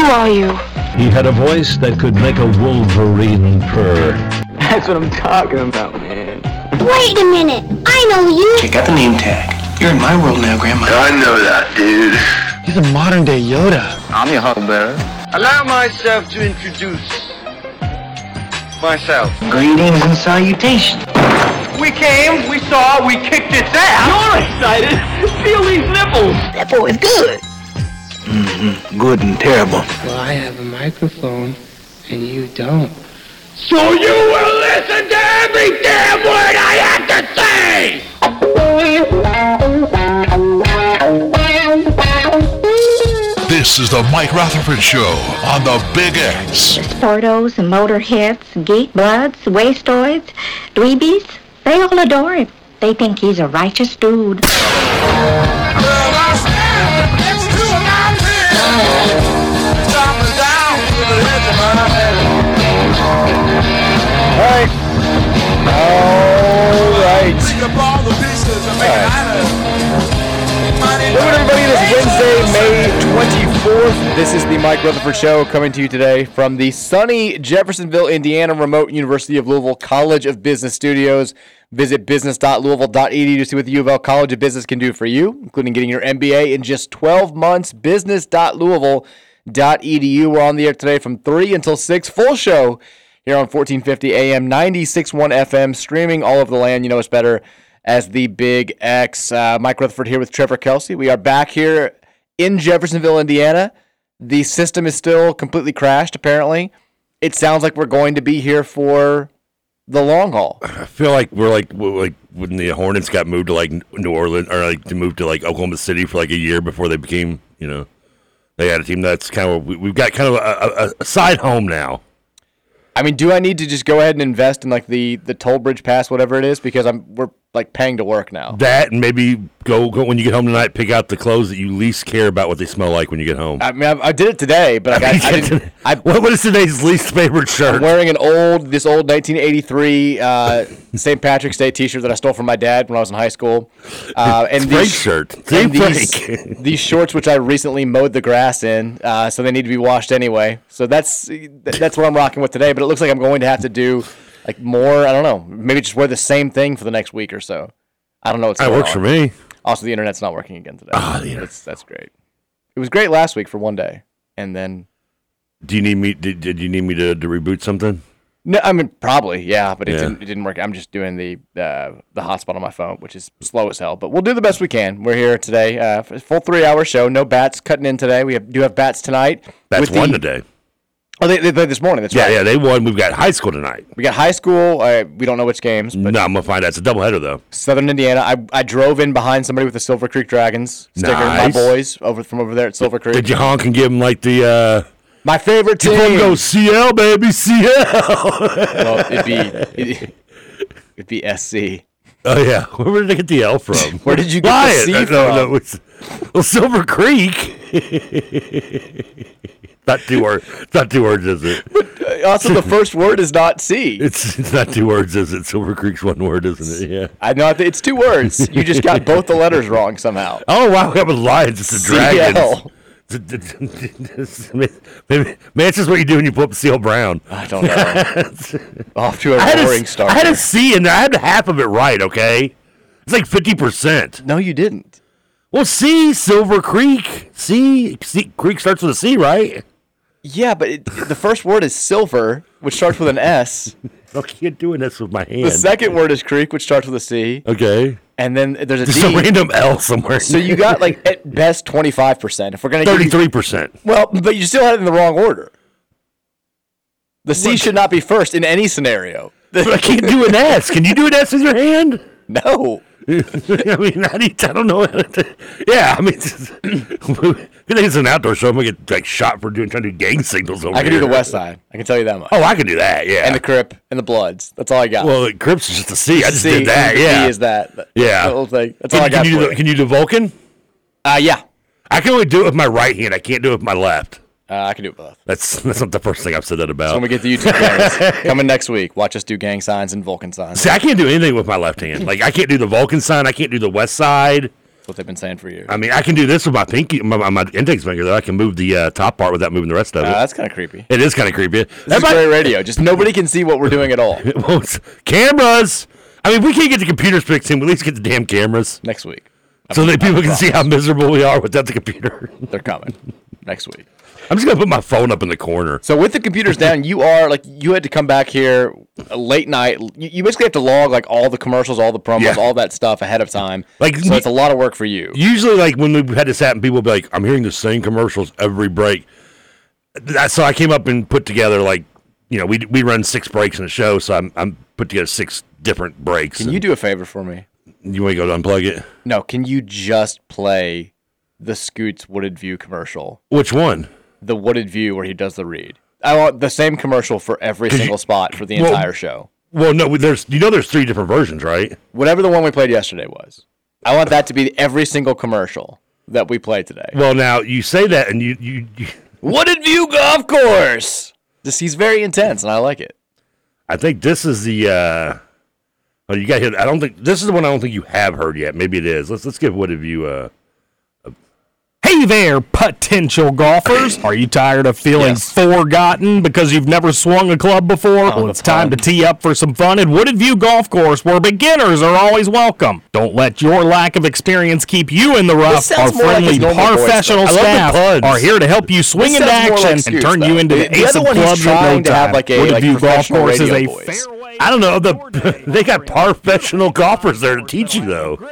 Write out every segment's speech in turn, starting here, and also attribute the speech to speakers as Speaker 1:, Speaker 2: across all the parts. Speaker 1: are you?
Speaker 2: He had a voice that could make a wolverine purr.
Speaker 3: That's what I'm talking about, man.
Speaker 4: Wait a minute. I know you.
Speaker 5: You got the name tag. You're in my world now, Grandma.
Speaker 6: I know that, dude.
Speaker 5: You're the modern day Yoda.
Speaker 6: I'm your huckleberry.
Speaker 7: Allow myself to introduce myself.
Speaker 5: Greetings and salutations.
Speaker 7: We came, we saw, we kicked its ass.
Speaker 3: You're excited. Feel these nipples.
Speaker 5: That boy's good. Mm-hmm. Good and terrible.
Speaker 8: Well, I have a microphone, and you don't.
Speaker 7: So you will listen to every damn word I have to say!
Speaker 9: This is the Mike Rutherford Show on the Big X.
Speaker 10: Sportos, motorheads, geek bloods, wastoids, dweebies, they all adore him. They think he's a righteous dude.
Speaker 11: Alright. Alright. Hello, everybody. This is Wednesday, May 24th. This is the Mike Rutherford Show coming to you today from the sunny Jeffersonville, Indiana remote University of Louisville College of Business Studios. Visit business.louisville.edu to see what the E U of L College of Business can do for you, including getting your MBA in just 12 months. Business.louisville.edu. E We're on the air today from 3 until 6. Full show here on 1450 AM, 96.1 FM, streaming all over the land. You know us better as the Big X. Uh, Mike Rutherford here with Trevor Kelsey. We are back here in Jeffersonville, Indiana. The system is still completely crashed, apparently. It sounds like we're going to be here for the long haul.
Speaker 12: I feel like we're like we're like when the Hornets got moved to like New Orleans or like to move to like Oklahoma City for like a year before they became, you know, they had a team that's kind of we, we've got kind of a, a, a side home now.
Speaker 11: I mean, do I need to just go ahead and invest in like the the toll bridge pass, whatever it is, because I'm we're like paying to work now.
Speaker 12: That and maybe go, go when you get home tonight, pick out the clothes that you least care about what they smell like when you get home.
Speaker 11: I mean, I, I did it today, but I, got, I, didn't. I,
Speaker 12: what, what is today's least favorite shirt?
Speaker 11: I'm wearing an old this old 1983 uh, St. Patrick's Day T-shirt that I stole from my dad when I was in high school, uh, and
Speaker 12: Frank shirt.
Speaker 11: and
Speaker 12: Frank.
Speaker 11: these, these shorts which I recently mowed the grass in, uh, so they need to be washed anyway. So that's that's what I'm rocking with today. But it looks like I'm going to have to do like more. I don't know. Maybe just wear the same thing for the next week or so. I don't know. What's
Speaker 12: That
Speaker 11: going
Speaker 12: works
Speaker 11: on.
Speaker 12: for me.
Speaker 11: Also, the internet's not working again today.
Speaker 12: Ah, the internet.
Speaker 11: Oh, that's, that's great. It was great last week for one day, and then
Speaker 12: Do you need me? Did, did you need me to, to reboot something?
Speaker 11: no, I mean probably yeah, but it
Speaker 12: Yeah.
Speaker 11: didn't it didn't work. I'm just doing the uh, the hotspot on my phone, which is slow as hell. But we'll do the best we can. We're here today, uh, f- full three hour show. No bats cutting in today. We have, do have bats tonight.
Speaker 12: That's
Speaker 11: with the-
Speaker 12: one today.
Speaker 11: Oh, they, they played this morning. That's
Speaker 12: Yeah,
Speaker 11: right.
Speaker 12: yeah, they won. We've got high school tonight.
Speaker 11: We got high school. Uh, we don't know which games, but
Speaker 12: no, I'm gonna find out. It's a doubleheader though.
Speaker 11: Southern Indiana. I, I drove in behind somebody with a Silver Creek Dragons sticker. My
Speaker 12: Nice.
Speaker 11: boys over from over there at Silver Creek.
Speaker 12: Did you honk and give them like the uh?
Speaker 11: My favorite team.
Speaker 12: Give 'em go CL baby CL.
Speaker 11: Well, it'd be it'd, it'd be SC.
Speaker 12: Oh yeah, where did they get the L from?
Speaker 11: Where did you get the
Speaker 12: Lion.
Speaker 11: C
Speaker 12: No, No, no, it's, well, Silver Creek. not two words. It's not two words, is it?
Speaker 11: Uh, Also, the first word is not C.
Speaker 12: It's it's not two words, is it? Silver Creek's one word, isn't it? Yeah.
Speaker 11: I know I thi- it's two words. You just got both the letters wrong somehow.
Speaker 12: Oh wow, we have a lion, just a
Speaker 11: CL.
Speaker 12: dragon. Maybe that's just what you do when you put up CL Brown.
Speaker 11: I don't know. Off to
Speaker 12: I had,
Speaker 11: a
Speaker 12: a,
Speaker 11: roaring
Speaker 12: s-
Speaker 11: start.
Speaker 12: I had a C in there. I had half of it right. Okay, it's like fifty percent.
Speaker 11: no, you didn't.
Speaker 12: Well, C Silver Creek. C, C Creek starts with a C, right?
Speaker 11: Yeah, but it, the first word is silver, which starts with an S.
Speaker 12: I can't doing this with my hand.
Speaker 11: The second word is creek, which starts with a C.
Speaker 12: okay.
Speaker 11: And then there's a
Speaker 12: Just a
Speaker 11: D.
Speaker 12: random L somewhere.
Speaker 11: So you got like at best 25%. If we're going to give you
Speaker 12: thirty-three percent.
Speaker 11: Well, but you still had it in the wrong order. The C should not be first in any scenario.
Speaker 12: But I can't do an S. Can you do an S with your hand?
Speaker 11: No.
Speaker 12: I mean, I, need, I don't know. how to- yeah, I mean, it's, I think it's an outdoor show. I'm gonna get like shot for doing trying to do gang signals over
Speaker 11: I can do
Speaker 12: here.
Speaker 11: the West Side. I can tell you that much.
Speaker 12: Oh, I can do that. Yeah.
Speaker 11: And the Crip and the Bloods. That's all I got.
Speaker 12: well, the Crips is just a C. I just
Speaker 11: C
Speaker 12: did that.
Speaker 11: and the
Speaker 12: Yeah.
Speaker 11: D is that. That
Speaker 12: Yeah.
Speaker 11: whole thing. That's
Speaker 12: can,
Speaker 11: all I got
Speaker 12: can you
Speaker 11: for
Speaker 12: do the,
Speaker 11: you.
Speaker 12: can you do Vulcan?
Speaker 11: Uh, yeah.
Speaker 12: I can only do it with my right hand. I can't do it with my left.
Speaker 11: Uh, I can do both.
Speaker 12: That's that's not the first thing I've said that about.
Speaker 11: When we get the YouTube cameras coming next week, watch us do gang signs and Vulcan signs.
Speaker 12: See, I can't do anything with my left hand. Like I can't do the Vulcan sign. I can't do the West Side.
Speaker 11: That's what they've been saying for years.
Speaker 12: I mean, I can do this with my pinky, my, my- my index finger. Though I can move the uh, top part without moving the rest of it.
Speaker 11: Ah, that's kinda creepy.
Speaker 12: It is kind of creepy.
Speaker 11: This is great radio. Just nobody can see what we're doing at all.
Speaker 12: It won't- cameras. I mean, if we can't get the computers fixed in. We at least get the damn cameras
Speaker 11: next week,
Speaker 12: so that people can
Speaker 11: promise.
Speaker 12: see how miserable we are without the computer.
Speaker 11: They're coming next week.
Speaker 12: I'm just gonna put my phone up in the corner.
Speaker 11: So with the computers down, you are like you had to come back here uh, late night. You, you basically have to log like all the commercials, all the promos,
Speaker 12: Yeah.
Speaker 11: all that stuff ahead of time.
Speaker 12: Like,
Speaker 11: so, it's a lot of work for you.
Speaker 12: Usually, like when we've had this happen, people be like, "I'm hearing the same commercials every break." That's so I came up and put together like, you know, we we run six breaks in a show, so I'm I'm put together six different breaks.
Speaker 11: Can you do a favor for me?
Speaker 12: You want to go unplug it?
Speaker 11: No, can you just play the Scoots Wooded View commercial?
Speaker 12: Which one?
Speaker 11: The Wooded View where he does the read. I want the same commercial for every single spot for the
Speaker 12: well-
Speaker 11: entire show.
Speaker 12: Well, no, there's you know there's three different versions, right?
Speaker 11: Whatever the one we played yesterday was. I want that to be every single commercial that we play today.
Speaker 12: Well, now you say that, and you you, you
Speaker 11: Wooded View Golf Course. This he's very intense and I like it.
Speaker 12: I think this is the. uh Oh, you got hit. I don't think this is the one. I don't think you have heard yet. Maybe it is. Let's let's give what have you. Uh,
Speaker 1: Hey there, potential golfers. Are you tired of feeling forgotten because you've never swung a club before?
Speaker 12: Oh,
Speaker 1: well, it's time to tee up for some fun at Wooded View Golf Course, where beginners are always welcome. Don't let your lack of experience keep you in the rough. Our
Speaker 11: sounds more like
Speaker 1: friendly
Speaker 11: his normal voice,
Speaker 1: professional
Speaker 11: though. I love the
Speaker 1: staff
Speaker 11: puns.
Speaker 1: are here to help you swing
Speaker 11: This
Speaker 1: into
Speaker 11: sounds more like
Speaker 1: action and
Speaker 11: Scoots,
Speaker 1: turn you
Speaker 11: though.
Speaker 1: into the,
Speaker 11: The- the
Speaker 1: ace
Speaker 11: other
Speaker 1: of
Speaker 11: one he's
Speaker 1: clubs in no
Speaker 11: trying to have,
Speaker 1: time.
Speaker 11: like, a-
Speaker 1: Wooded
Speaker 11: like,
Speaker 1: View Golf
Speaker 11: professional
Speaker 1: Course is
Speaker 11: radio
Speaker 1: a
Speaker 11: voice.
Speaker 12: I don't know. The, they got professional golfers there to teach you though.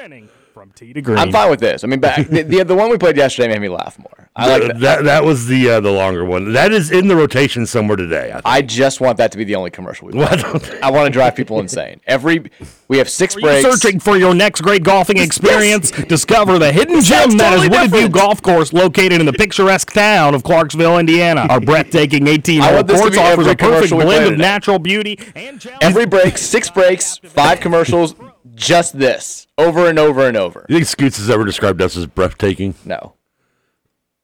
Speaker 11: I'm fine with this. I mean, back the, the the one we played yesterday made me laugh more. I like
Speaker 12: that.
Speaker 11: that.
Speaker 12: Uh, that. was the uh, the longer one. That is in the rotation somewhere today. I think.
Speaker 11: I just want that to be the only commercial we play.
Speaker 12: I don't-
Speaker 11: I want to drive people insane. Every we have six
Speaker 1: Are you
Speaker 11: breaks.
Speaker 1: searching for your next great golfing experience? Discover the hidden
Speaker 11: sounds
Speaker 1: gem that is
Speaker 11: totally
Speaker 1: Wooded View
Speaker 11: different.
Speaker 1: Golf Course located in the picturesque town of Clarksville, Indiana. Our breathtaking 18
Speaker 11: I
Speaker 1: hole
Speaker 11: want this to
Speaker 1: course
Speaker 11: be
Speaker 1: offers
Speaker 11: every
Speaker 1: a perfect
Speaker 11: commercial we play
Speaker 1: blend of
Speaker 11: today.
Speaker 1: natural beauty and
Speaker 11: Every break, six breaks, five commercials, just this over and over and over.
Speaker 12: You think Scoots has ever described us as breathtaking?
Speaker 11: No.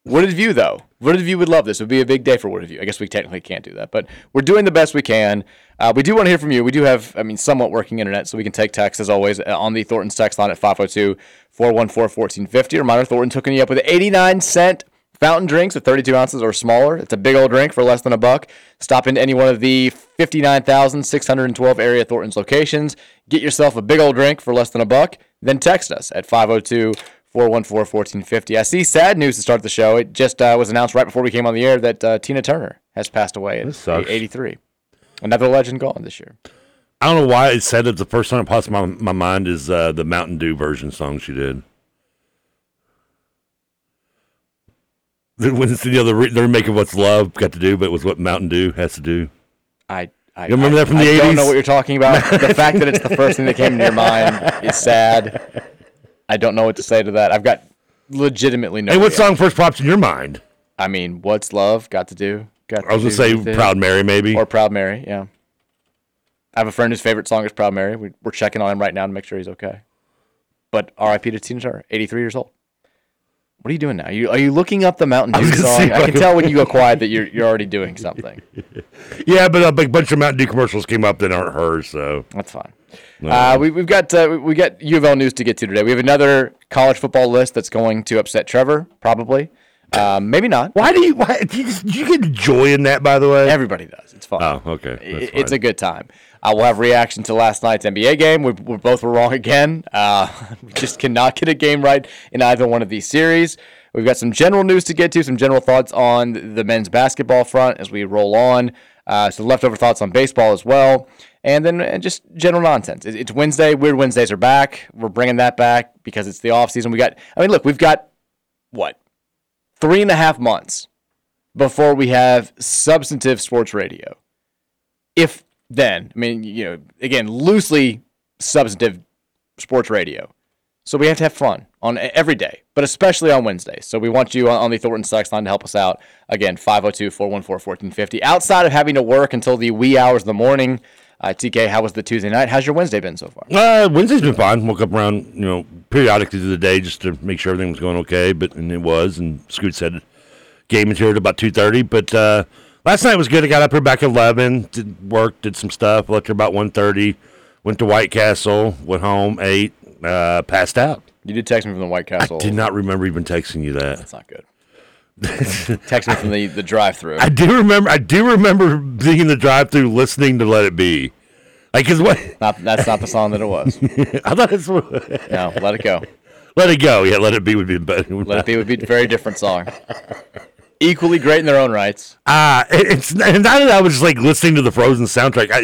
Speaker 11: Wooded View, though. Wooded View would love this. It would be a big day for Wooded View. I guess we technically can't do that, but we're doing the best we can. Uh, we do want to hear from you. We do have, I mean, somewhat working internet, so we can take text as always uh, on the Thornton's text line at 502 414 1450. Reminder Thornton's hooking you up with 89 cent fountain drinks of 32 ounces or smaller. It's a big old drink for less than a buck. Stop into any one of the 59,612 area Thornton's locations. Get yourself a big old drink for less than a buck. Then text us at 502 414 1450. I see sad news to start the show. It just uh, was announced right before we came on the air that uh, Tina Turner has passed away at
Speaker 12: sucks.
Speaker 11: 83. Another legend gone this year.
Speaker 12: I don't know why it said that the first time it pops in my, my mind is uh, the Mountain Dew version song she did. The- When it's, you know, the re- the remake of What's Love got to do, but with what Mountain Dew has to do.
Speaker 11: I, I
Speaker 12: You remember
Speaker 11: I-
Speaker 12: that from
Speaker 11: I
Speaker 12: the
Speaker 11: don't
Speaker 12: 80s?
Speaker 11: know what you're talking about. the fact that it's the first thing that came to your mind is sad. I don't know what to say to that. I've got legitimately no.
Speaker 12: Hey, what
Speaker 11: idea.
Speaker 12: song first pops in your mind?
Speaker 11: I mean, what's love got to do? Got
Speaker 12: I was
Speaker 11: to
Speaker 12: gonna say
Speaker 11: do with it.
Speaker 12: Proud Mary, maybe.
Speaker 11: or Proud Mary. Yeah. I have a friend whose favorite song is Proud Mary. We, we're checking on him right now to make sure he's okay. But R.I.P. to Tina Turner, 83 years old. What are you doing now? You, are you looking up the Mountain
Speaker 12: I was
Speaker 11: Dew
Speaker 12: gonna see
Speaker 11: song?
Speaker 12: if
Speaker 11: I
Speaker 12: I
Speaker 11: can
Speaker 12: could-
Speaker 11: tell when you go quiet that you're you're already doing something.
Speaker 12: yeah, but a big bunch of Mountain Dew commercials came up that aren't hers, so
Speaker 11: That's fine. Uh, we, we've got uh, we- we got U of L news to get to today. We have another college football list that's going to upset Trevor, probably. Um, maybe not.
Speaker 12: Why do you? Why do you, do you get joy in that? By the way,
Speaker 11: Everybody does. It's fun.
Speaker 12: oh, okay,
Speaker 11: I-
Speaker 12: that's
Speaker 11: it's
Speaker 12: fine.
Speaker 11: a good time. I will have reaction to last night's NBA game. We, we both were wrong again. Uh, we just cannot get a game right in either one of these series. We've got some general news to get to, some general thoughts on the men's basketball front as we roll on. Uh, some leftover thoughts on baseball as well, and then uh, just general nonsense. It, it's Wednesday. Weird Wednesdays are back. We're bringing that back because it's the off season. We got. I mean, look, we've got what three and a half months before we have substantive sports radio if then, I mean, you know, again, loosely substantive sports radio. So we have to have fun on e- every day, but especially on Wednesdays. So we want you on, on the Thornton Sucks line to help us out. Again, 502 414 1450. Outside of having to work until the wee hours of the morning, uh, TK, how was the Tuesday night? How's your Wednesday been so far?
Speaker 12: Uh, Wednesday's been fine. Woke up around, you know, periodically through the day just to make sure everything was going okay, but and it was. And Scoot said game material at about two thirty. But uh, last night was good. I got up here back at eleven, did work, did some stuff. Left here about one thirty. Went to White Castle, went home, ate, uh, passed out.
Speaker 11: You did text me from the White Castle.
Speaker 12: Did not remember even texting you that.
Speaker 11: That's not good. text me from the, the drive through.
Speaker 12: I do remember. I do remember being in the drive-through, listening to "Let It Be." Like, cause what?
Speaker 11: Not, that's not the song that it was.
Speaker 12: I thought it's. no,
Speaker 11: let it go.
Speaker 12: Let it go. Yeah, let it be would be better.
Speaker 11: Let It Be would be a very different song. Equally great in their own rights.
Speaker 12: Uh, it- it's and now that I was like listening to the Frozen soundtrack, I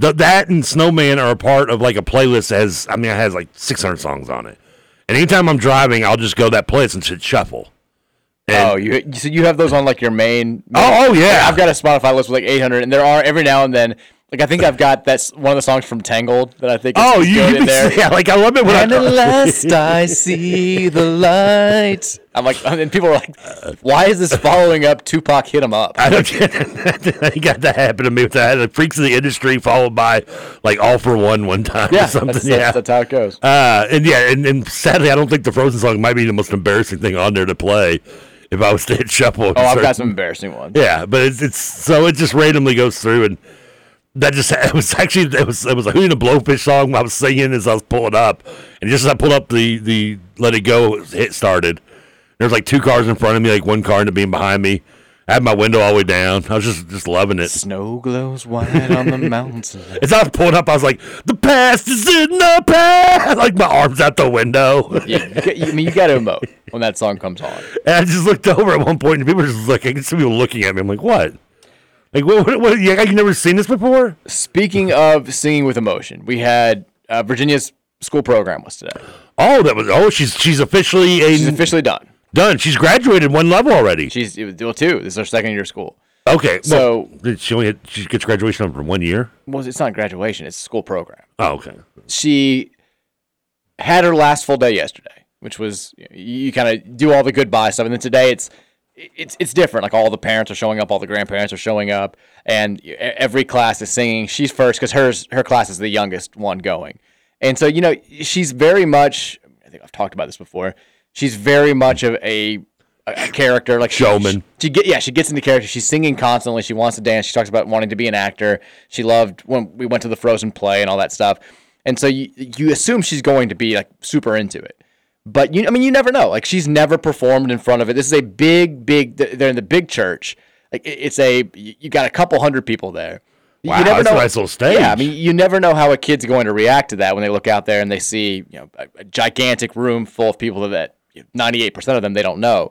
Speaker 12: th- that and Snowman are a part of like a playlist that has. I mean, it has like 600 songs on it. And anytime I'm driving, I'll just go that playlist and shit shuffle.
Speaker 11: oh, you so you have those on like your main?
Speaker 12: Oh, oh, yeah.
Speaker 11: I've got a Spotify list with like 800, and there are every now and then. Like I think I've got that's one of the songs from Tangled that I think. Is,
Speaker 12: Oh,
Speaker 11: is
Speaker 12: you-
Speaker 11: good
Speaker 12: you
Speaker 11: in
Speaker 12: be-
Speaker 11: there.
Speaker 12: yeah, like, I love it when I-
Speaker 11: And at last I see the light. I'm like, and people are like, why is this following up Tupac "Hit 'Em Up"?
Speaker 12: I don't get I got that happen to me with that. Like Freaks of the Industry followed by like All for One one time
Speaker 11: Yeah,
Speaker 12: or something.
Speaker 11: that's-
Speaker 12: yeah.
Speaker 11: that's- that's how it goes.
Speaker 12: Uh, and yeah, and, and sadly, I don't think the Frozen song might be the most embarrassing thing on there to play if I was to hit shuffle. and
Speaker 11: Oh, I've
Speaker 12: start-
Speaker 11: got some embarrassing ones.
Speaker 12: Yeah, but it's, it's so it just randomly goes through and. That just it was actually it was it was a Hootie and the Blowfish song I was singing as I was pulling up, and just as I pulled up, the the Let It Go hit started. There's like two cars in front of me, like one car in the beam behind me. I had my window all the way down. I was just just loving it.
Speaker 11: Snow glows white on the mountain.
Speaker 12: As I was pulling up, I was like, "The past is in the past." Like my arms out the window.
Speaker 11: Yeah, you ca- I mean, you got to emote when that song comes on.
Speaker 12: And I just looked over at one point, and people were just looking. Some people looking at me. I'm like, "What? Like, what? What? what yeah, you never seen this before?"
Speaker 11: Speaking of singing with emotion, we had uh, Virginia's school program was today.
Speaker 12: Oh, that was. Oh, she's she's officially a,
Speaker 11: She's officially done.
Speaker 12: done. She's graduated one level already.
Speaker 11: She's it was deal two. This is her second year of school.
Speaker 12: okay,
Speaker 11: So-
Speaker 12: well, did she only had, she gets graduation for one year.
Speaker 11: Well, it's not graduation; it's a school program.
Speaker 12: Oh, okay.
Speaker 11: She had her last full day yesterday, which was you, you kind of do all the goodbye stuff, and then today it's it's it's different. Like all the parents are showing up, all the grandparents are showing up, and e- every class is singing. She's first because hers her class is the youngest one going, and so you know she's very much. I think I've talked about this before. She's very much of a a character like she-
Speaker 12: Showman.
Speaker 11: She, get yeah, she gets into character. She's singing constantly. She wants to dance. She talks about wanting to be an actor. She loved when we went to the Frozen play and all that stuff. And so you you assume she's going to be like super into it. But you I mean you never know. Like she's never performed in front of it. This is a big big th- they're in the big church. Like it- it's a you you got a couple hundred people there.
Speaker 12: Wow,
Speaker 11: you never
Speaker 12: that's
Speaker 11: know.
Speaker 12: a nice little stage.
Speaker 11: Yeah, I mean, you never know how a kid's going to react to that when they look out there and they see you know a, a gigantic room full of people that ninety eight percent of them they don't know.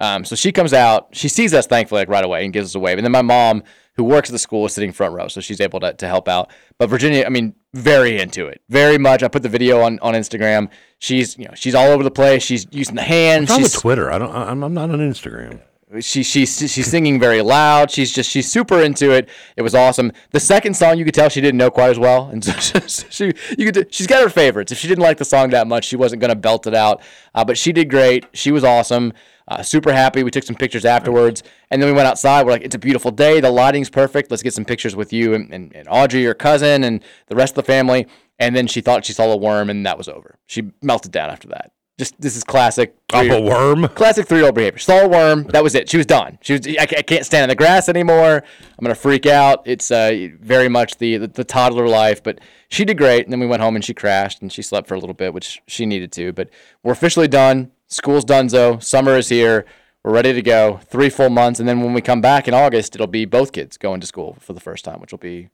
Speaker 11: Um, so she comes out, she sees us thankfully like right away and gives us a wave. And then my mom, who works at the school, is sitting front row, so she's able to, to help out. But Virginia, I mean, very into it, very much. I put the video on, on Instagram. She's you know she's all over the place. She's using the hands.
Speaker 12: It's on the
Speaker 11: she's
Speaker 12: Twitter. I don't. I- I'm, I'm not on Instagram.
Speaker 11: she she's she's singing very loud. She's just she's super into it. It was awesome. The second song you could tell she didn't know quite as well, and so she, you could t- she's got her favorites. If she didn't like the song that much, she wasn't gonna belt it out. Uh, but she did great. She was awesome. Uh, super happy. We took some pictures afterwards, and then we went outside. We're like, it's a beautiful day. The lighting's perfect. Let's get some pictures with you and, and, and Audrey, your cousin, and the rest of the family. And then she thought she saw a worm, and that was over. She melted down after that. Just this is classic.
Speaker 12: Up a worm.
Speaker 11: Classic three-year-old behavior. Saw a worm. That was it. She was done. She was. I, ca- I can't stand in the grass anymore. I'm gonna freak out. It's uh, very much the, the toddler life. But she did great. And then we went home and she crashed and she slept for a little bit, which she needed to. But we're officially done. School's donezo. Summer is here. We're ready to go. Three full months, and then when we come back in August, it'll be both kids going to school for the first time, which will be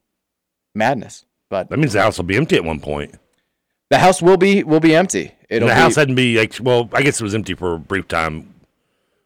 Speaker 11: madness. But
Speaker 12: That means the house will be empty at one point.
Speaker 11: the house will be will be empty. It'll
Speaker 12: the
Speaker 11: be,
Speaker 12: house hadn't be like. Well, I guess it was empty for a brief time.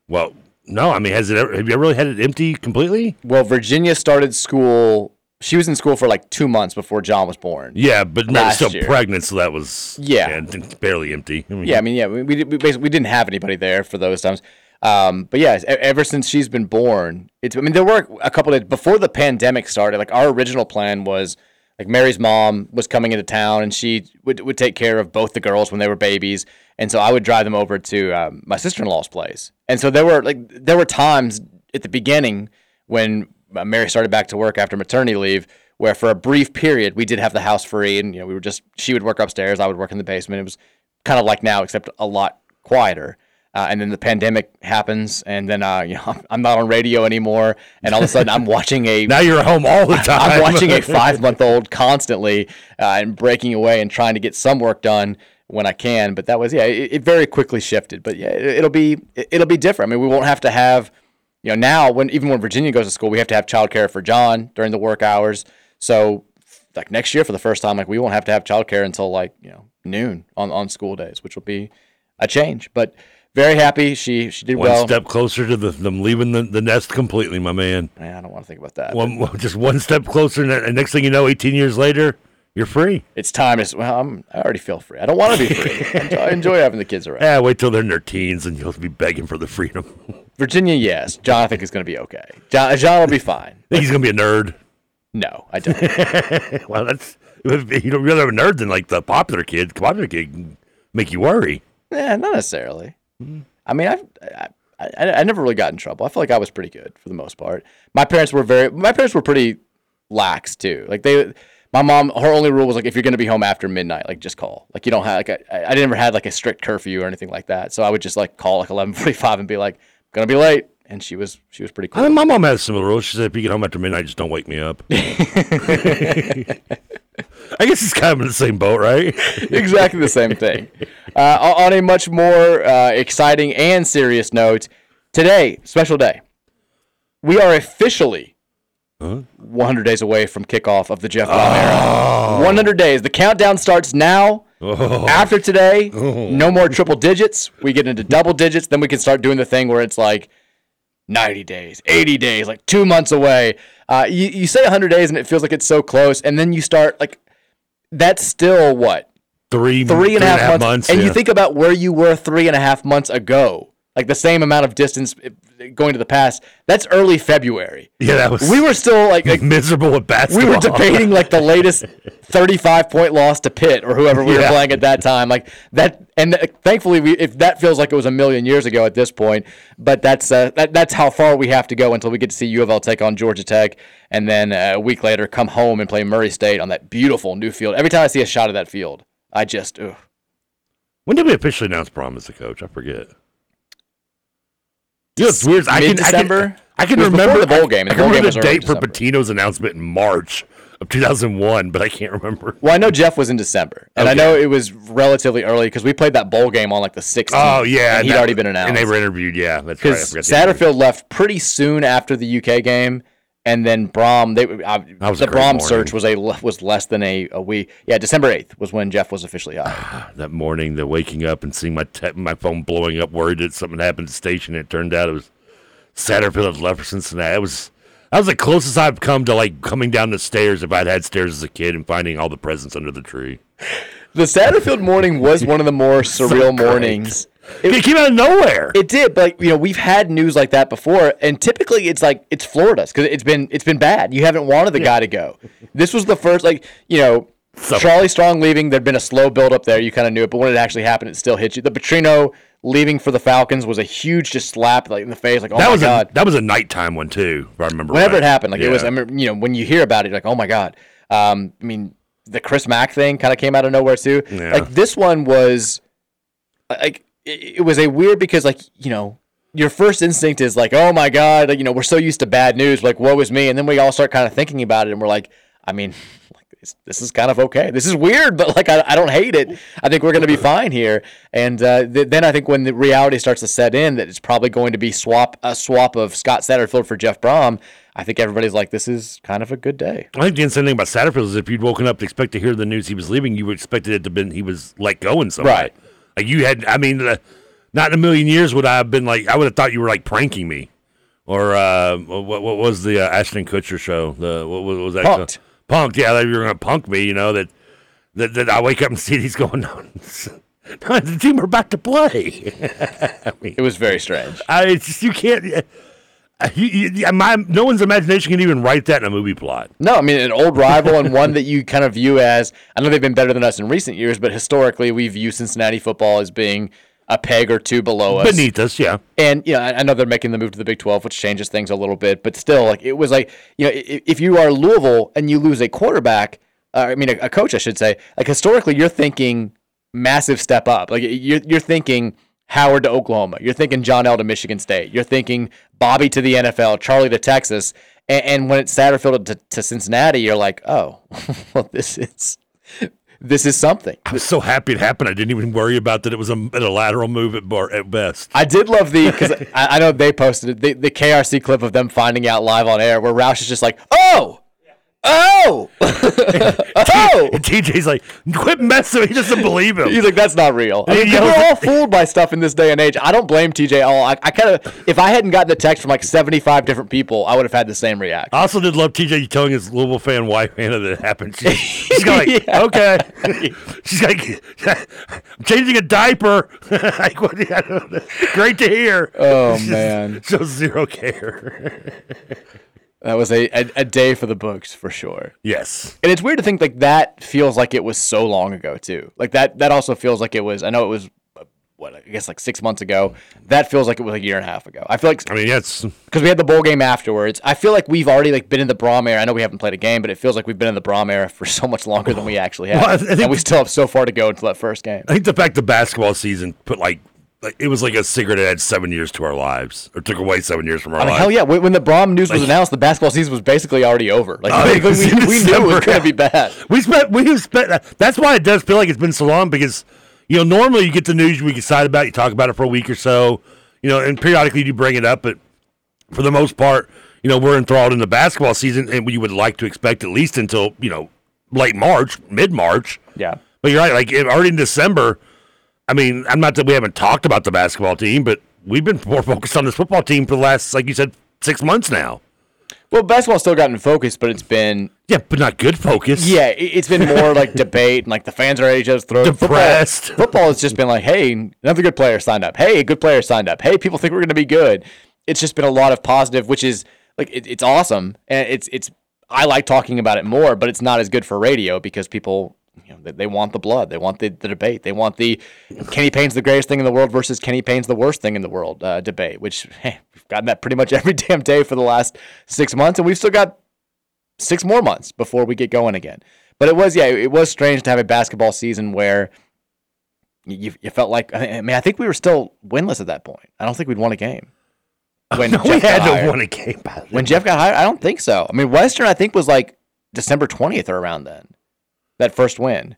Speaker 12: Well, no. I mean, has it ever? Have you ever really had it empty completely?
Speaker 11: Well, Virginia started school. She was in school for like two months before John was born.
Speaker 12: Yeah, but no,
Speaker 11: Last
Speaker 12: still
Speaker 11: year.
Speaker 12: pregnant, so that was
Speaker 11: Yeah.
Speaker 12: and it's barely empty. I mean,
Speaker 11: Yeah, I mean, yeah, we, we, did- we basically we didn't have anybody there for those times. Um, but yeah, e- ever since she's been born, it's. I mean, there were a couple of before the pandemic started. Like our original plan was, like Mary's mom was coming into town, and she would would take care of both the girls when they were babies, and so I would drive them over to um, my sister in law's place, and so there were like there were times at the beginning when uh, Mary started back to work after maternity leave, where for a brief period we did have the house free, and you know we were just she would work upstairs, I would work in the basement. It was kind of like now, except a lot quieter. Uh, and then the pandemic happens, and then uh, you know I'm, I'm not on radio anymore, and all of a sudden I'm watching a
Speaker 12: now you're at home all the time.
Speaker 11: I'm watching a five month old constantly uh, and breaking away and trying to get some work done. when I can. But that was yeah, it, it very quickly shifted. But yeah, it, will be it, it'll be different. I mean, we won't have to have you know now when even when Virginia goes to school, we have to have childcare for John during the work hours. So like next year for the first time, like we won't have to have childcare until like you know noon on on school days, which will be a change. But very happy she she did
Speaker 12: One
Speaker 11: well.
Speaker 12: step closer to the, them leaving the, the nest completely, my man.
Speaker 11: I don't want to think about that.
Speaker 12: One, just one step closer, and, and next thing you know, 18 years later, you're free.
Speaker 11: It's time. It's, well, I'm, I already feel free. I don't want to be free. I enjoy- I enjoy having the kids around.
Speaker 12: Yeah, Ah, wait till they're in their teens, and you'll be begging for the freedom.
Speaker 11: Virginia, yes. John, I think is going to be okay. John, John will be fine.
Speaker 12: Think he's gonna be a nerd?
Speaker 11: No, I don't. Eh,
Speaker 12: well, that's you don't really have a nerd than like the popular kid. The popular kid can make you worry.
Speaker 11: Yeah, not necessarily. I mean, I've, I, I I never really got in trouble. I feel like I was pretty good for the most part. My parents were very. My parents were pretty lax too. Like they, my mom, her only rule was like, if you're going to be home after midnight, like just call. Like you don't have like I, I never had like a strict curfew or anything like that. So I would just like call like 11:45 and be like, gonna be late. And she was she was pretty cool.
Speaker 12: I mean, my mom has similar rules. She said, if you get home after midnight, just don't wake me up. I guess it's kind of in the same boat, right?
Speaker 11: exactly the same thing. Uh, o- on a much more uh, exciting and serious note, today, special day, we are officially 100 days away from kickoff of the Jeff Long era. 100 days. The countdown starts now.
Speaker 12: Oh.
Speaker 11: After today, no more triple digits. We get into double digits. Then we can start doing the thing where it's like 90 days, 80 days, like two months away. Uh, you, you say 100 days and it feels like it's so close. And then you start, like, that's still what?
Speaker 12: Three,
Speaker 11: three and a half months. and you
Speaker 12: yeah.
Speaker 11: think about where you were three and a half months ago, like the same amount of distance eh, going to the past. That's early February.
Speaker 12: Yeah, that was-
Speaker 11: We were still like, like
Speaker 12: miserable at basketball.
Speaker 11: we were debating like the latest 35 point loss to Pitt or whoever we were
Speaker 12: Yeah.
Speaker 11: playing at that time. Like that, and th- thankfully, we if that feels like it was a million years ago at this point. But that's uh, that, that's how far we have to go until we get to see U of L take on Georgia Tech, and then uh, a week later come home and play Murray State on that beautiful new field. Every time I see a shot of that field, I just ugh.
Speaker 12: When did we officially announce Brom as the coach? I forget. You know, it's weird. I can, I can,
Speaker 11: Mid-December?
Speaker 12: I can
Speaker 11: It was before
Speaker 12: remember
Speaker 11: the bowl game, and
Speaker 12: I
Speaker 11: the
Speaker 12: can
Speaker 11: bowl game
Speaker 12: remember
Speaker 11: was
Speaker 12: the
Speaker 11: early
Speaker 12: date for
Speaker 11: December.
Speaker 12: Patino's announcement in March of 2001, but I can't remember.
Speaker 11: Well, I know Jeff was in December, and I
Speaker 12: Okay.
Speaker 11: know it was relatively early because we played that bowl game on like the 16th.
Speaker 12: Oh yeah,
Speaker 11: and he'd
Speaker 12: that-
Speaker 11: already been announced.
Speaker 12: and they were interviewed. Yeah, that's right. I
Speaker 11: because
Speaker 12: forgot the interview.
Speaker 11: Satterfield left pretty soon after the UK game, and then Brom they I,
Speaker 12: That was
Speaker 11: the
Speaker 12: a great
Speaker 11: Brom
Speaker 12: morning.
Speaker 11: search was a le- was less than a, a week. Yeah, December eighth was when Jeff was officially hired.
Speaker 12: that morning, the waking up and seeing my te- my phone blowing up, worried that something happened to the station. It turned out it was Satterfield had left for Cincinnati. It was that was the closest I've come to like coming down the stairs if I'd had stairs as a kid and finding all the presents under the tree.
Speaker 11: the Satterfield morning was one of the more surreal mornings.
Speaker 12: It, came out of nowhere.
Speaker 11: It did, but like, you know, we've had news like that before, and typically it's like it's Florida's because it's been it's been bad. You haven't wanted the guy to go. This was the first, like you know, Charlie Strong leaving. There'd been a slow build up there. You kind of knew it, but when it actually happened, it still hit you. The Petrino leaving for the Falcons was a huge just slap like in the face. Like oh
Speaker 12: that
Speaker 11: my
Speaker 12: was
Speaker 11: god,
Speaker 12: a that was a nighttime one too, if I remember.
Speaker 11: whenever
Speaker 12: right.
Speaker 11: it happened, like it was,
Speaker 12: Yeah.
Speaker 11: I mean, you know, when you hear about it, you're like, oh my god. Um, I mean, the Chris Mack thing kind of came out of nowhere too.
Speaker 12: Yeah.
Speaker 11: Like this one was, uh, like, it, it was a weird because like you know, your first instinct is like, oh my god, like, you know, we're so used to bad news, like woe is me, and then we all start kind of thinking about it, and we're like, I mean. like this- This is kind of okay. This is weird, but like I, I don't hate it. I think we're going to be fine here. And uh, th- then I think when the reality starts to set in that it's probably going to be swap a swap of Scott Satterfield for Jeff Brom, I think everybody's like, this is kind of a good day.
Speaker 12: I think the insane thing about Satterfield is if you'd woken up to expect to hear the news he was leaving, you would expected it to been he was let go in some way.
Speaker 11: Right.
Speaker 12: Like you had, I mean, uh, not in a million years would I have been like, I would have thought you were like pranking me, or uh, what, what was the uh, Ashton Kutcher show? The what was, what was that?
Speaker 11: Punked.
Speaker 12: Punked. Yeah, that you were gonna punk me. You know that that, that I wake up and see these going on. No, the team are about to play. I mean,
Speaker 11: It was very strange.
Speaker 12: I, it's just, you can't. Uh, you, you, my no one's imagination can even write that in a movie plot.
Speaker 11: No, I mean an old rival and one that you kind of view as I know they've been better than us in recent years, but historically we view Cincinnati football as being a peg or two below us.
Speaker 12: Beneath us, yeah.
Speaker 11: And you know, I I know they're making the move to the Big Twelve, which changes things a little bit, but still, like it was like you know, i- i- if you are Louisville and you lose a quarterback, uh, I mean a, a coach, I should say, like historically, you're thinking massive step up. Like you're you're thinking Howard to Oklahoma, you're thinking John L to Michigan State, you're thinking Bobby to the NFL, Charlie to Texas, and, and when it's Satterfield to, to Cincinnati, you're like, oh, well, this is this is something.
Speaker 12: I was so happy it happened. I didn't even worry about that. It was a, a lateral move at bar at best.
Speaker 11: I did love the because I, I know they posted it, the, the KRC clip of them finding out live on air where Roush is just like, oh, oh, oh.
Speaker 12: And TJ's like, quit messing. with- He doesn't believe him.
Speaker 11: He's like, that's not real. I
Speaker 12: He
Speaker 11: mean,
Speaker 12: yells
Speaker 11: we're
Speaker 12: at-
Speaker 11: all fooled by stuff in this day and age. I don't blame TJ at all. I, I kind of, if I hadn't gotten the text from like 75 different people, I would have had the same reaction.
Speaker 12: I also did love TJ telling his Louisville fan wife Hannah that it happened. She, she's kinda like, okay. she's like, I'm changing a diaper. like, what, I don't know. Great to hear.
Speaker 11: Oh,
Speaker 12: It's just-
Speaker 11: man.
Speaker 12: so zero care.
Speaker 11: That was a, a, a day for the books for sure.
Speaker 12: yes.
Speaker 11: And it's weird to think like that feels like it was so long ago too. Like that that also feels like it was. I know it was uh, what I guess like six months ago. That feels like it was a year and a half ago. I feel like
Speaker 12: I mean, that's
Speaker 11: because we had the bowl game afterwards. I feel like we've already like been in the Brom era. I know we haven't played a game, but it feels like we've been in the Brom era for so much longer than we actually have,
Speaker 12: Oh. Well, I think-
Speaker 11: and we still have so far to go until that first game.
Speaker 12: I think the fact the basketball season put like, like it was like a cigarette that had seven years to our lives or took away seven years from our
Speaker 11: I mean,
Speaker 12: lives.
Speaker 11: hell yeah! When when the Brom news was
Speaker 12: Oh, Like-
Speaker 11: announced, the basketball season was basically already over. Like
Speaker 12: I mean, it
Speaker 11: we,
Speaker 12: was in
Speaker 11: we, we knew it
Speaker 12: December,
Speaker 11: was going
Speaker 12: yeah.
Speaker 11: to be bad.
Speaker 12: We spent. We have spent. That's why it does feel like it's been so long because you know normally you get the news we decide about, you talk about it for a week or so, you know, and periodically you bring it up, but for the most part, you know, we're enthralled in the basketball season, and we would like to expect at least until you know late March, mid March.
Speaker 11: Yeah.
Speaker 12: But you're right. Like it, already in December, I mean, I'm not that we haven't talked about the basketball team, but we've been more focused on this football team for the last, like you said, six months now.
Speaker 11: Well, basketball's still gotten focus, but it's been
Speaker 12: Yeah, but not good focus.
Speaker 11: Yeah, i- it's been more like debate and like the fans are at each other's throats. Football-
Speaker 12: Depressed.
Speaker 11: Football, has just been like, hey, another good player signed up. Hey, a good player signed up. Hey, people think we're going to be good. It's just been a lot of positive, which is like it, it's awesome and it's it's I like talking about it more, but it's not as good for radio because people. You know, they, they want the blood. They want the, the debate. They want the Kenny Payne's the greatest thing in the world versus Kenny Payne's the worst thing in the world uh, debate, which hey, we've gotten that pretty much every damn day for the last six months, and we've still got six more months before we get going again. But it was, yeah, it was strange to have a basketball season where you, you felt like, I mean, I think we were still winless at that point. I don't think we'd won a game. When
Speaker 12: No, we
Speaker 11: Jeff got
Speaker 12: had to
Speaker 11: hired.
Speaker 12: win a game. By
Speaker 11: When Jeff got hired, I don't think so. I mean, Western, I think, was like December 20th or around then, that first win.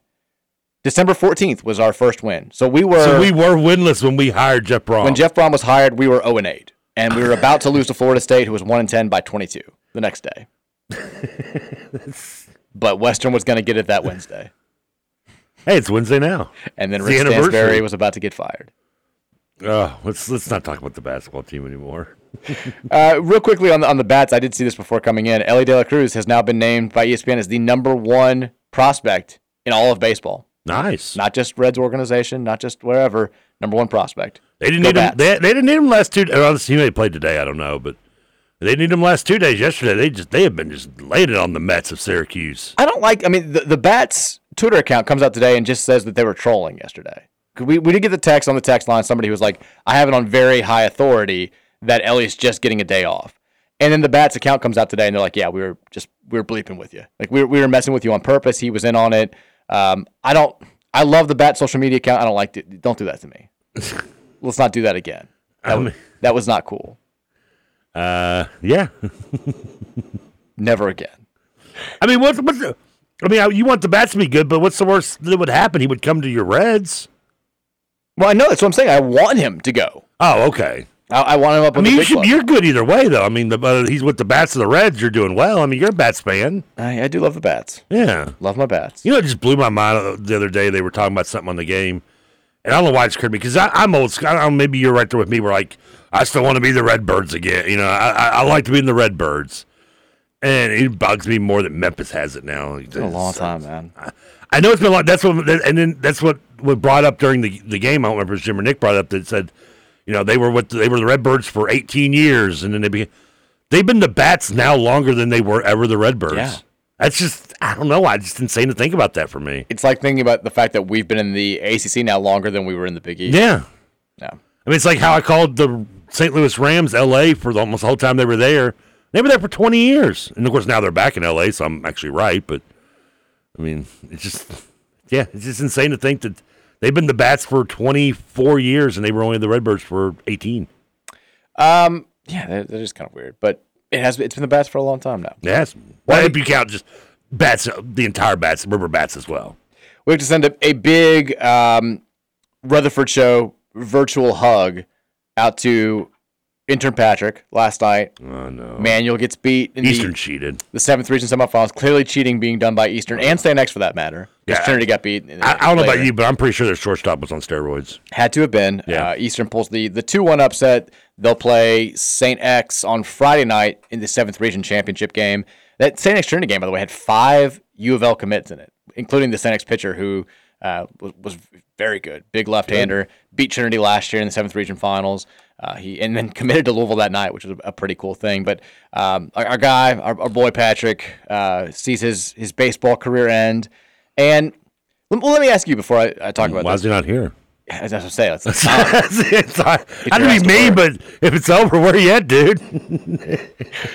Speaker 11: December 14th was our first win. So we were,
Speaker 12: So we were winless when we hired Jeff Brom.
Speaker 11: when Jeff Brom was hired, we were 0 and 8. And we were about to lose to Florida State, who was 1 and 10 by 22 the next day. but Western was going to get it that Wednesday.
Speaker 12: hey, it's Wednesday now.
Speaker 11: And then
Speaker 12: It's the
Speaker 11: Rick Stansberry
Speaker 12: anniversary.
Speaker 11: was about to get fired.
Speaker 12: Oh, let's let's not talk about the basketball team anymore.
Speaker 11: Uh, real quickly on the, on the bats, I did see this before coming in. Ellie De La Cruz has now been named by E ESPN as the number one prospect in all of baseball.
Speaker 12: Nice.
Speaker 11: Not just Reds organization, not just wherever. Number one prospect.
Speaker 12: They didn't
Speaker 11: Go
Speaker 12: need
Speaker 11: Bats.
Speaker 12: him. They, they didn't need him last two. Well, this team they played today, I don't know, but they didn't need him last two days. Yesterday, they just they have been just laying it on the Mets of Syracuse.
Speaker 11: I don't like. I mean, the, the Bats Twitter account comes out today and just says that they were trolling yesterday. 'Cause We we did get the text on the text line. Somebody was like, "I have it on very high authority that Ellie's just getting a day off." And then the Bats account comes out today and they're like, "Yeah, we were just we were bleeping with you. Like we were, we were messing with you on purpose. He was in on it." Um, I don't. I love the Bat social media account. I don't like. it. Don't do that to me. Let's not do that again. That,
Speaker 12: Um,
Speaker 11: wa- that was not cool.
Speaker 12: Uh, yeah.
Speaker 11: Never again.
Speaker 12: I mean, what's what's the, I mean, I- you want the bats to be good, but what's the worst that would happen? He would come to your Reds.
Speaker 11: Well, I know that's what I'm saying. I want him to go.
Speaker 12: Oh, okay.
Speaker 11: I, I want him up.
Speaker 12: I
Speaker 11: in
Speaker 12: mean,
Speaker 11: the
Speaker 12: you
Speaker 11: big
Speaker 12: should,
Speaker 11: club.
Speaker 12: you're good either way, though. I mean, the, uh, he's with the bats of the Reds. You're doing well. I mean, you're a bats fan.
Speaker 11: I, I do love the Bats.
Speaker 12: Yeah.
Speaker 11: Love my bats.
Speaker 12: You know, it just blew my mind the other day. They were talking about something on the game, and I don't know why it's occurred to me because I'm old. school. I don't know, maybe you're right there with me. We're like, I still want to be the Redbirds again. You know, I, I, I like to be in the Redbirds, and it bugs me more that Memphis has it now. It's
Speaker 11: It's been a long time, man.
Speaker 12: I know it's been a lot. That's what, and then that's what was brought up during the the game. I don't remember if it was Jim or Nick brought up that said, you know, they were with they were the Redbirds for 18 years, and then they became, they've been the Bats now longer than they were ever the Redbirds.
Speaker 11: Yeah.
Speaker 12: That's just I don't know. I just insane to think about that for me.
Speaker 11: It's like thinking about the fact that we've been in the ACC now longer than we were in the Big E. East.
Speaker 12: Yeah.
Speaker 11: Yeah.
Speaker 12: I mean, it's like how I called the St. Louis Rams LA for the, almost the whole time they were there. They were there for 20 years. And of course, now they're back in LA, so I'm actually right. But I mean, it's just, yeah, it's just insane to think that they've been the Bats for 24 years and they were only the Redbirds for 18.
Speaker 11: Um. Yeah, they're, they're just kind of weird, but it has it's been the bats for a long time now.
Speaker 12: Yes. Well, if you count just Bats, uh, the entire Bats, River Bats as well.
Speaker 11: we have to send a, a big um, Rutherford Show virtual hug out to intern Patrick last night.
Speaker 12: Oh, no.
Speaker 11: Manuel gets beat. In
Speaker 12: Eastern
Speaker 11: the,
Speaker 12: cheated.
Speaker 11: The seventh region semifinals. Clearly cheating being done by Eastern and Stan X for that matter. Because
Speaker 12: Yeah.
Speaker 11: Trinity got beat.
Speaker 12: I, I don't know
Speaker 11: later.
Speaker 12: about you, but I'm pretty sure their shortstop was on steroids.
Speaker 11: Had to have been. Uh, Eastern pulls the the two one upset. They'll play Saint X on Friday night in the seventh region championship game. That Saint X Trinity game, by the way, had five U of L commits in it, including the Saint X pitcher who uh, was, was very good, big left hander. Beat Trinity last year in the seventh region finals. Uh, he and then committed to Louisville that night, which was a, a pretty cool thing. But um, our, our guy, our, our boy Patrick, uh, sees his his baseball career end. And let, well, let me ask you before I, I talk about
Speaker 12: Mm, Why
Speaker 11: this.
Speaker 12: is he not here?
Speaker 11: That's what I'm saying. It's, it's,
Speaker 12: it's not,
Speaker 11: Get
Speaker 12: I
Speaker 11: your ass to
Speaker 12: didn't mean,
Speaker 11: work.
Speaker 12: but if it's over, where you at, dude?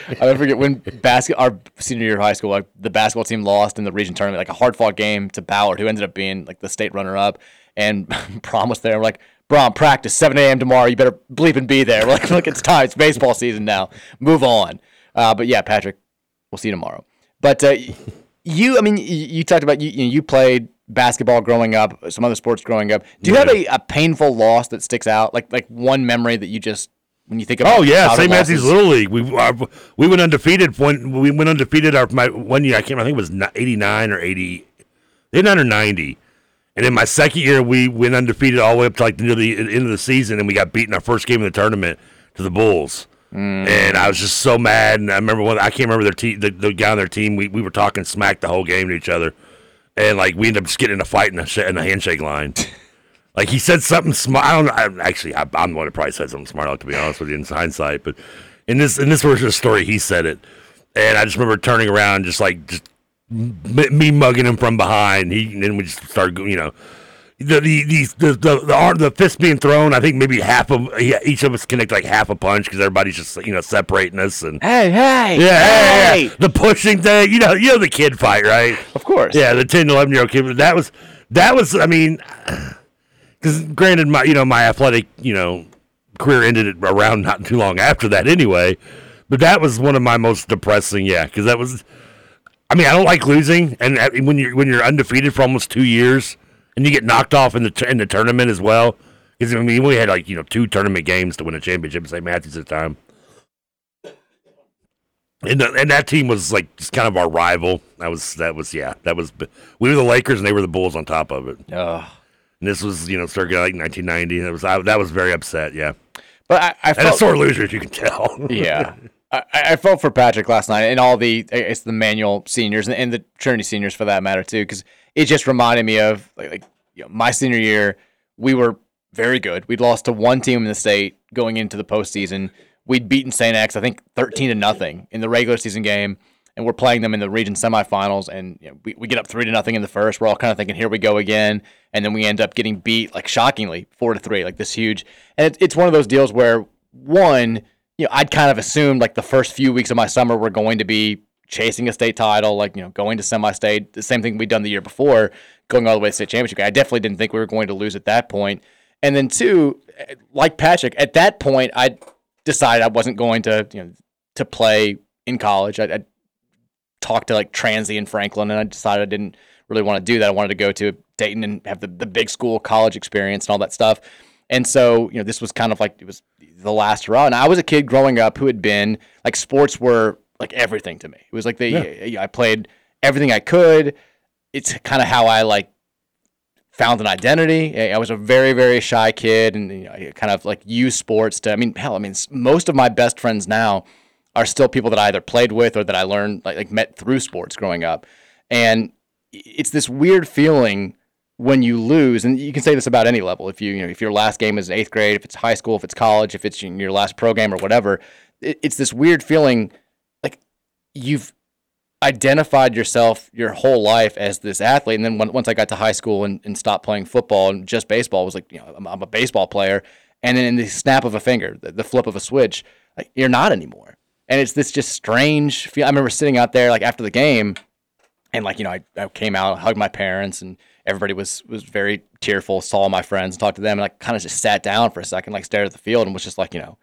Speaker 11: I never forget when basket our senior year of high school, like the basketball team lost in the region tournament, like a hard fought game to Ballard, who ended up being like the state runner up. And Brom was there. We're like, Brom, practice 7 a.m. tomorrow. You better bleep and be there. We're like, look, it's time. It's baseball season now. Move on. Uh, but yeah, Patrick, we'll see you tomorrow. But uh, you, I mean, you, you talked about you, you played basketball growing up, some other sports growing up. Do you have a, a painful loss that sticks out? Like like one memory that you just when you think about
Speaker 12: Oh yeah,
Speaker 11: childhood
Speaker 12: St. Matthew's
Speaker 11: losses?
Speaker 12: Little League. We our, we went undefeated when we went undefeated our my one year. I can't. remember, I think it was ni- eighty nine or eighty, eighty nine or ninety. And in my second year, we went undefeated all the way up to like near the end of the season, and we got beaten our first game of the tournament to the Bulls.
Speaker 11: Mm.
Speaker 12: And I was just so mad. And I remember one. I can't remember their te- the, the guy on their team. We, we were talking smack the whole game to each other, and like we ended up just getting in a fight in a, sh- in a handshake line. Like he said something smart. I don't. know- I, actually, I, I'm the one that probably said something smart. Like, to be honest with you, in hindsight, but in this in this version of the story, he said it, and I just remember turning around, just like just m- me mugging him from behind. He and then we just started, go- you know, the the the the the, the, arm, the fist being thrown. I think maybe half of yeah, each of us connect like half a punch because everybody's just you know separating us and
Speaker 11: Hey, hey,
Speaker 12: yeah, yeah, yeah. the pushing thing. You know, you know the kid fight, right?
Speaker 11: Of course.
Speaker 12: Yeah, the ten to eleven year old kid. That was that was. I mean, because granted, my you know my athletic you know career ended at around not too long after that anyway. But that was one of my most depressing. Yeah, because that was. I mean, I don't like losing, and uh, when you're when you're undefeated for almost two years, and you get knocked off in the t- in the tournament as well. Because I mean, we had like you know two tournament games to win a championship in St. Matthews at the time. And, the, and that team was like just kind of our rival. That was that was yeah that was b- we were the Lakers and they were the Bulls on top of it.
Speaker 11: Ugh.
Speaker 12: And this was you know circa like 1990. That was I, that was very upset. Yeah,
Speaker 11: But I, I
Speaker 12: and
Speaker 11: felt
Speaker 12: a sore loser if you can tell.
Speaker 11: Oh. yeah. I, I I felt for Patrick last night and all the I guess the manual seniors and, and the Trinity seniors for that matter too, because it just reminded me of like, like you know, my senior year. We were very good. We'd lost to one team in the state going into the postseason. We'd beaten St. X, I think, thirteen to nothing in the regular season game, and we're playing them in the region semifinals. And you know, we, we get up three to nothing in the first. We're all kind of thinking, here we go again, and then we end up getting beat like shockingly four to three, like this huge. And it, it's one of those deals where one, you know, I'd kind of assumed like the first few weeks of my summer were going to be chasing a state title, like, you know, going to semi state, the same thing we'd done the year before, going all the way to state championship. I definitely didn't think we were going to lose at that point. And then two, eh, like Patrick, at that point, I decided I wasn't going to, you know, to play in college. I, I talked to like Transy and Franklin, and I decided I didn't really want to do that. I wanted to go to Dayton and have the, the big school college experience and all that stuff. And so, you know, this was kind of like it was the last hurrah. And I was a kid growing up who had been like sports were like everything to me. It was like they, I played everything I could. It's kind of how I like found an identity. I I was a very, very shy kid and you know, I kind of like used sports to, I mean, hell, I mean, s- most of my best friends now are still people that I either played with or that I learned, like, like met through sports growing up. And i- it's this weird feeling when you lose, and you can say this about any level. If you, you know, if your last game is in eighth grade, if it's high school, if it's college, if it's your last pro game or whatever, it, it's this weird feeling like you've identified yourself your whole life as this athlete. And then when, once I got to high school and, and stopped playing football and just baseball, I was like, you know, I'm, I'm a baseball player. And then in the snap of a finger, the, the flip of a switch, like, you're not anymore. And it's this just strange feel. I remember sitting out there like after the game and like, you know, I, I came out, hugged my parents and everybody was, was very tearful, saw my friends and talked to them. And I kind of just sat down for a second, like stared at the field and was just like, you know,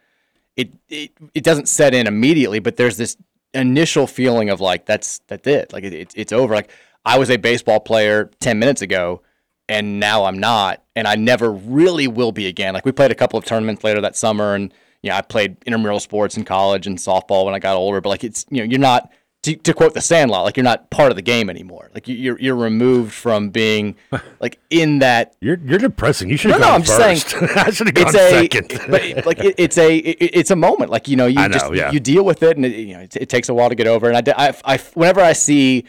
Speaker 11: it, it it doesn't set in immediately, but there's this initial feeling of like that's that's it, like it, it, it's over. Like I was a baseball player 10 minutes ago and now I'm not. And I never really will be again. Like we played a couple of tournaments later that summer and, you know, I played intramural sports in college and softball when I got older, but like it's, you know, you're not, to, to quote the Sandlot, like you're not part of the game anymore. Like you- you're you're removed from being like in that.
Speaker 12: You're you're depressing. You should
Speaker 11: no,
Speaker 12: have
Speaker 11: no.
Speaker 12: gone
Speaker 11: I'm just saying
Speaker 12: first. I should've
Speaker 11: it's
Speaker 12: gone
Speaker 11: a,
Speaker 12: second.
Speaker 11: but it- like it, it's a it, it's a moment. Like you know you
Speaker 12: I know,
Speaker 11: just
Speaker 12: yeah.
Speaker 11: you deal with it, and it, you know it, it takes a while to get over. And I, d- I- I- whenever I see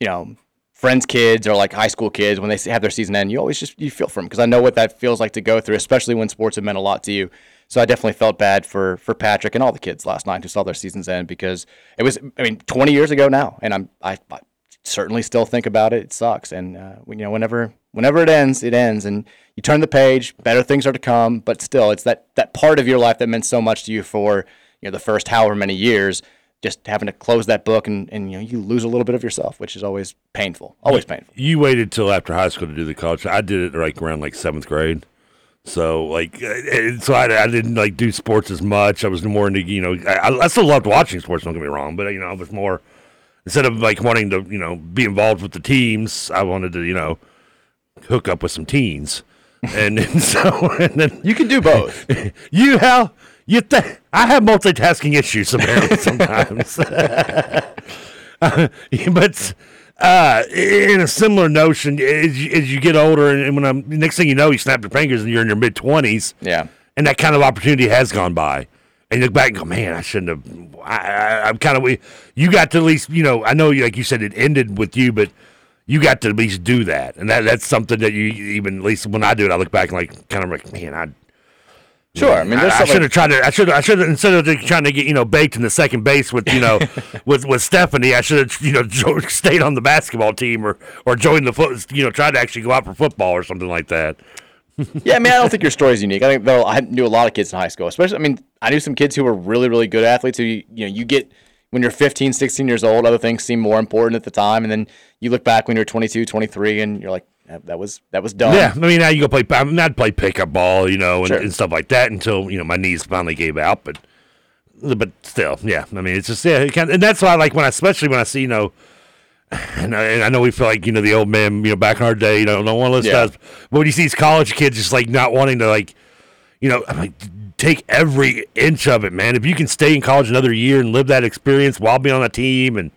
Speaker 11: you know friends' kids or like high school kids when they have their season end, you always just you feel for them because I know what that feels like to go through, especially when sports have meant a lot to you. So I definitely felt bad for for Patrick and all the kids last night who saw their seasons end because it was I mean 20 years ago now, and I'm I, I certainly still think about it. It sucks, and uh, when- you know whenever whenever it ends, it ends, and you turn the page. Better things are to come, but still, it's that that part of your life that meant so much to you for you know the first however many years. Just having to close that book and, and you know you lose a little bit of yourself, which is always painful, always painful.
Speaker 12: You waited till after high school to do the college. I did it like around like seventh grade. So like, uh, and so I, I didn't like do sports as much. I was more into you know. I, I still loved watching sports. Don't get me wrong, but you know, I was more instead of like wanting to you know be involved with the teams. I wanted to you know hook up with some teens, and, then so and then
Speaker 11: you can do both.
Speaker 12: you how you think I have multitasking issues apparently sometimes. Uh, but uh, in a similar notion, as you, as you get older, and, and when I'm next thing you know, you snap your fingers and you're in your mid twenties.
Speaker 11: Yeah,
Speaker 12: and that kind of opportunity has gone by. And you look back and go, man, I shouldn't have. I, I, I'm kind of. we- You got to at least, you know, I know, you- like you said, it ended with you, but you got to at least do that, and that that's something that you even at least when I do it, I look back and like kind of like, man, I
Speaker 11: Sure, I mean, there's
Speaker 12: I,
Speaker 11: something-
Speaker 12: should have tried to. I should. I should have instead of just trying to get you know baked in the second base with you know with with Stephanie. I should have you know jo- stayed on the basketball team or or joined the foot. You know, tried to actually go out for football or something like that.
Speaker 11: yeah, I mean, I don't think your story's unique. I think though I knew a lot of kids in high school, especially. I mean, I knew some kids who were really, really good athletes. Who you, you know, you get when you're 15, 16 years old, other things seem more important at the time, and then you look back when you're 22, 23, and you're like, that, that was that was dumb.
Speaker 12: Yeah, I mean, now you go play. I mean, I'd play pickup ball, you know, and,
Speaker 11: Sure.
Speaker 12: and stuff like that until you know my knees finally gave out. But but still, yeah. I mean, it's just yeah, it kind of, and that's why like when I especially when I see you know. And I, and I know we feel like you know the old man, you know, back in our day, you know, no one of those
Speaker 11: Yeah.
Speaker 12: guys. But when you see these college kids just like not wanting to like, you know, I'm like take every inch of it, man. If you can stay in college another year and live that experience while being on a team and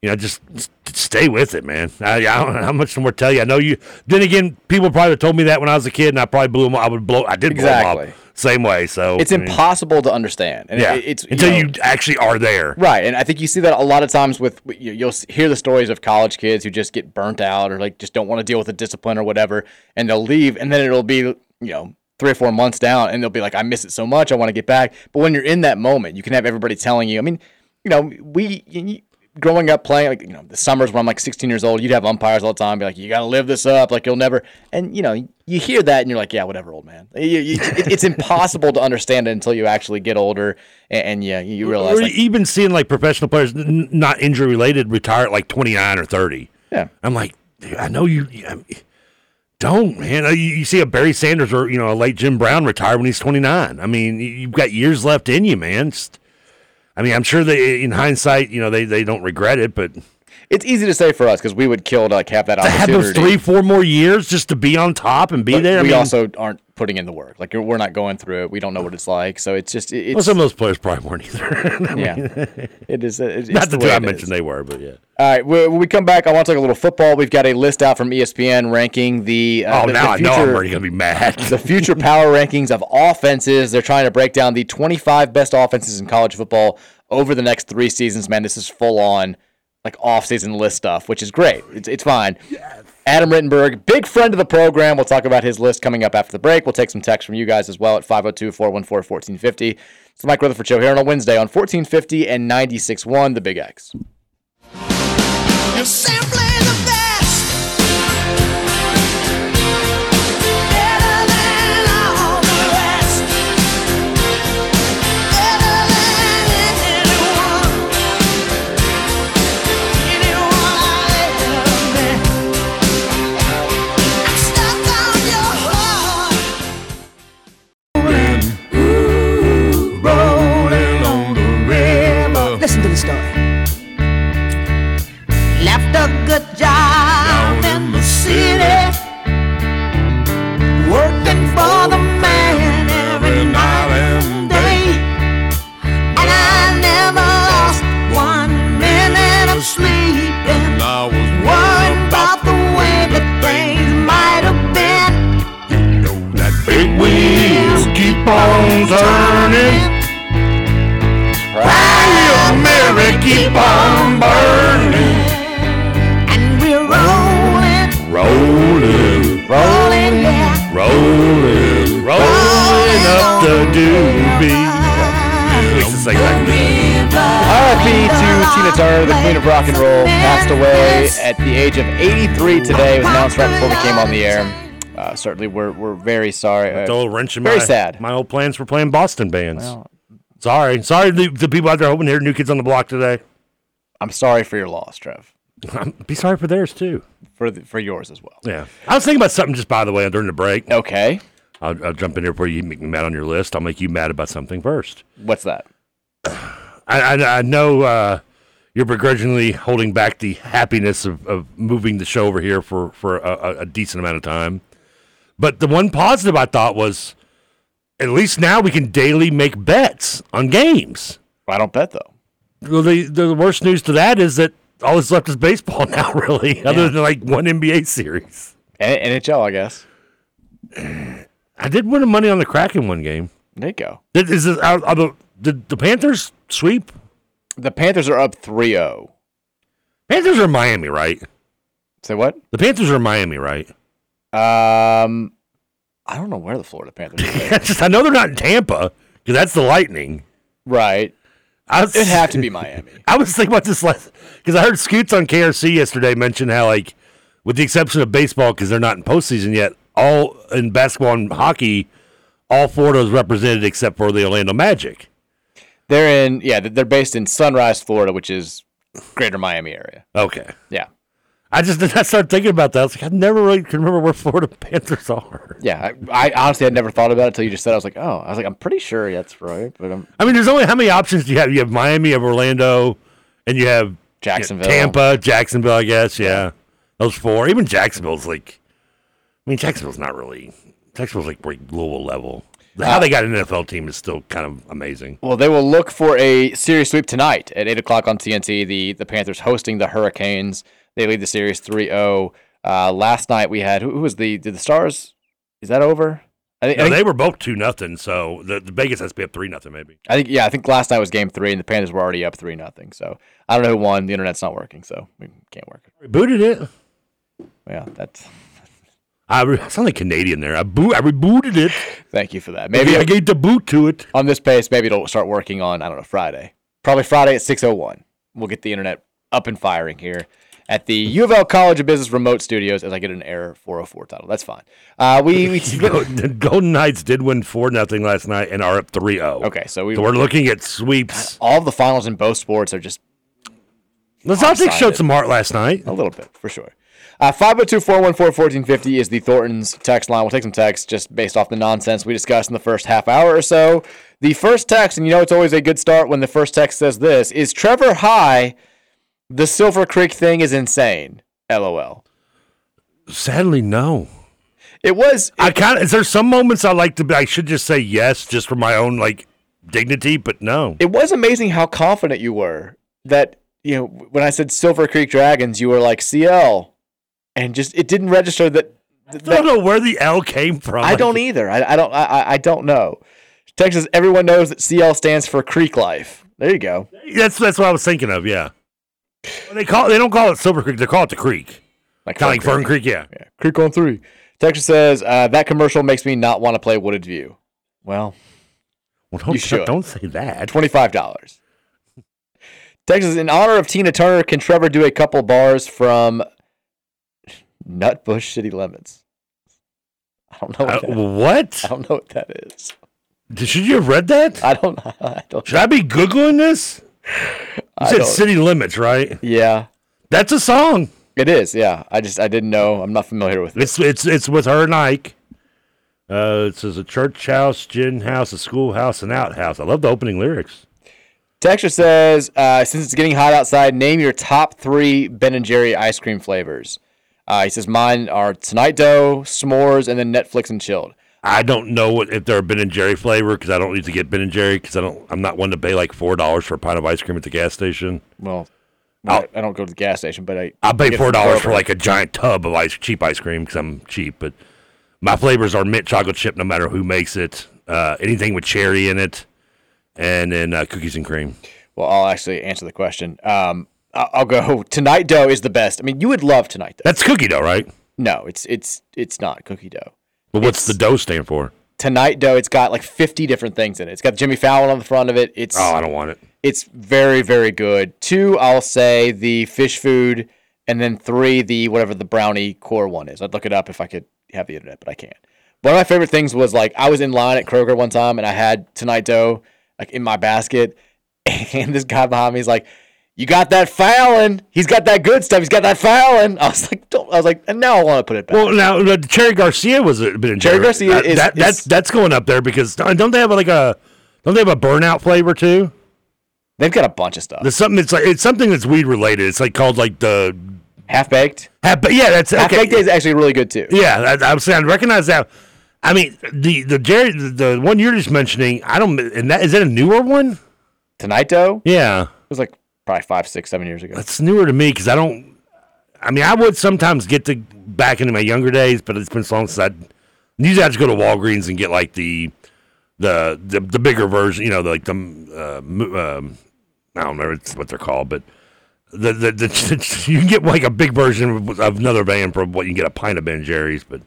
Speaker 12: you know, just s- stay with it, man. I, I don't know how much more to tell you. I know you. Then again, people probably told me that when I was a kid, and I probably blew them. I would blow. I did blow
Speaker 11: Exactly.
Speaker 12: them up same way. So
Speaker 11: It's
Speaker 12: I mean,
Speaker 11: impossible to understand. And
Speaker 12: yeah,
Speaker 11: it- it's
Speaker 12: until
Speaker 11: know-
Speaker 12: you actually are there.
Speaker 11: Right, and I think you see that a lot of times with you- you'll s- hear the stories of college kids who just get burnt out or like just don't want to deal with the discipline or whatever, and they'll leave, and then it'll be you know three or four months down, and they'll be like, I miss it so much, I want to get back. But when you're in that moment, you can have everybody telling you. I mean, you know, we. y- y- Growing up playing, like, you know, the summers when I'm like 16 years old, you'd have umpires all the time, be like, you got to live this up. Like, you'll never, and you know, you hear that and you're like, yeah, whatever, old man. You- you- it- it's impossible to understand it until you actually get older and, and yeah, you realize.
Speaker 12: Or
Speaker 11: like,
Speaker 12: even seeing like professional players, n- not injury related, retire at like twenty nine or thirty.
Speaker 11: Yeah.
Speaker 12: I'm like, dude, I know you. I mean, don't man. You, you see a Barry Sanders or you know a late Jim Brown retire when he's twenty nine. I mean, you- you've got years left in you, man. Just- I mean, I'm sure they, in hindsight, you know, they, they don't regret it, but
Speaker 11: It's easy to say for us because we would kill to like have that
Speaker 12: to have
Speaker 11: opportunity.
Speaker 12: those three, four more years just to be on top and be
Speaker 11: but
Speaker 12: there. I
Speaker 11: we
Speaker 12: mean,
Speaker 11: also aren't putting in the work. Like we're not going through it. We don't know what it's like. So it's just it- it's
Speaker 12: well, some of those players probably weren't either. I
Speaker 11: yeah.
Speaker 12: mean,
Speaker 11: it is. It, it's
Speaker 12: not
Speaker 11: the
Speaker 12: the
Speaker 11: way
Speaker 12: two I
Speaker 11: it is.
Speaker 12: mentioned they were, but yeah.
Speaker 11: All right. When when we come back, I want to talk a little football. We've got a list out from E ESPN ranking the. Uh,
Speaker 12: oh,
Speaker 11: the,
Speaker 12: now
Speaker 11: the
Speaker 12: I know I'm
Speaker 11: future-
Speaker 12: already gonna be mad.
Speaker 11: the future power rankings of offenses. They're trying to break down the 25 best offenses in college football over the next three seasons. Man, this is full on like off-season list stuff, which is great. It's, it's fine. Adam Rittenberg, big friend of the program. We'll talk about his list coming up after the break. We'll take some text from you guys as well at 502-414-1450. It's the Mike Rutherford Show here on a Wednesday on 1450 and 96.1 The Big X.
Speaker 7: You're simply the best. Better than all the rest. Better than anyone. Anyone I've ever met. I'm stuck on your heart. Listen to the story. Left a good job. keep on burning.
Speaker 13: And we're rolling,
Speaker 12: Rolling,
Speaker 13: rolling, yeah.
Speaker 12: rolling, rolling up the doobie. It's just like that.
Speaker 11: RIP to Tina Turner, the queen of rock and roll, passed away at the age of 83 today. It was announced right before we came on the air. Uh, certainly, we're, we're very sorry. Uh,
Speaker 12: That's a little wrench in my,
Speaker 11: very sad.
Speaker 12: my old plans for playing Boston bands. sorry. Sorry to the people out there hoping to hear New Kids on the Block today.
Speaker 11: I'm sorry for your loss, Trev.
Speaker 12: Be sorry for theirs, too.
Speaker 11: For, the, for yours as well.
Speaker 12: Yeah. I was thinking about something just by the way during the break.
Speaker 11: Okay.
Speaker 12: I'll, I'll jump in here before you make me mad on your list. I'll make you mad about something first.
Speaker 11: What's that?
Speaker 12: I, I, I know uh, you're begrudgingly holding back the happiness of, of moving the show over here for, for a, a- a decent amount of time. But the one positive I thought was at least now we can daily make bets on games.
Speaker 11: I don't bet, though.
Speaker 12: Well, the, the worst news to that is that all that's left is baseball now, really, other than like one NBA series.
Speaker 11: N- NHL, I guess.
Speaker 12: I did win money on the Kraken one game.
Speaker 11: There you go.
Speaker 12: Did, is this, are, are the, did the Panthers sweep?
Speaker 11: The Panthers are up oh. 3 0.
Speaker 12: Panthers are Miami, right?
Speaker 11: Say what?
Speaker 12: The Panthers are Miami, right?
Speaker 11: Um, I don't know where the Florida Panthers are.
Speaker 12: It's just I know they're not in Tampa because that's the Lightning.
Speaker 11: right.
Speaker 12: I was,
Speaker 11: It'd have to be Miami.
Speaker 12: I was thinking about this last because I heard Scoots on KRC yesterday mention how like, with the exception of baseball because they're not in postseason yet, all in basketball and hockey, all Florida is represented except for the Orlando Magic.
Speaker 11: They're in, yeah, they're based in Sunrise, Florida, which is greater Miami area.
Speaker 12: Okay,
Speaker 11: Yeah.
Speaker 12: I just I started thinking about that. I was like, I never really can remember where Florida Panthers are.
Speaker 11: Yeah. I, I honestly had never thought about it until you just said, I was like, oh, I was like, I'm pretty sure that's right. But I'm,
Speaker 12: I mean, there's only how many options do you have? You have Miami, you have Orlando, and you have you know,
Speaker 11: Jacksonville.
Speaker 12: Tampa, Jacksonville. I guess, yeah, those four. Even Jacksonville's like, I mean, Jacksonville's not really. Jacksonville's like like Louisville level. How they got an NFL team is still kind of amazing.
Speaker 11: Well, they will look for a series sweep tonight at 8 o'clock on TNT. The, the Panthers hosting the Hurricanes. They lead the series 3 0. Uh, last night we had, who, who was the, did the Stars, is that over? I think, I
Speaker 12: No,
Speaker 11: think-
Speaker 12: they were both two nothing, so the, the Vegas has to be up three nothing maybe.
Speaker 11: I think yeah, I think last night was game three, and the Panthers were already up three nothing. So I don't know who won. The internet's not working, so we can't work it.
Speaker 12: Rebooted it.
Speaker 11: Yeah, that's.
Speaker 12: I, re- I sound like Canadian there. I boot. I rebooted it.
Speaker 11: Thank you for that. Maybe
Speaker 12: I gave the boot to it.
Speaker 11: on this pace, maybe it'll start working on I don't know Friday, probably Friday at six oh one. We'll get the internet up and firing here at the U of L College of Business remote studios as I get an error four hundred four title. That's fine. Uh, we we
Speaker 12: The Golden Knights did win four nothing last night and are up 3-0.
Speaker 11: okay, so we
Speaker 12: So we're looking at sweeps.
Speaker 11: all the finals in both sports are just
Speaker 12: The Celtics showed
Speaker 11: Lopsided.
Speaker 12: some heart last night.
Speaker 11: A little bit, for sure. Uh, 502 414 1450 is the Thornton's text line. We'll take some texts just based off the nonsense we discussed in the first half hour or so. The first text, and you know it's always a good start when the first text says this Is Trevor High, the Silver Creek thing is insane? LOL.
Speaker 12: Sadly, no.
Speaker 11: It was.
Speaker 12: I kind of. Is there some moments I like to? be I should just say yes, just for my own like dignity, but no.
Speaker 11: It was amazing how confident you were that, you know, when I said Silver Creek Dragons, you were like CL. And just, it didn't register that. that-
Speaker 12: I don't know where the L came from.
Speaker 11: I don't either. I, I don't. I- I, I don't know. Texas. Everyone knows that CL stands for Creek Life. There you go.
Speaker 12: That's that's what I was thinking of. Yeah. Well, They call. They don't call it Silver Creek. They call it the Creek.
Speaker 11: Like
Speaker 12: Kind of like Fern Creek. Yeah.
Speaker 11: Yeah. Creek on three. Texas says uh, that commercial makes me not want to play Wooded View. Well,
Speaker 12: Well, don't
Speaker 11: You should.
Speaker 12: don't say that.
Speaker 11: twenty five dollars. Texas, in honor of Tina Turner, can Trevor do a couple bars from Nutbush City Limits? I don't know.
Speaker 12: I-
Speaker 11: What that,
Speaker 12: Uh, what?
Speaker 11: I don't know what that is.
Speaker 12: Did- Should you have read that?
Speaker 11: Uh, I don't. I don't.
Speaker 12: Should I be googling this? You
Speaker 11: I
Speaker 12: said
Speaker 11: don't-
Speaker 12: City Limits, right?
Speaker 11: Yeah,
Speaker 12: That's a song.
Speaker 11: it is. Yeah, I just I didn't know. I'm not familiar with it.
Speaker 12: It's it's it's with her and Ike. Uh, it says a church house, gin house, a schoolhouse, an outhouse. I love the opening lyrics.
Speaker 11: Texture says, uh, since it's getting hot outside, name your top three Ben and Jerry ice cream flavors. Uh, he says mine are Tonight Dough, S'mores, and then Netflix and Chilled.
Speaker 12: I don't know what, if they're a Ben and Jerry flavor because I don't need to get Ben and Jerry because I don't. I'm not one to pay like four dollars for a pint of ice cream at the gas station.
Speaker 11: Well, I, I don't go to the gas station, but I
Speaker 12: I'll pay
Speaker 11: get
Speaker 12: four dollars for
Speaker 11: broken.
Speaker 12: like a giant tub of ice, cheap ice cream because I'm cheap. But my flavors are mint chocolate chip, no matter who makes it. Uh, anything with cherry in it, and then uh, cookies and cream.
Speaker 11: Well, I'll actually answer the question. Um, I- I'll go. Tonight dough is the best. I mean, you would love tonight dough.
Speaker 12: That's cookie dough, right?
Speaker 11: No, it's it's it's not cookie dough.
Speaker 12: But what's the dough stand for?
Speaker 11: Tonight dough. It's got like fifty different things in it. It's got Jimmy Fallon on the front of it. It's
Speaker 12: Oh, I don't want it.
Speaker 11: It's very very good. Two, I'll say the fish food, and then three, the whatever the brownie core one is. I'd look it up if I could have the internet, but I can't. One of my favorite things was like I was in line at Kroger one time and I had tonight dough like in my basket, and this guy behind me is like, "You got that Fallon? He's got that good stuff. He's got that Fallon." I was like, "Don't!" I was like, "Now I want to put it back."
Speaker 12: Well, now uh, Cherry Garcia was a bit in
Speaker 11: Cherry
Speaker 12: there.
Speaker 11: Garcia
Speaker 12: That-
Speaker 11: is-
Speaker 12: that,
Speaker 11: is-
Speaker 12: that's that's going up there because don't they have like a don't they have a burnout flavor too?
Speaker 11: They've got a bunch of stuff.
Speaker 12: There's something it's like it's something that's weed related. It's like called like the
Speaker 11: half baked.
Speaker 12: Half, ba- yeah, that's
Speaker 11: Half Baked is actually really good too.
Speaker 12: Yeah, I, I'm saying I recognize that. I mean the the Jerry the, the one you're just mentioning. I don't and that is that a newer one?
Speaker 11: Tonight dough.
Speaker 12: Yeah, it
Speaker 11: was like probably five, six, seven years ago.
Speaker 12: That's newer to me because I don't. I mean, I would sometimes get to back into my younger days, but it's been so long since I usually I just go to Walgreens and get like the the the, the bigger version, you know, like the uh, mo- um, I don't know what they're called, but the the, the you can get like a big version of another van for what you can get a pint of Ben Jerry's, but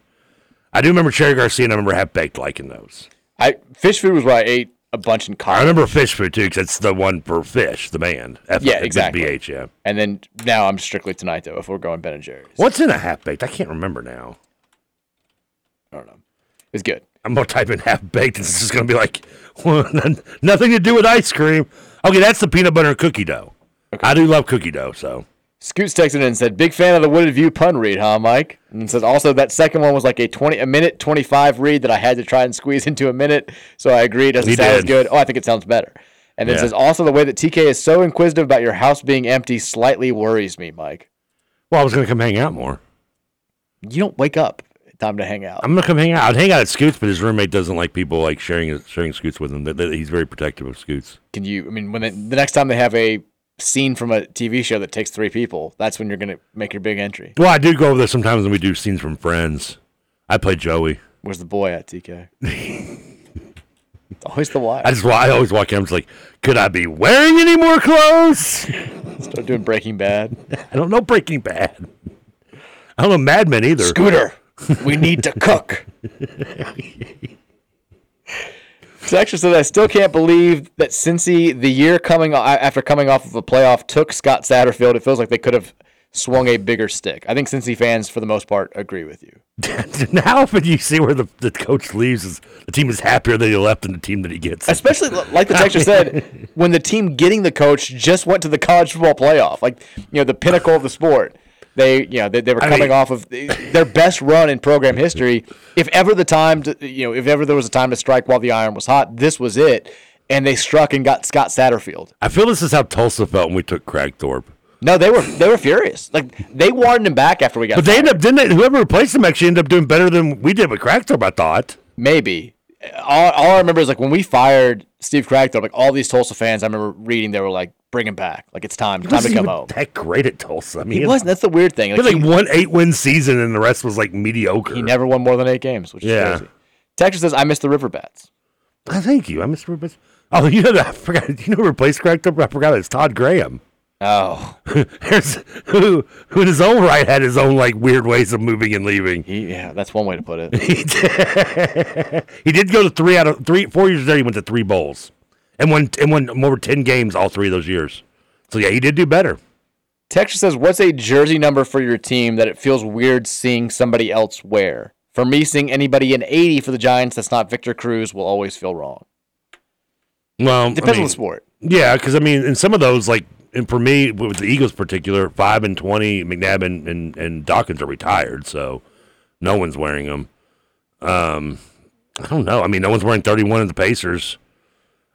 Speaker 12: I do remember Cherry Garcia and I remember half baked liking those.
Speaker 11: I fish food was what I ate a bunch in college.
Speaker 12: I remember fish food too because it's the one for fish, the band. F-
Speaker 11: Yeah,
Speaker 12: the
Speaker 11: exactly.
Speaker 12: BH, yeah.
Speaker 11: And then now I'm strictly tonight though. If we're going Ben and Jerry's,
Speaker 12: What's in a half baked? I can't remember now.
Speaker 11: I don't know. It's good.
Speaker 12: I'm gonna type in half baked. It's just gonna be like nothing to do with ice cream. Okay, that's the peanut butter and cookie dough. I do love cookie dough, so
Speaker 11: Scoots texted in and said, "Big fan of the Wooded View pun read, huh, Mike?" And says also that second one was like a twenty a minute twenty five read that I had to try and squeeze into a minute. So I agree, it doesn't
Speaker 12: He
Speaker 11: sound as
Speaker 12: did.
Speaker 11: good. Oh, I think it sounds better. And then
Speaker 12: Yeah.
Speaker 11: says also the way that TK is so inquisitive about your house being empty slightly worries me, Mike.
Speaker 12: well, I was gonna come hang out more.
Speaker 11: You don't wake up in time to hang out.
Speaker 12: I'm gonna come hang out. I'd hang out at Scoots, but his roommate doesn't like people like sharing sharing Scoots with him. That- that- He's very protective of Scoots.
Speaker 11: Can you? I mean, when they, the next time they have a scene from a TV show that takes three people, that's when you're gonna make your big entry.
Speaker 12: Well, I do go over there sometimes, and we do scenes from Friends. I play Joey.
Speaker 11: Where's the boy at, TK? It's always the wife.
Speaker 12: I just wa- I always walk in. I'm just like, could I be wearing any more clothes?
Speaker 11: Start doing Breaking Bad.
Speaker 12: I don't know Breaking Bad. I don't know Mad Men either.
Speaker 11: Scooter, we need to cook. Texture said, I still can't believe that Cincy, the year coming o- after coming off of a playoff, took Scott Satterfield. It feels like they could have swung a bigger stick. I think Cincy fans, for the most part, agree with you.
Speaker 12: How often do you see where the, the coach leaves? Is, the team is happier that he left than the team that he gets.
Speaker 11: Especially, l- like the texture said, when the team getting the coach just went to the college football playoff, like, you know, the pinnacle of the sport. They, you know, they, they were
Speaker 12: I
Speaker 11: coming
Speaker 12: mean-
Speaker 11: off of their best run in program history. If ever the time, to, you know, if ever there was a time to strike while the iron was hot, this was it. And they struck and got Scott Satterfield.
Speaker 12: I feel this is how Tulsa felt when we took Craig Thorpe.
Speaker 11: No, they were they were furious. Like they wanted him back after we got.
Speaker 12: But they ended up didn't they, whoever replaced him actually ended up doing better than we did with Craig Thorpe. I thought.
Speaker 11: Maybe. All, all I remember is like when we fired Steve Cragthorpe, like all these Tulsa fans, I remember reading they were like, "Bring him back! Like it's time, time to
Speaker 12: wasn't
Speaker 11: come
Speaker 12: even
Speaker 11: home."
Speaker 12: That great at Tulsa. I mean,
Speaker 11: he wasn't. That's the weird thing.
Speaker 12: It was like
Speaker 11: he-
Speaker 12: one eight win season, and the rest was like mediocre. He
Speaker 11: never won more than eight games, which is
Speaker 12: yeah.
Speaker 11: crazy. Texture says, "I miss the River Bats."
Speaker 12: I thank you. I missed Rubens. Oh, you know that I forgot. You know who replaced Craig Thorpe? I forgot. It's Todd Graham.
Speaker 11: Oh,
Speaker 12: There's, who who in his own right had his own like weird ways of moving and leaving.
Speaker 11: yeah, that's one way to put it.
Speaker 12: he, did, he did go to three out of three four years there. He went to three bowls and won and won more than ten games all three of those years. So yeah, he did do better.
Speaker 11: Texture says, "What's a jersey number for your team that it feels weird seeing somebody else wear? For me, seeing anybody in eighty for the Giants that's not Victor Cruz will always feel wrong.
Speaker 12: Well,
Speaker 11: Depends on the sport.
Speaker 12: Yeah, because I mean, in some of those, like, and for me with the Eagles, in particular five and twenty, McNabb and, and and Dawkins are retired, so no one's wearing them. Um, I don't know. I mean, no one's wearing thirty-one of the Pacers.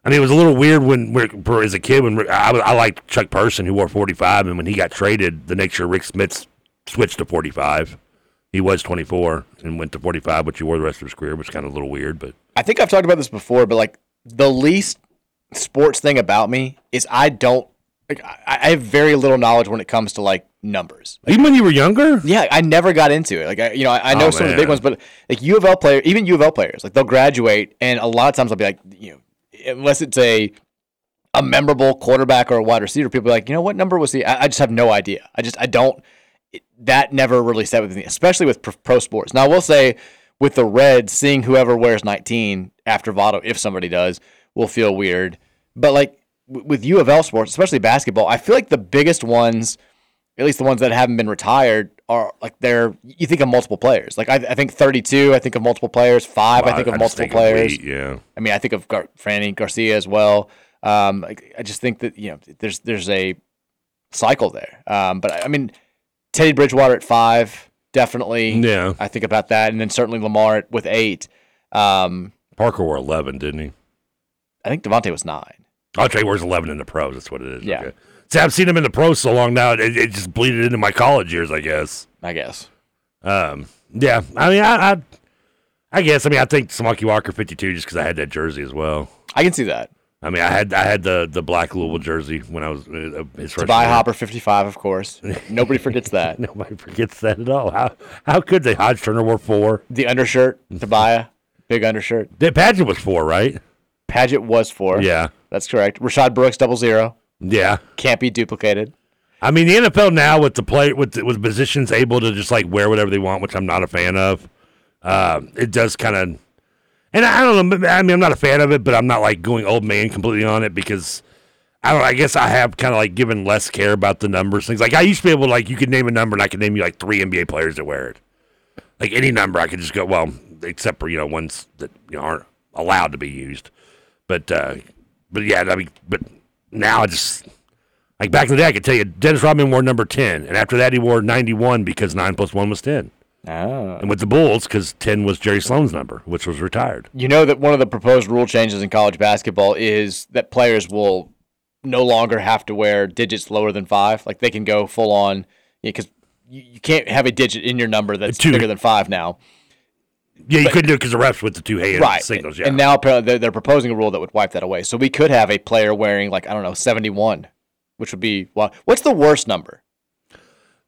Speaker 12: I mean, it was a little weird when, when for- as a kid when Rick- I, was- I liked Chuck Person who wore forty-five, and when he got traded the next year, Rick Smith switched to forty-five. He was twenty-four and went to forty-five, which he wore the rest of his career, which is kind of a little weird, but.
Speaker 11: I think I've talked about this before, but like the least sports thing about me is I don't. Like, I I have very little knowledge when it comes to like numbers.
Speaker 12: Even when you were younger?
Speaker 11: Yeah, I never got into it. Like, I, you know, I, I know
Speaker 12: Oh,
Speaker 11: some of the
Speaker 12: man.
Speaker 11: big ones, but like U of L player, even U of L players, like they'll graduate, and a lot of times I'll be like, you know, unless it's a a memorable quarterback or a wide receiver, people are like, you know, what number was he? I, I just have no idea. I just, I don't, it- that never really sat with me, especially with pro, pro sports. Now, I will say with the Reds, seeing whoever wears 19 after Votto, if somebody does, will feel weird. But like w- with U of L sports, especially basketball, I feel like the biggest ones, at least the ones that haven't been retired, are like they're, you think of multiple players. Like I, I think 32, I think of multiple players, five, I think of
Speaker 12: I just
Speaker 11: multiple
Speaker 12: think of
Speaker 11: players.
Speaker 12: weight, yeah.
Speaker 11: I mean, I think of Gar- Franny Garcia as well. Um, like, I just think that you know, there's there's a cycle there. Um, but I, I mean, Teddy Bridgewater at five, definitely.
Speaker 12: Yeah.
Speaker 11: I think about that, and then certainly Lamar at- with eight. Um,
Speaker 12: Parker wore 11, didn't he?
Speaker 11: I think Devontae was nine.
Speaker 12: Andre wears 11 in the pros. That's what it is.
Speaker 11: Yeah.
Speaker 12: Okay. See, I've seen him in the pros so long now, it, it just bleeded into my college years, I guess.
Speaker 11: I guess.
Speaker 12: Um, yeah. I mean, I, I, I guess. I mean, I think Samaki Walker 52 just because I had that jersey as well.
Speaker 11: I can see that.
Speaker 12: I mean, I had I had the the black Louisville jersey when I was uh, his freshman
Speaker 11: Tobias
Speaker 12: year.
Speaker 11: Hopper fifty five, of course. Nobody forgets that.
Speaker 12: Nobody forgets that at all. How how could they? Hodge Turner wore four.
Speaker 11: The undershirt, Tobias, big undershirt.
Speaker 12: That Paget was four, right?
Speaker 11: Paget was four.
Speaker 12: Yeah.
Speaker 11: that's correct. Rashad Brooks double zero
Speaker 12: Yeah.
Speaker 11: can't be duplicated.
Speaker 12: I mean, the NFL now with the play with the, with positions able to just like wear whatever they want, which I'm not a fan of. Um, it does kind of, and I don't know. I mean, I'm not a fan of it, but I'm not like going old man completely on it because I don't. I guess I have kind of like given less care about the numbers things. Like I used to be able to like you could name a number and I could name you like three NBA players that wear it. Like any number, I could just go well, except for you know ones that you know, aren't allowed to be used. But uh, but yeah, I mean, but now I just. Like back in the day, I could tell you Dennis Rodman wore number 10, and after that, he wore 91 because 9 plus 1 was 10.
Speaker 11: Oh.
Speaker 12: And with the Bulls, because 10 was Jerry Sloan's number, which was retired.
Speaker 11: You know that one of the proposed rule changes in college basketball is that players will no longer have to wear digits lower than five. Like they can go full on because you, you can't have a digit in your number that's
Speaker 12: Two.
Speaker 11: bigger than five now.
Speaker 12: Yeah, you
Speaker 11: But-
Speaker 12: couldn't do it because the refs with the two hand
Speaker 11: right.
Speaker 12: singles. Yeah.
Speaker 11: And now apparently they're, they're proposing a rule that would wipe that away. So we could have a player wearing like I don't know seventy one, which would be well, what's the worst number?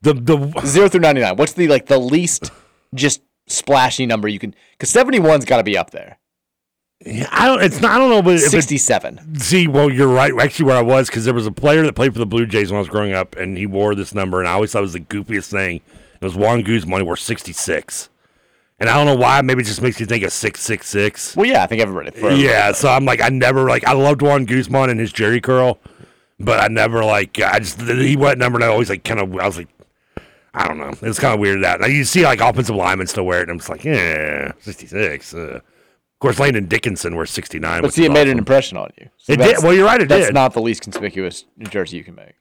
Speaker 12: The the
Speaker 11: zero through ninety nine. What's the like the least just splashy number you can? Because seventy one's got to be up there.
Speaker 12: Yeah, I don't. It's not. I don't know. But if it-
Speaker 11: 67.
Speaker 12: see, well, you're right. Actually, where I was, because there was a player that played for the Blue Jays when I was growing up, and he wore this number, and I always thought it was the goofiest thing. It was Juan Guzman. He wore 66, and I don't know why. Maybe it just makes you think of 666.
Speaker 11: Well, yeah, I think everybody. for everybody
Speaker 12: Yeah, so I'm like, I never like. I loved Juan Guzman and his Jerry curl, but I never like. I just he wore that number, and I always like kind of. I was like. I don't know. It's kind of weirded out. Now you see like offensive linemen still wear it, and I'm just like, yeah, 66. Uh. Of course, Landon Dickinson wears 69.
Speaker 11: But
Speaker 12: which
Speaker 11: see,
Speaker 12: is
Speaker 11: it made
Speaker 12: awesome.
Speaker 11: an impression on you.
Speaker 12: It did-
Speaker 11: that's-
Speaker 12: well, you're right, it
Speaker 11: that's
Speaker 12: did.
Speaker 11: not the least conspicuous jersey you can make.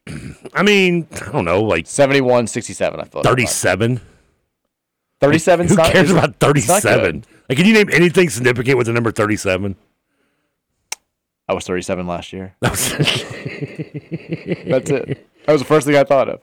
Speaker 12: I mean, I don't know, like
Speaker 11: 71, 67, I thought.
Speaker 12: 37.
Speaker 11: 37
Speaker 12: Who
Speaker 11: is not-
Speaker 12: cares
Speaker 11: is-
Speaker 12: about
Speaker 11: it's not
Speaker 12: 37?
Speaker 11: good.
Speaker 12: Like, can you name anything significant with the number 37?
Speaker 11: I was 37 last year.
Speaker 12: that's
Speaker 11: That's it. That was the first thing I thought of.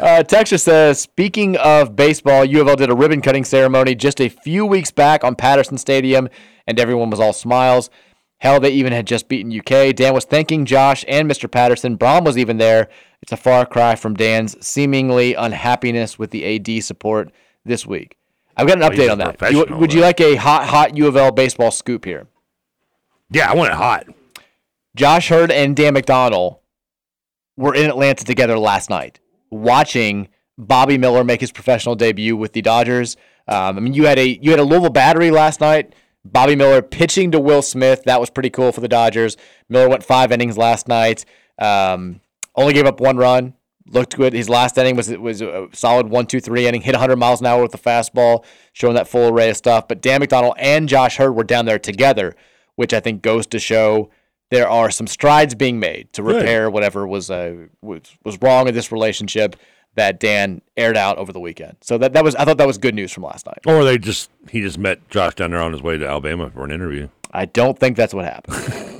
Speaker 11: Uh, Texas says, speaking of baseball, U of L did a ribbon cutting ceremony just a few weeks back on Patterson Stadium, and everyone was all smiles. Hell, they even had just beaten UK. Dan was thanking Josh and Mr. Patterson. Brom was even there. It's a far cry from Dan's seemingly unhappiness with the AD support this week. I've got an
Speaker 12: Well, he's
Speaker 11: update
Speaker 12: a
Speaker 11: on that. You-
Speaker 12: professional,
Speaker 11: would you like a hot, hot U of L baseball scoop here?
Speaker 12: Yeah, I want it hot.
Speaker 11: Josh Hurd and Dan McDonald were in Atlanta together last night, watching Bobby Miller make his professional debut with the Dodgers. Um, I mean, you had a you had a Louisville battery last night. Bobby Miller pitching to Will Smith. That was pretty cool for the Dodgers. Miller went five innings last night. Um, only gave up one run. Looked good. His last inning was was a solid one, two, three inning. Hit 100 miles an hour with the fastball, showing that full array of stuff. But Dan McDonald and Josh Hurd were down there together, which I think goes to show there are some strides being made to
Speaker 12: Good.
Speaker 11: repair whatever was uh, was, was wrong in this relationship that Dan aired out over the weekend. So that, that was I thought that was good news from last night.
Speaker 12: Or they just, he just met Josh down there on his way to Alabama for an interview.
Speaker 11: I don't think that's what happened.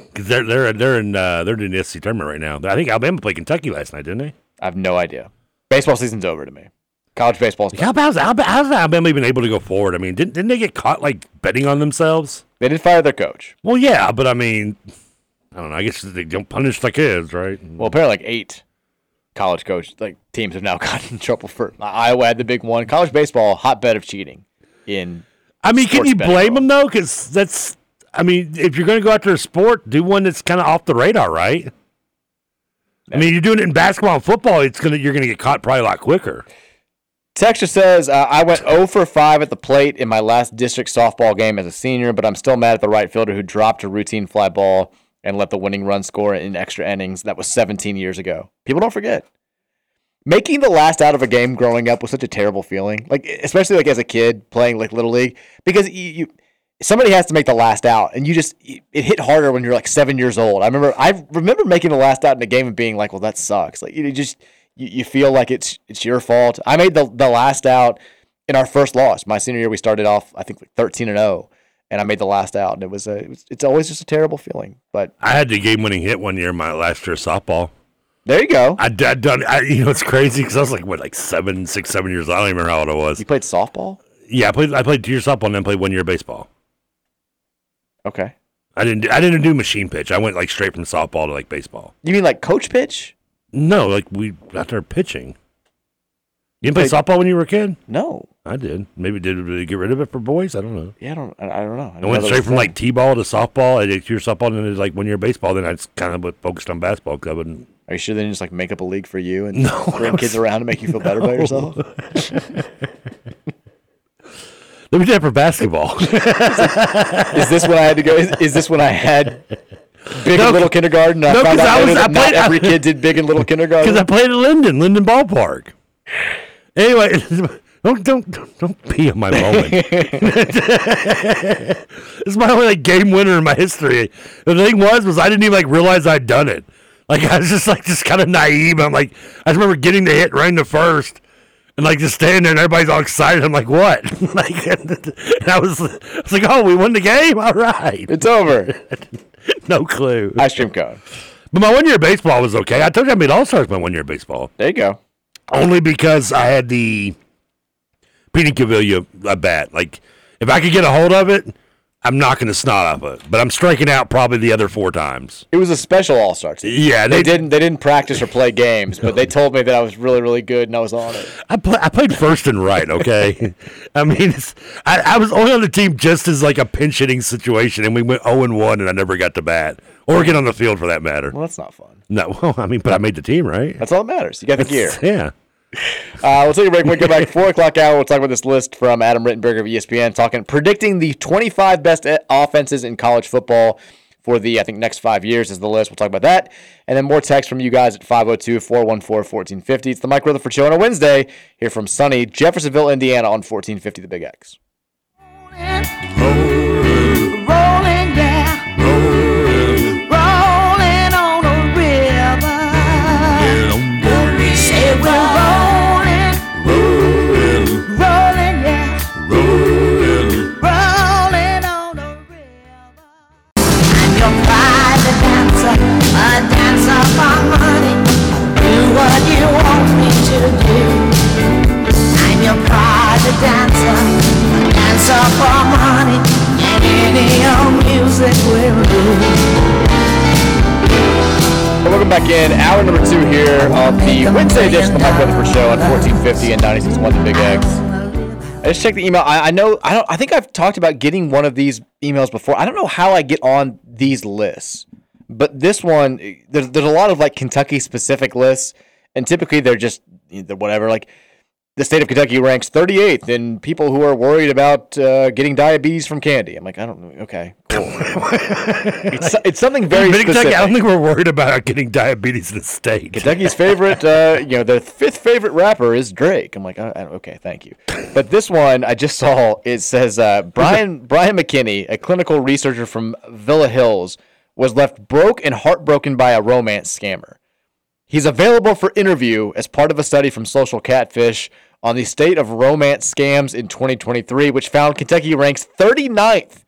Speaker 12: Because they're, they're, they're in, uh, they're doing the SC tournament right now. I think Alabama played Kentucky last night, didn't they?
Speaker 11: I have no idea. Baseball season's over to me. College baseball's done.
Speaker 12: How how's, Alab- how's Alabama even able to go forward? I mean, didn't, didn't they get caught like betting on themselves?
Speaker 11: They did fire their coach.
Speaker 12: Well, yeah, but I mean, I don't know. I guess they don't punish the kids, right?
Speaker 11: Well, apparently like eight college coach like teams have now gotten in trouble for Iowa had the big one. College baseball hotbed of cheating in
Speaker 12: I mean, can
Speaker 11: sports
Speaker 12: you
Speaker 11: betting
Speaker 12: blame them though? Because that's I mean, if you're going to go after a sport, do one that's kind of off the radar, right? I mean, you're doing it in basketball and football. It's gonna you're gonna get caught probably a lot quicker.
Speaker 11: Texture says, uh, I went 0 for 5 at the plate in my last district softball game as a senior, but I'm still mad at the right fielder who dropped a routine fly ball and let the winning run score in extra innings. That was 17 years ago. People don't forget. Making the last out of a game growing up was such a terrible feeling, like especially like as a kid playing like little league, because you, you somebody has to make the last out, and you just it hit harder when you're like seven years old. I remember I remember making the last out in a game and being like, well, that sucks. Like you just you, you feel like it's it's your fault. I made the the last out in our first loss. My senior year, we started off I think like thirteen and zero, and I made the last out, and it was a it was, it's always just a terrible feeling. But
Speaker 12: I had the game winning hit one year in my last year of softball.
Speaker 11: There you go.
Speaker 12: I, I done. I, you know, it's crazy because I was like what, like seven, six, seven years. old. I don't even remember how old I was.
Speaker 11: You played softball.
Speaker 12: Yeah, I played. I played two years softball and then played one year baseball.
Speaker 11: Okay.
Speaker 12: I didn't. do- I didn't do machine pitch. I went like straight from softball to like baseball.
Speaker 11: You mean like coach pitch?
Speaker 12: No, like we got there pitching. You didn't play
Speaker 11: Like-
Speaker 12: softball when you were a kid?
Speaker 11: No,
Speaker 12: I did. Maybe did they get rid of it for boys? I don't know.
Speaker 11: Yeah, I don't. I, I don't know.
Speaker 12: I went straight from like t-ball to softball. I did two years softball, and then did like one year baseball. Then I just kind of focused on basketball because I wouldn't.
Speaker 11: Are you sure they didn't just like make up a league for you and
Speaker 12: No,
Speaker 11: bring
Speaker 12: I was-
Speaker 11: kids around to make you feel better about
Speaker 12: No.
Speaker 11: yourself?
Speaker 12: Let me do that for basketball.
Speaker 11: is this when I had to go? Is, is this when I had big
Speaker 12: No,
Speaker 11: and little kindergarten?
Speaker 12: no, 'cause I
Speaker 11: later
Speaker 12: was-
Speaker 11: that not
Speaker 12: I played- I-
Speaker 11: every kid did big and little kindergarten.
Speaker 12: Because I played at Linden, Linden Ballpark. Anyway, don't don't don't- don't pee on my moment. this is my only like, game winner in my history. The thing was, was I didn't even like realize I'd done it. Like I was just like just kind of naive. I'm like I just remember getting the hit right in the first, and like just standing there, and everybody's all excited. I'm like, what? like, and I was, I was like, oh, we won the game. All right,
Speaker 11: it's over.
Speaker 12: no clue.
Speaker 11: Ice cream cone.
Speaker 12: But my one year baseball was okay. I told you I made all stars my one year baseball.
Speaker 11: There you go.
Speaker 12: Only because I had the Pina Cavilla a bat. Like if I could get a hold of it, I'm not going to snot off it. But I'm striking out probably the other four times.
Speaker 11: It was a special All Star team.
Speaker 12: Yeah,
Speaker 11: they,
Speaker 12: they-
Speaker 11: didn't. They didn't practice or play games, but they told me that I was really, really good and I was on it.
Speaker 12: I play, I played first and right. Okay, I mean it's, I, I was only on the team just as like a pinch hitting situation, and we went 0 and one, and I never got to bat or get on the field for that matter.
Speaker 11: Well, that's not fun.
Speaker 12: No, well, I mean, but I made the team, right?
Speaker 11: That's all that matters. You got the gear.
Speaker 12: Yeah.
Speaker 11: Uh, we'll take a break. When we come back, 4 o'clock hour, we'll talk about this list from Adam Rittenberger of E ESPN, talking predicting the 25 best e- offenses in college football for the, I think, next five years is the list. We'll talk about that. And then more text from you guys at 502 414 1450. It's the Mike Rutherford Show on a Wednesday here from sunny Jeffersonville, Indiana on 1450 The Big X.
Speaker 13: Rolling, yeah. Rolling on a river. Say we're rolling. Rolling, yeah. Rolling on a river. I'm your private dancer, a dancer for money. Do what you want me to do. I'm your private dancer, a dancer for money. And any old music will do.
Speaker 11: And welcome back in. Hour number two here of the Wednesday edition of the Mike Rutherford Show on 1450 and 96.1 The Big X. I just checked the email. I, I know. I don't. I think I've talked about getting one of these emails before. I don't know how I get on these lists, but this one, eh, there's there's a lot of like Kentucky specific lists, and typically they're just either whatever. Like the state of Kentucky ranks 38th in people who are worried about uh, getting diabetes from candy. I'm like, I don't. know. Okay, cool. it's, it's something very
Speaker 12: But in Kentucky,
Speaker 11: specific.
Speaker 12: I don't think we're worried about getting diabetes in the state.
Speaker 11: Kentucky's favorite, uh, you know, their fifth favorite rapper is Drake. I'm like, "Oh, I, I, okay, thank you. But this one I just saw. It says uh, Brian Brian McKinney, a clinical researcher from Villa Hills, was left broke and heartbroken by a romance scammer. He's available for interview as part of a study from Social Catfish on the state of romance scams in 2023, which found Kentucky ranks 39th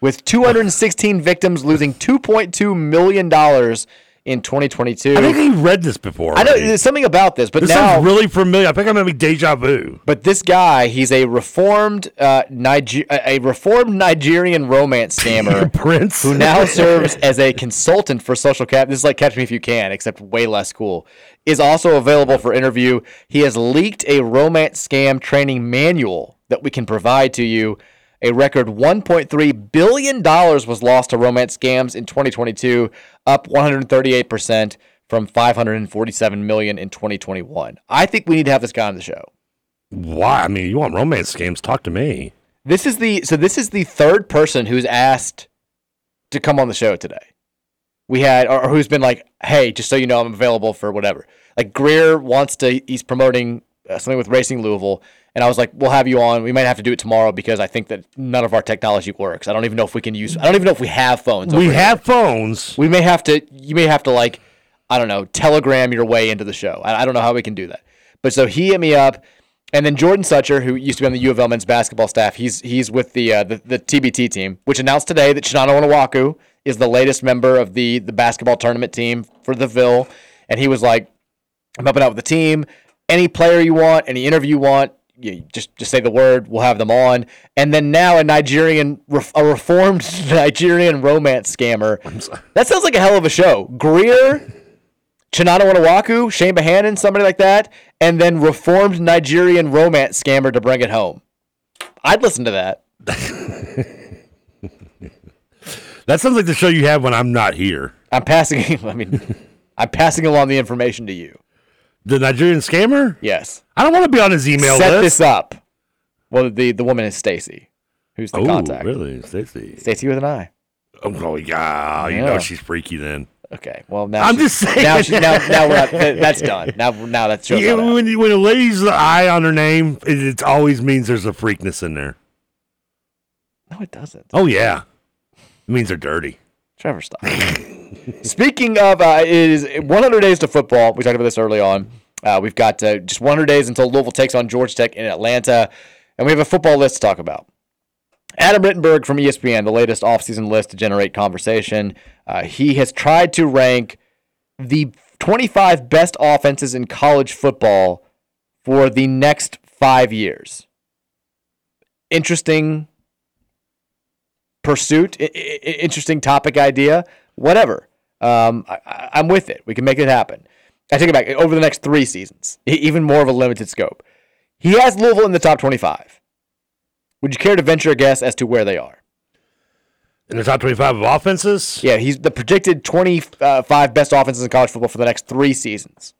Speaker 11: with 216 victims losing 2.2 million dollars in 2022.
Speaker 12: I think we read this before.
Speaker 11: I know
Speaker 12: already.
Speaker 11: there's something about this, but
Speaker 12: This
Speaker 11: now
Speaker 12: sounds really familiar. I think I'm having deja vu.
Speaker 11: but this guy, he's a reformed uh, Niger- a a reformed Nigerian romance scammer,
Speaker 12: Prince,
Speaker 11: who now serves as a consultant for Social Cap. This is like Catch Me If You Can, except way less cool. Is also available for interview. He has leaked a romance scam training manual that we can provide to you. A record $1.3 billion was lost to romance scams in 2022, up 138% from 547 million in 2021. I think we need to have this guy on the show.
Speaker 12: Why? I mean, you want romance scams? Talk to me.
Speaker 11: This is the so this is the third person who's asked to come on the show today. We had or, or who's been like, "Hey, just so you know, I'm available for whatever." Like Greer wants to he's promoting uh, something with Racing Louisville and I was like, "We'll have you on. We might have to do it tomorrow because I think that none of our technology works. I don't even know if we can use I don't even know if we have phones."
Speaker 12: We
Speaker 11: over here."
Speaker 12: have phones.
Speaker 11: We may have to. You may have to like, I don't know, telegram your way into the show. I, I don't know how we can do that. But so he hit me up, and then Jordan Sucher, who used to be on the U of L men's basketball staff, he's he's with the uh, the, the TBT team, which announced today that Shinano Onawaku is the latest member of the the basketball tournament team for the Ville, and he was like, I'm helping out with the team. Any player you want, any interview you want, you just just say the word. We'll have them on. And then now a Nigerian, a reformed Nigerian romance scammer. That sounds like a hell of a show. Greer, Chinano Wanawaku, Shane Bohannon, somebody like that, and then reformed Nigerian romance scammer to bring it home. I'd listen to that.
Speaker 12: That sounds like the show you have when I'm not here.
Speaker 11: I'm passing. I mean, I'm passing along the information to you.
Speaker 12: The Nigerian scammer?
Speaker 11: Yes.
Speaker 12: I don't want to be on his email
Speaker 11: Set
Speaker 12: list.
Speaker 11: this up. Well, the the woman is Stacy, who's the
Speaker 12: oh,
Speaker 11: contact.
Speaker 12: really, Stacy?
Speaker 11: Stacy with an I.
Speaker 12: Oh, oh yeah, you
Speaker 11: Yeah.
Speaker 12: know she's freaky then.
Speaker 11: Okay. Well, now
Speaker 12: I'm
Speaker 11: she's-
Speaker 12: just saying.
Speaker 11: Now, she, now, now we're up, that- that's done. Now, now that's show's
Speaker 12: Yeah,
Speaker 11: on
Speaker 12: when, you- when a lady's the eye on her name, it, it always means there's a freakness in there.
Speaker 11: No, it doesn't.
Speaker 12: Oh yeah, it means they're dirty.
Speaker 11: Trevor, stop. Speaking of, uh, it is 100 days to football. We talked about this early on. Uh, we've got uh, just 100 days until Louisville takes on Georgia Tech in Atlanta, and we have a football list to talk about. Adam Rittenberg from E ESPN, the latest offseason list to generate conversation. Uh, he has tried to rank the 25 best offenses in college football for the next five years. Interesting pursuit, I- I- I- interesting topic idea, whatever. Um, I- I, I'm with it. We can make it happen. I take it back. Over the next three seasons, e- even more of a limited scope. He has Louisville in the top 25. Would you care to venture a guess as to where they are?
Speaker 12: In the top 25 of offenses?
Speaker 11: Yeah, he's the predicted 25 best offenses in college football for the next three seasons.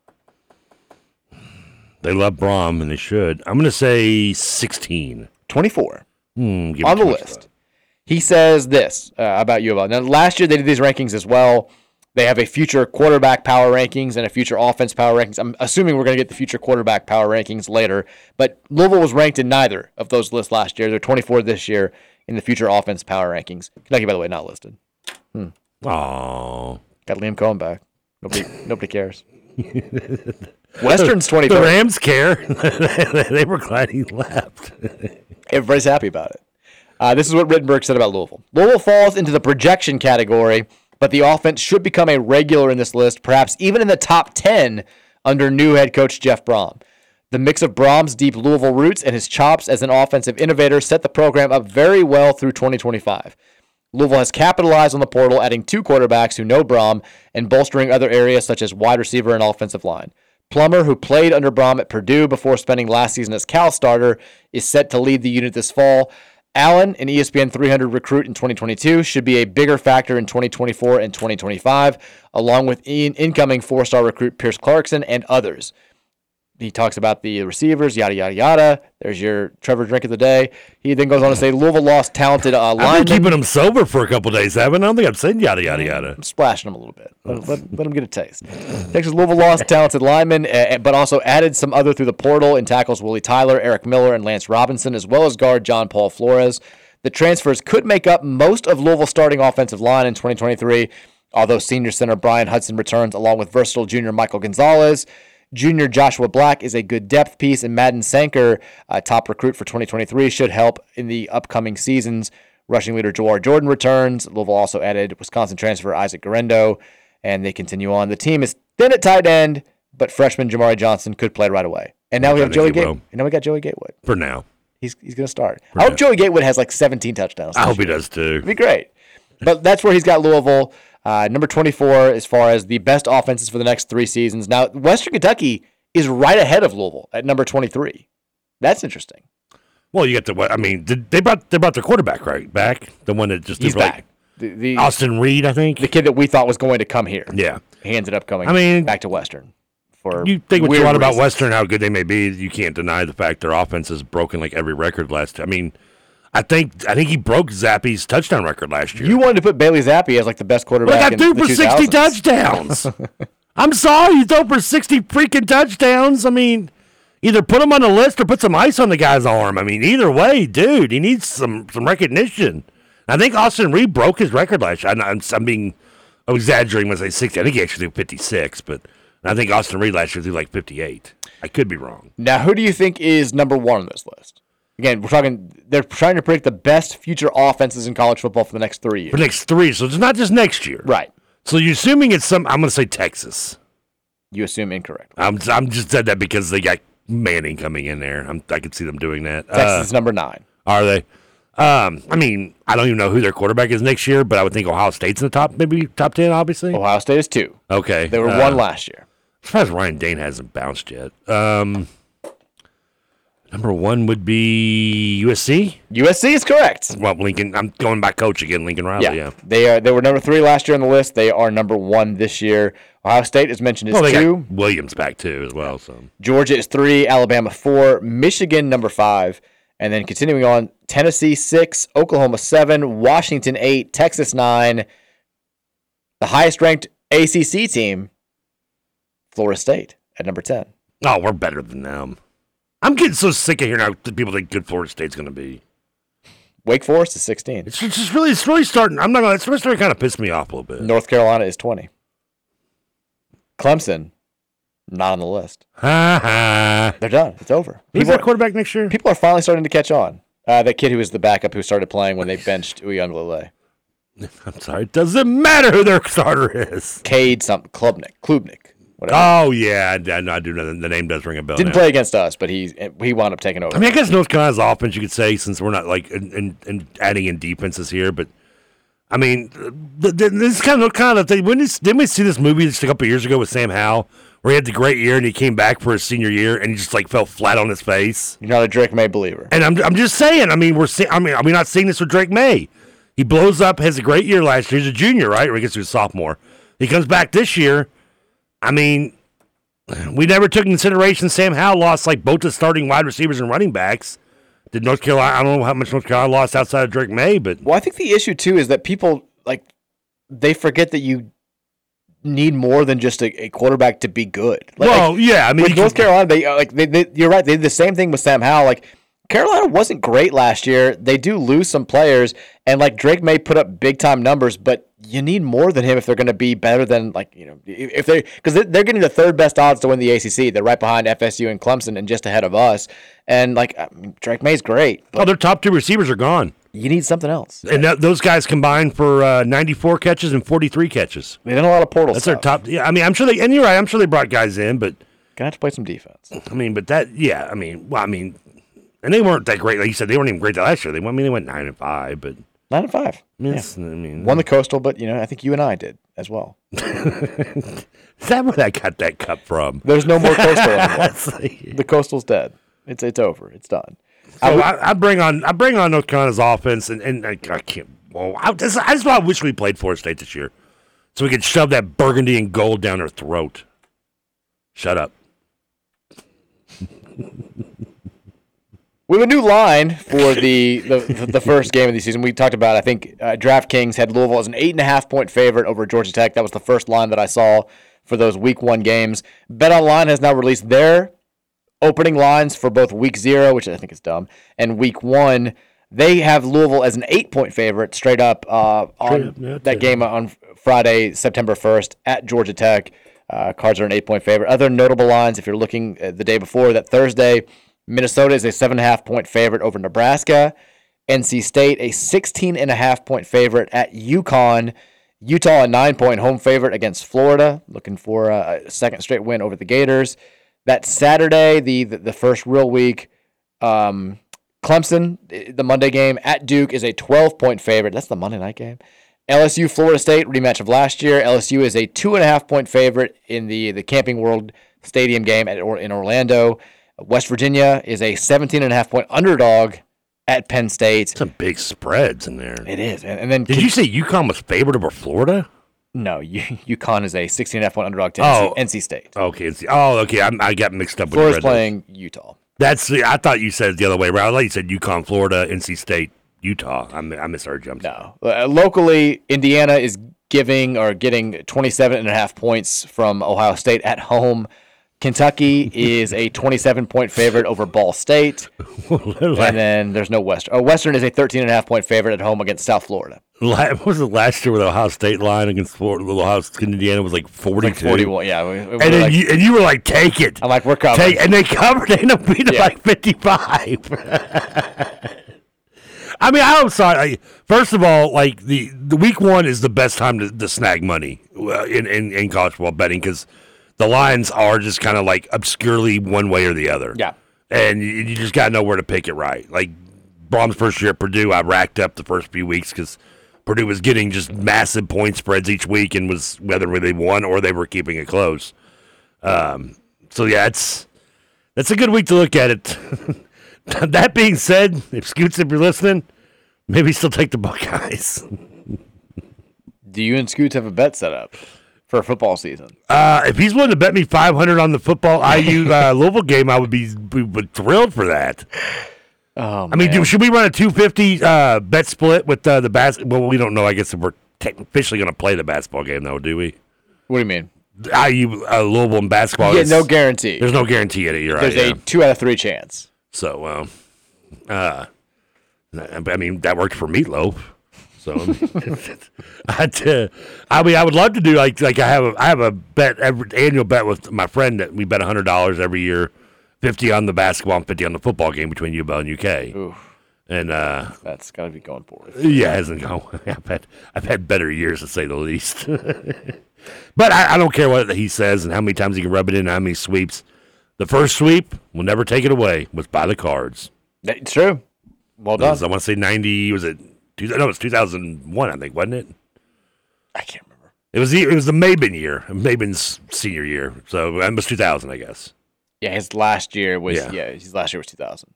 Speaker 12: They love Brom and they should. I'm gonna say 16.
Speaker 11: 24.
Speaker 12: Hmm, give
Speaker 11: on
Speaker 12: me
Speaker 11: the
Speaker 12: too much
Speaker 11: list. He says this uh, about U of L. Now, last year they did these rankings as well. They have a future quarterback power rankings and a future offense power rankings. I'm assuming we're going to get the future quarterback power rankings later, but Louisville was ranked in neither of those lists last year. They're 24 this year in the future offense power rankings. Kentucky, by the way, not listed. Hmm.
Speaker 12: Oh,
Speaker 11: got Liam Cohen back. Nobody, nobody cares.
Speaker 12: Western's
Speaker 11: Western's 23rd.
Speaker 12: The Rams care. they were glad he left.
Speaker 11: Everybody's happy about it. Uh, this is what Rittenberg said about Louisville. Louisville falls into the projection category, but the offense should become a regular in this list, perhaps even in the top 10 under new head coach Jeff Brom. The mix of Brom's deep Louisville roots and his chops as an offensive innovator set the program up very well through 2025. Louisville has capitalized on the portal, adding two quarterbacks who know Brom and bolstering other areas such as wide receiver and offensive line. Plummer, who played under Brom at Purdue before spending last season as Cal starter, is set to lead the unit this fall. Allen, an E ESPN 300 recruit in 2022, should be a bigger factor in 2024 and 2025, along with in- incoming four star recruit Pierce Clarkson and others. He talks about the receivers, yada, yada, yada. There's your Trevor drink of the day. He then goes on to say Louisville lost talented uh, linemen.
Speaker 12: I've been keeping him sober for a couple days, haven't I? I don't think I've said yada, yada, yada.
Speaker 11: splashing them a little bit. Let, let, let them get a taste. Texas Louisville lost talented linemen, eh, eh, but also added some other through the portal and tackles Willie Tyler, Eric Miller, and Lance Robinson, as well as guard John Paul Flores. The transfers could make up most of Louisville's starting offensive line in 2023, although senior center Brian Hudson returns along with versatile junior Michael Gonzalez. Junior Joshua Black is a good depth piece, and Madden Sanker, a top recruit for 2023, should help in the upcoming seasons. Rushing leader Jawar Jordan returns. Louisville also added Wisconsin transfer Isaac Garendo, and they continue on. The team is thin at tight end, but freshman Jamari Johnson could play right away. And now we
Speaker 12: I
Speaker 11: have
Speaker 12: think
Speaker 11: Joey
Speaker 12: he
Speaker 11: Gatewood.
Speaker 12: will.
Speaker 11: And now we got Joey Gatewood.
Speaker 12: For now.
Speaker 11: He's, he's going to start. I hope Joey Gatewood has like 17 touchdowns.
Speaker 12: I hope he
Speaker 11: this year.
Speaker 12: does too.
Speaker 11: It'd be great. But that's where he's got Louisville, uh, number 24, as far as the best offenses for the next three seasons. Now, Western Kentucky is right ahead of Louisville at number 23. That's interesting.
Speaker 12: Well, you got the. what- I mean, did, they brought they brought their quarterback right back. The one that just
Speaker 11: He's
Speaker 12: they were like-
Speaker 11: back. The, the,
Speaker 12: Austin Reed, I think
Speaker 11: the kid that we thought was going to come here.
Speaker 12: Yeah,
Speaker 11: he ended up coming.
Speaker 12: I mean,
Speaker 11: back to Western. For
Speaker 12: you think what you
Speaker 11: weird
Speaker 12: want about
Speaker 11: reasons.
Speaker 12: Western, how good they may be, you can't deny the fact their offense has broken like every record last. I mean, I think I think he broke Zappy's touchdown record last year.
Speaker 11: You wanted to put Bailey Zappi as like the best quarterback.
Speaker 12: Look, I
Speaker 11: in
Speaker 12: threw
Speaker 11: the
Speaker 12: for 60
Speaker 11: 2000s.
Speaker 12: touchdowns. I'm sorry, you throw for 60 freaking touchdowns. I mean, either put him on the list or put some ice on the guy's arm. I mean, either way, dude, he needs some some recognition. I think Austin Reed broke his record last year. I'm, I'm, I'm being I'm exaggerating when I say 60. I think he actually threw 56, but I think Austin Reed last year threw like 58. I could be wrong.
Speaker 11: Now, who do you think is number one on this list? Again, we're talking. They're trying to predict the best future offenses in college football for the next three years.
Speaker 12: For next three, so it's not just next year.
Speaker 11: Right.
Speaker 12: So you're assuming it's some, I'm going to say Texas.
Speaker 11: You assume incorrect.
Speaker 12: I'm, I'm just said that because they got Manning coming in there. I'm, I could see them doing that.
Speaker 11: Texas is
Speaker 12: Uh,
Speaker 11: number nine.
Speaker 12: Are they? Um, I mean, I don't even know who their quarterback is next year, but I would think Ohio State's in the top, maybe top ten, obviously.
Speaker 11: Ohio State is two.
Speaker 12: Okay,
Speaker 11: Oh, They were
Speaker 12: uh,
Speaker 11: one last year.
Speaker 12: As far as Ryan Dane hasn't bounced yet. Um, number one would be USC.
Speaker 11: USC is correct.
Speaker 12: Well, Lincoln. I'm going by coach again, Lincoln Riley. Oh, Yeah.
Speaker 11: They are. They were number three last year on the list. They are number one this year. Ohio State is mentioned as
Speaker 12: Well, they
Speaker 11: two.
Speaker 12: got Williams back too as well. So
Speaker 11: Georgia is three, Alabama four, Michigan number five, and then continuing on, Tennessee six, Oklahoma seven, Washington eight, Texas nine. The highest ranked ACC team, Florida State at number ten.
Speaker 12: Oh, we're better than them. I'm getting so sick of hearing how the people think good Florida State's going to be.
Speaker 11: Wake Forest is sixteen.
Speaker 12: It's just really, it's really starting. I'm not going. to It's really starting to kind of piss me off a little bit.
Speaker 11: North Carolina is twenty. Clemson, not on the list.
Speaker 12: Ha ha.
Speaker 11: They're done. It's over.
Speaker 12: Who's their quarterback next year?
Speaker 11: People are finally starting to catch on. Uh, that kid who was the backup who started playing when they benched Uyunglele.
Speaker 12: I'm sorry. It doesn't matter who their starter is.
Speaker 11: Cade something. Klubnik. Klubnik. Whatever.
Speaker 12: Oh yeah, I, I do know. The name does ring a bell.
Speaker 11: Didn't
Speaker 12: now.
Speaker 11: play against us, but he he wound up taking over.
Speaker 12: I mean, I guess North Carolina's offense, you could say, since we're not like in, in, in adding in defenses here, but I mean, th- th- this is kind of kind of thing. When is, didn't we see this movie just a couple years ago with Sam Howell, where he had the great year and he came back for his senior year and he just like fell flat on his face?
Speaker 11: You're not a Drake May believer.
Speaker 12: And I'm I'm just saying. I mean, we're see- I mean, are we not seeing this with Drake May? He blows up, has a great year last year. He's a junior, right? Or I guess he was a sophomore. He comes back this year. I mean, we never took consideration Sam Howell lost like both the starting wide receivers and running backs. Did North Carolina? I don't know how much North Carolina lost outside of Drake May, but
Speaker 11: Well, I think the issue too is that people like they forget that you need more than just a, a quarterback to be good. Like,
Speaker 12: Well, yeah, I mean,
Speaker 11: with
Speaker 12: you
Speaker 11: North
Speaker 12: can-
Speaker 11: Carolina, they uh, like they, they, you're right. They did the same thing with Sam Howell. Like Carolina wasn't great last year. They do lose some players, and like Drake may put up big time numbers, but you need more than him if they're going to be better than like you know if if they because they're, they're getting the third best odds to win the ACC. They're right behind FSU and Clemson, and just ahead of us. And like I mean, Drake May's great, but
Speaker 12: well, their top two receivers are gone,
Speaker 11: you need something else.
Speaker 12: and that, those guys combined for uh, 94 catches and 43 catches.
Speaker 11: They did a lot of portals.
Speaker 12: That's their top. Yeah, I mean, I'm sure they. And you're right. I'm sure they brought guys in, but
Speaker 11: gonna have to play some defense.
Speaker 12: I mean, but that. Yeah, I mean, well, I mean, and they weren't that great. Like you said, they weren't even great last year. They went. I mean, they went nine and five, but
Speaker 11: Nine and five.
Speaker 12: I mean, it's- I mean,
Speaker 11: Won the coastal, but you know, I think you and I did as well.
Speaker 12: Is that where I got that cup from?
Speaker 11: There's no more coastal
Speaker 12: That's
Speaker 11: anymore. the coastal's dead. It's it's over. It's done. I
Speaker 12: So
Speaker 11: would-
Speaker 12: Oh, I, I bring on I bring on North Carolina's offense, and, and I, I can't. Well, I, that's, that's why I wish we played Florida State this year, so we could shove that burgundy and gold down their throat. Shut up.
Speaker 11: We have a new line for the, the, the, the first game of the season. We talked about, I think, uh, DraftKings had Louisville as an eight and a half point favorite over Georgia Tech. That was the first line that I saw for those week one games. BetOnline has now released their opening lines for both week zero, which I think is dumb, and week one. They have Louisville as an eight point favorite straight up uh, on
Speaker 12: Straight up, yeah, that's
Speaker 11: that
Speaker 12: it.
Speaker 11: game on Friday, September 1st at Georgia Tech. Uh, cards are an eight point favorite. Other notable lines, if you're looking uh, the day before, that Thursday, Minnesota is a seven and a half point favorite over Nebraska. NC State, a 16 and a half point favorite at UConn. Utah, a nine point home favorite against Florida, looking for a a second straight win over the Gators. That Saturday, the, the, the first real week, um, Clemson, i- the Monday game at Duke is a 12 point favorite. That's the Monday night game. LSU, Florida State, rematch of last year. LSU is a two and a half point favorite in the, the Camping World Stadium game at, or, in Orlando. West Virginia is a 17 and a half point underdog at Penn State.
Speaker 12: Some big spreads in there.
Speaker 11: It is. And, and then
Speaker 12: Did you say UConn was favored over Florida?
Speaker 11: No, U- UConn is a 16 and a half point underdog to
Speaker 12: Oh.
Speaker 11: NC, NC State.
Speaker 12: Okay. NC oh, okay. I'm, I got mixed up
Speaker 11: Florida's
Speaker 12: with the Red Wings.
Speaker 11: playing Utah.
Speaker 12: That's the, I thought you said it the other way around. I thought you said UConn, Florida, NC State, Utah. I, mi- I misheard you. I'm sorry.
Speaker 11: Uh, locally, Indiana is giving or getting 27 and a half points from Ohio State at home. Kentucky is a 27 point favorite over Ball State. and then there's no Western. Oh, Western is a 13 and a half point favorite at home against South Florida.
Speaker 12: La- What was it last year with Ohio State line against Florida? Ohio State, Indiana was like 42.
Speaker 11: Like 41. Yeah. we- we were
Speaker 12: And, then
Speaker 11: like-
Speaker 12: you, and you were like, take it.
Speaker 11: I'm like, we're covered.
Speaker 12: Take, and they covered. They end up beating it
Speaker 11: Yeah.
Speaker 12: like 55. I mean, I'm sorry. Like, first of all, like the, the week one is the best time to, to snag money uh, in, in, in college football betting because the lines are just kind of like obscurely one way or the other.
Speaker 11: Yeah.
Speaker 12: And you, you just got to know where to pick it right. Like Brom's first year at Purdue, I racked up the first few weeks because Purdue was getting just massive point spreads each week and was whether they won or they were keeping it close. Um, so yeah, it's that's a good week to look at it. that being said, if Scoots, if you're listening, maybe still take the Buckeyes.
Speaker 11: Do you and Scoots have a bet set up for football season?
Speaker 12: Uh, if he's willing to bet me 500 on the football IU uh, Louisville game, I would be, be, be thrilled for that.
Speaker 11: Oh,
Speaker 12: I mean,
Speaker 11: man.
Speaker 12: do, should we run a 250 uh, bet split with uh, the basketball? Well, we don't know. I guess if we're tech- officially going to play the basketball game, though, do we?
Speaker 11: What do you mean?
Speaker 12: IU uh, Louisville and basketball.
Speaker 11: Yeah,
Speaker 12: is-
Speaker 11: no guarantee.
Speaker 12: There's no guarantee in it. You're right.
Speaker 11: There's
Speaker 12: yeah.
Speaker 11: a two out of three chance.
Speaker 12: So, um, uh, I I mean, that worked for Meatloaf. So, I mean, I'd, uh, I mean, I would love to do like like I have a I have a bet every annual bet with my friend that we bet hundred dollars every year, fifty on the basketball and fifty on the football game between UBL and UK. And uh,
Speaker 11: that's got to be going forward.
Speaker 12: Yeah, it hasn't gone. I've had I've had better years to say the least. But I, I don't care what he says and how many times he can rub it in, how many sweeps. The first sweep, we'll never take it away, was by the cards.
Speaker 11: That's true. Well
Speaker 12: That
Speaker 11: done.
Speaker 12: was, I want to say 90, was it? Two, no, it was 2001, I think, wasn't it? I can't remember. It was the, it was the Maben year, Maben's senior year. So it was 2000, I guess.
Speaker 11: Yeah, his last year was
Speaker 12: Yeah.
Speaker 11: yeah, his last year was 2000.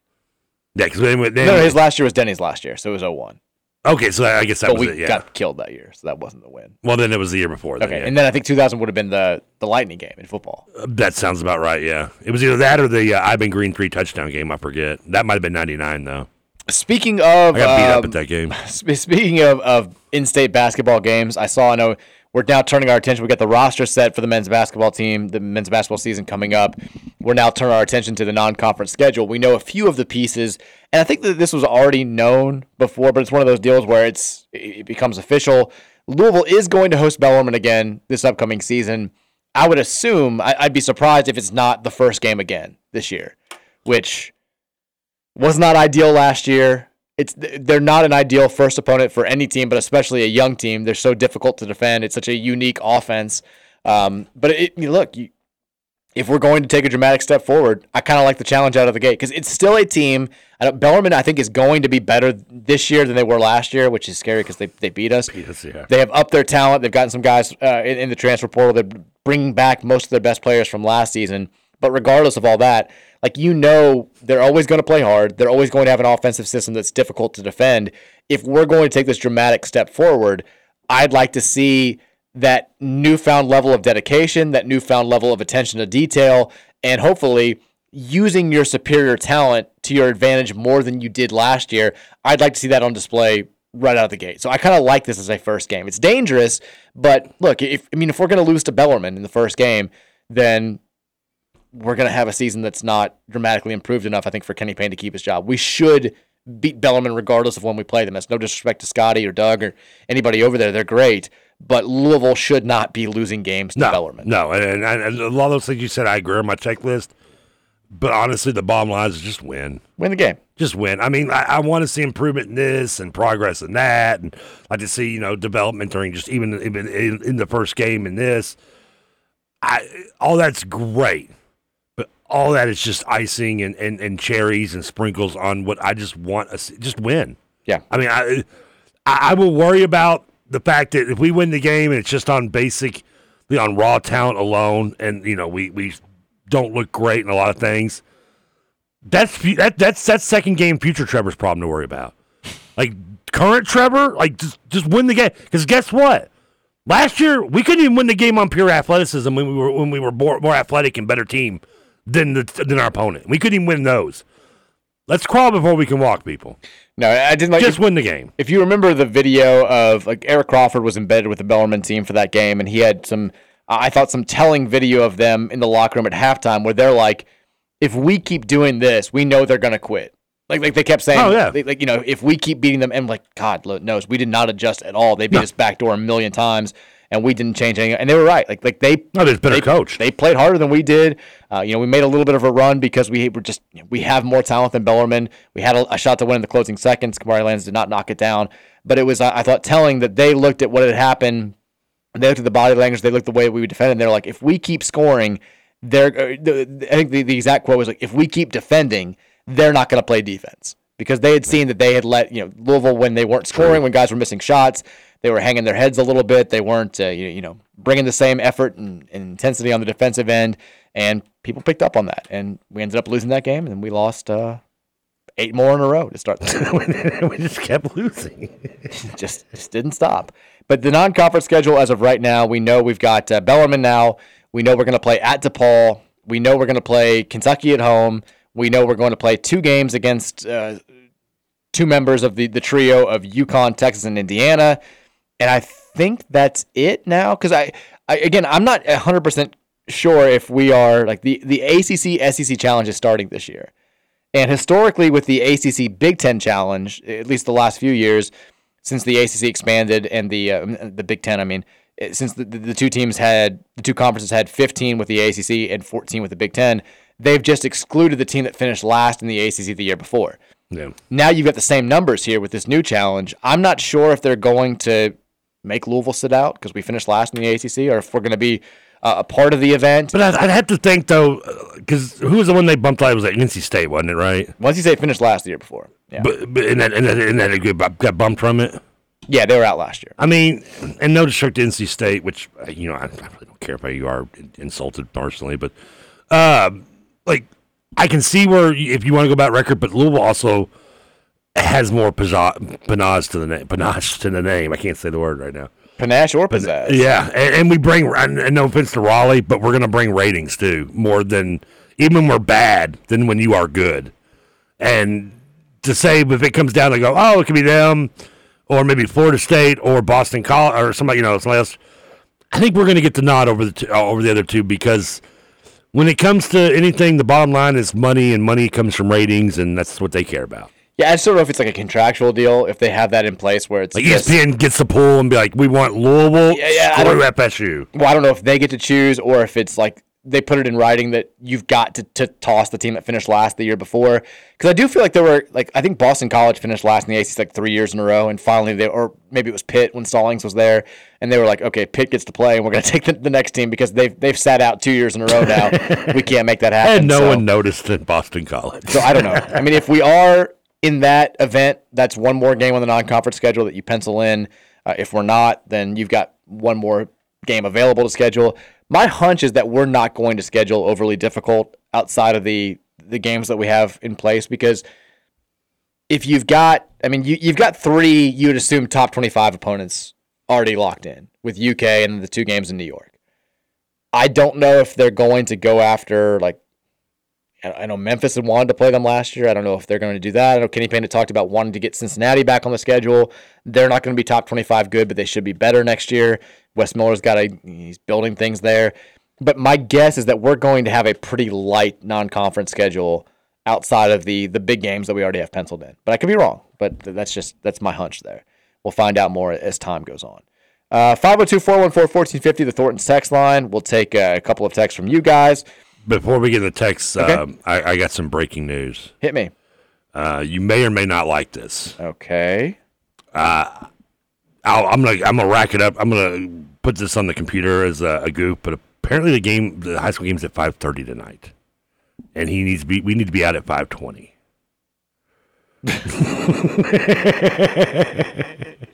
Speaker 12: Yeah, because they went. they-
Speaker 11: no, his last year was Denny's last year, so it was 01.
Speaker 12: okay, so I guess that
Speaker 11: but
Speaker 12: was
Speaker 11: we
Speaker 12: it, yeah.
Speaker 11: got killed that year, so that wasn't the win.
Speaker 12: well, then it was the year before. Then,
Speaker 11: Okay,
Speaker 12: yeah.
Speaker 11: and then I think 2000 would have been the the Lightning game in football.
Speaker 12: That sounds about right. Yeah, it was either that or the uh, Ivan Green three touchdown game. I forget. That might have been '99 though.
Speaker 11: Speaking of,
Speaker 12: I got beat up
Speaker 11: um,
Speaker 12: at that game.
Speaker 11: sp- speaking of, of in-state basketball games, I saw. I know we're now turning our attention. We got the roster set for the men's basketball team. The men's basketball season coming up. We're now turning our attention to the non-conference schedule. We know a few of the pieces, and I think that this was already known before, but it's one of those deals where it's it it becomes official. Louisville is going to host Bellarmine again this upcoming season. I would assume I, I'd be surprised if it's not the first game again this year, which was not ideal last year. It's they're not an ideal first opponent for any team, but especially a young team. They're so difficult to defend. It's such a unique offense. Um, but it, you look, you, if we're going to take a dramatic step forward, I kind of like the challenge out of the gate because it's still a team. I don't, Bellarmine, I think, is going to be better this year than they were last year, which is scary because they, they beat us. They have upped their talent. They've gotten some guys uh, in, in the transfer portal. They're bringing back most of their best players from last season. But regardless of all that, like you know, they're always going to play hard. They're always going to have an offensive system that's difficult to defend. If we're going to take this dramatic step forward, I'd like to see that newfound level of dedication, that newfound level of attention to detail, and hopefully using your superior talent to your advantage more than you did last year. I'd like to see that on display right out of the gate. So I kind of like this as a first game. It's dangerous, but look, if I mean if we're going to lose to Bellarmine in the first game, then we're going to have a season that's not dramatically improved enough, I think, for Kenny Payne to keep his job. We should beat Bellarmine regardless of when we play them. That's no disrespect to Scotty or Doug or anybody over there. They're great, but Louisville should not be losing games to Bellarmine.
Speaker 12: No, and, and, and a lot of those things you said, I agree on my checklist. But honestly, the bottom line is just win.
Speaker 11: Win the game.
Speaker 12: Just win. I mean, I, I want to see improvement in this and progress in that, and I just see you know development during just even even in, in the first game in this. I all that's great, but all that is just icing and, and, and cherries and sprinkles on what I just want. us Just win.
Speaker 11: Yeah.
Speaker 12: I mean, I I I will worry about the fact that if we win the game and it's just on basic, on raw talent alone, and you know we we don't look great in a lot of things. That's fu- that that's that's second game future Trevor's problem to worry about. Like current Trevor, like just just win the game. Because guess what? Last year we couldn't even win the game on pure athleticism when we were when we were more, more athletic and better team than the, than our opponent. We couldn't even win those. Let's crawl before we can walk, people.
Speaker 11: No, I didn't like
Speaker 12: just win the game.
Speaker 11: If you remember the video of like Eric Crawford was embedded with the Bellarmine team for that game, and he had some, I thought some telling video of them in the locker room at halftime where they're like, "If we keep doing this, we know they're gonna quit." Like, like they kept saying,
Speaker 12: Oh, yeah.
Speaker 11: like, like, you know, if we keep beating them, and like God lo- knows, we did not adjust at all. They beat us backdoor a million times, and we didn't change anything. And they were right. Like like they,
Speaker 12: no, Oh, there's better
Speaker 11: they,
Speaker 12: coach.
Speaker 11: They played harder than we did. Uh, you know, we made a little bit of a run because we were just we have more talent than Bellerman. We had a, a shot to win in the closing seconds. Kamari Lands did not knock it down, but it was I, I thought telling that they looked at what had happened. They looked at the body language. They looked the way we defended. And they're like, if we keep scoring, they're. uh, the- I think the, the exact quote was like, if we keep defending, they're not going to play defense because they had seen that they had let you know Louisville when they weren't scoring, when guys were missing shots, they were hanging their heads a little bit. They weren't uh, you, you know bringing the same effort and, and intensity on the defensive end, and people picked up on that, and we ended up losing that game, and we lost. Uh, Eight more in a row to start.
Speaker 12: we just kept losing.
Speaker 11: just, just didn't stop. But the non-conference schedule as of right now, we know we've got uh, Bellarmine now. We know we're going to play at DePaul. We know we're going to play Kentucky at home. We know we're going to play two games against uh, two members of the, the trio of Yukon, Texas, and Indiana. And I think that's it now. Because I, I, again, I'm not 100% sure if we are like the, the ACC SEC E challenge is starting this year. And historically, with the ACC Big Ten challenge, at least the last few years, since the ACC expanded and the uh, the Big Ten, I mean, eh, since the, the, the two teams had the two conferences had 15 with the ACC and 14 with the Big Ten, they've just excluded the team that finished last in the ACC the year before.
Speaker 12: Yeah.
Speaker 11: Now you've got the same numbers here with this new challenge. I'm not sure if they're going to make Louisville sit out because we finished last in the ACC, or if we're going to be uh, a part of the event.
Speaker 12: But I, I'd have to think though, because who was the one they bumped out? It was like NC State, wasn't it? Right?
Speaker 11: NC State finished last the year before. Yeah.
Speaker 12: But, but and that and that, and that it got got bumped from it.
Speaker 11: Yeah, they were out last year.
Speaker 12: I mean, and no disrespect to NC State, which uh, you know I, I really don't care if you are insulted personally, but uh, like I can see where you- if you want to go about record, but Louisville also has more pizza- panache to the name. Panache to the name. I can't say the word right now.
Speaker 11: Panache or pizzazz.
Speaker 12: Yeah, and, and we bring and, and no offense to Raleigh, but we're gonna bring ratings too more than even when we're bad than when you are good. And to say if it comes down to go, oh, it could be them, or maybe Florida State or Boston College or somebody you know somebody else. I think we're gonna get the nod over the two, uh, over the other two because when it comes to anything, the bottom line is money, and money comes from ratings, and that's what they care about.
Speaker 11: Yeah, I just don't know if it's like a contractual deal, if they have that in place where it's
Speaker 12: Like E
Speaker 11: just-
Speaker 12: ESPN gets the pool and be like, we want Louisville
Speaker 11: yeah, I
Speaker 12: through
Speaker 11: don't-
Speaker 12: FSU.
Speaker 11: Well, I don't know if they get to choose or if it's like they put it in writing that you've got to, to toss the team that finished last the year before. Because I do feel like there were like I think Boston College finished last in the ACC like three years in a row, and finally they or maybe it was Pitt when Stallings was there, and they were like, okay, Pitt gets to play, and we're gonna take the, the next team because they've they've sat out two years in a row now. we can't make that happen.
Speaker 12: And no
Speaker 11: so-
Speaker 12: one noticed in Boston College.
Speaker 11: So I don't know. I mean, if we are in that event, that's one more game on the non-conference schedule that you pencil in. Uh, if we're not, then you've got one more game available to schedule. My hunch is that we're not going to schedule overly difficult outside of the the games that we have in place because if you've got, I mean, you, you've got three, you'd assume top 25 opponents already locked in with UK and the two games in New York. I don't know if they're going to go after, like, I I know Memphis had wanted to play them last year. I don't know if they're going to do that. I know Kenny Payne had talked about wanting to get Cincinnati back on the schedule. They're not going to be top 25 good, but they should be better next year. Wes Miller's got a, he's building things there. But my guess is that we're going to have a pretty light non conference schedule outside of the the big games that we already have penciled in. But I could be wrong. But th- that's just that's my hunch there. We'll find out more as time goes on. Uh, 502 414 1450, the Thornton's text line. We'll take uh, a couple of texts from you guys.
Speaker 12: Before we get into text,
Speaker 11: Okay.
Speaker 12: um, I, I got some breaking news.
Speaker 11: Hit me.
Speaker 12: Uh, you may or may not like this.
Speaker 11: Okay.
Speaker 12: Uh, I'll, I'm gonna I'm gonna rack it up. I'm gonna put this on the computer as a, a goof. But apparently the game, the high school game's at 5:30 tonight, and he needs to be. We need to be out at 5:20.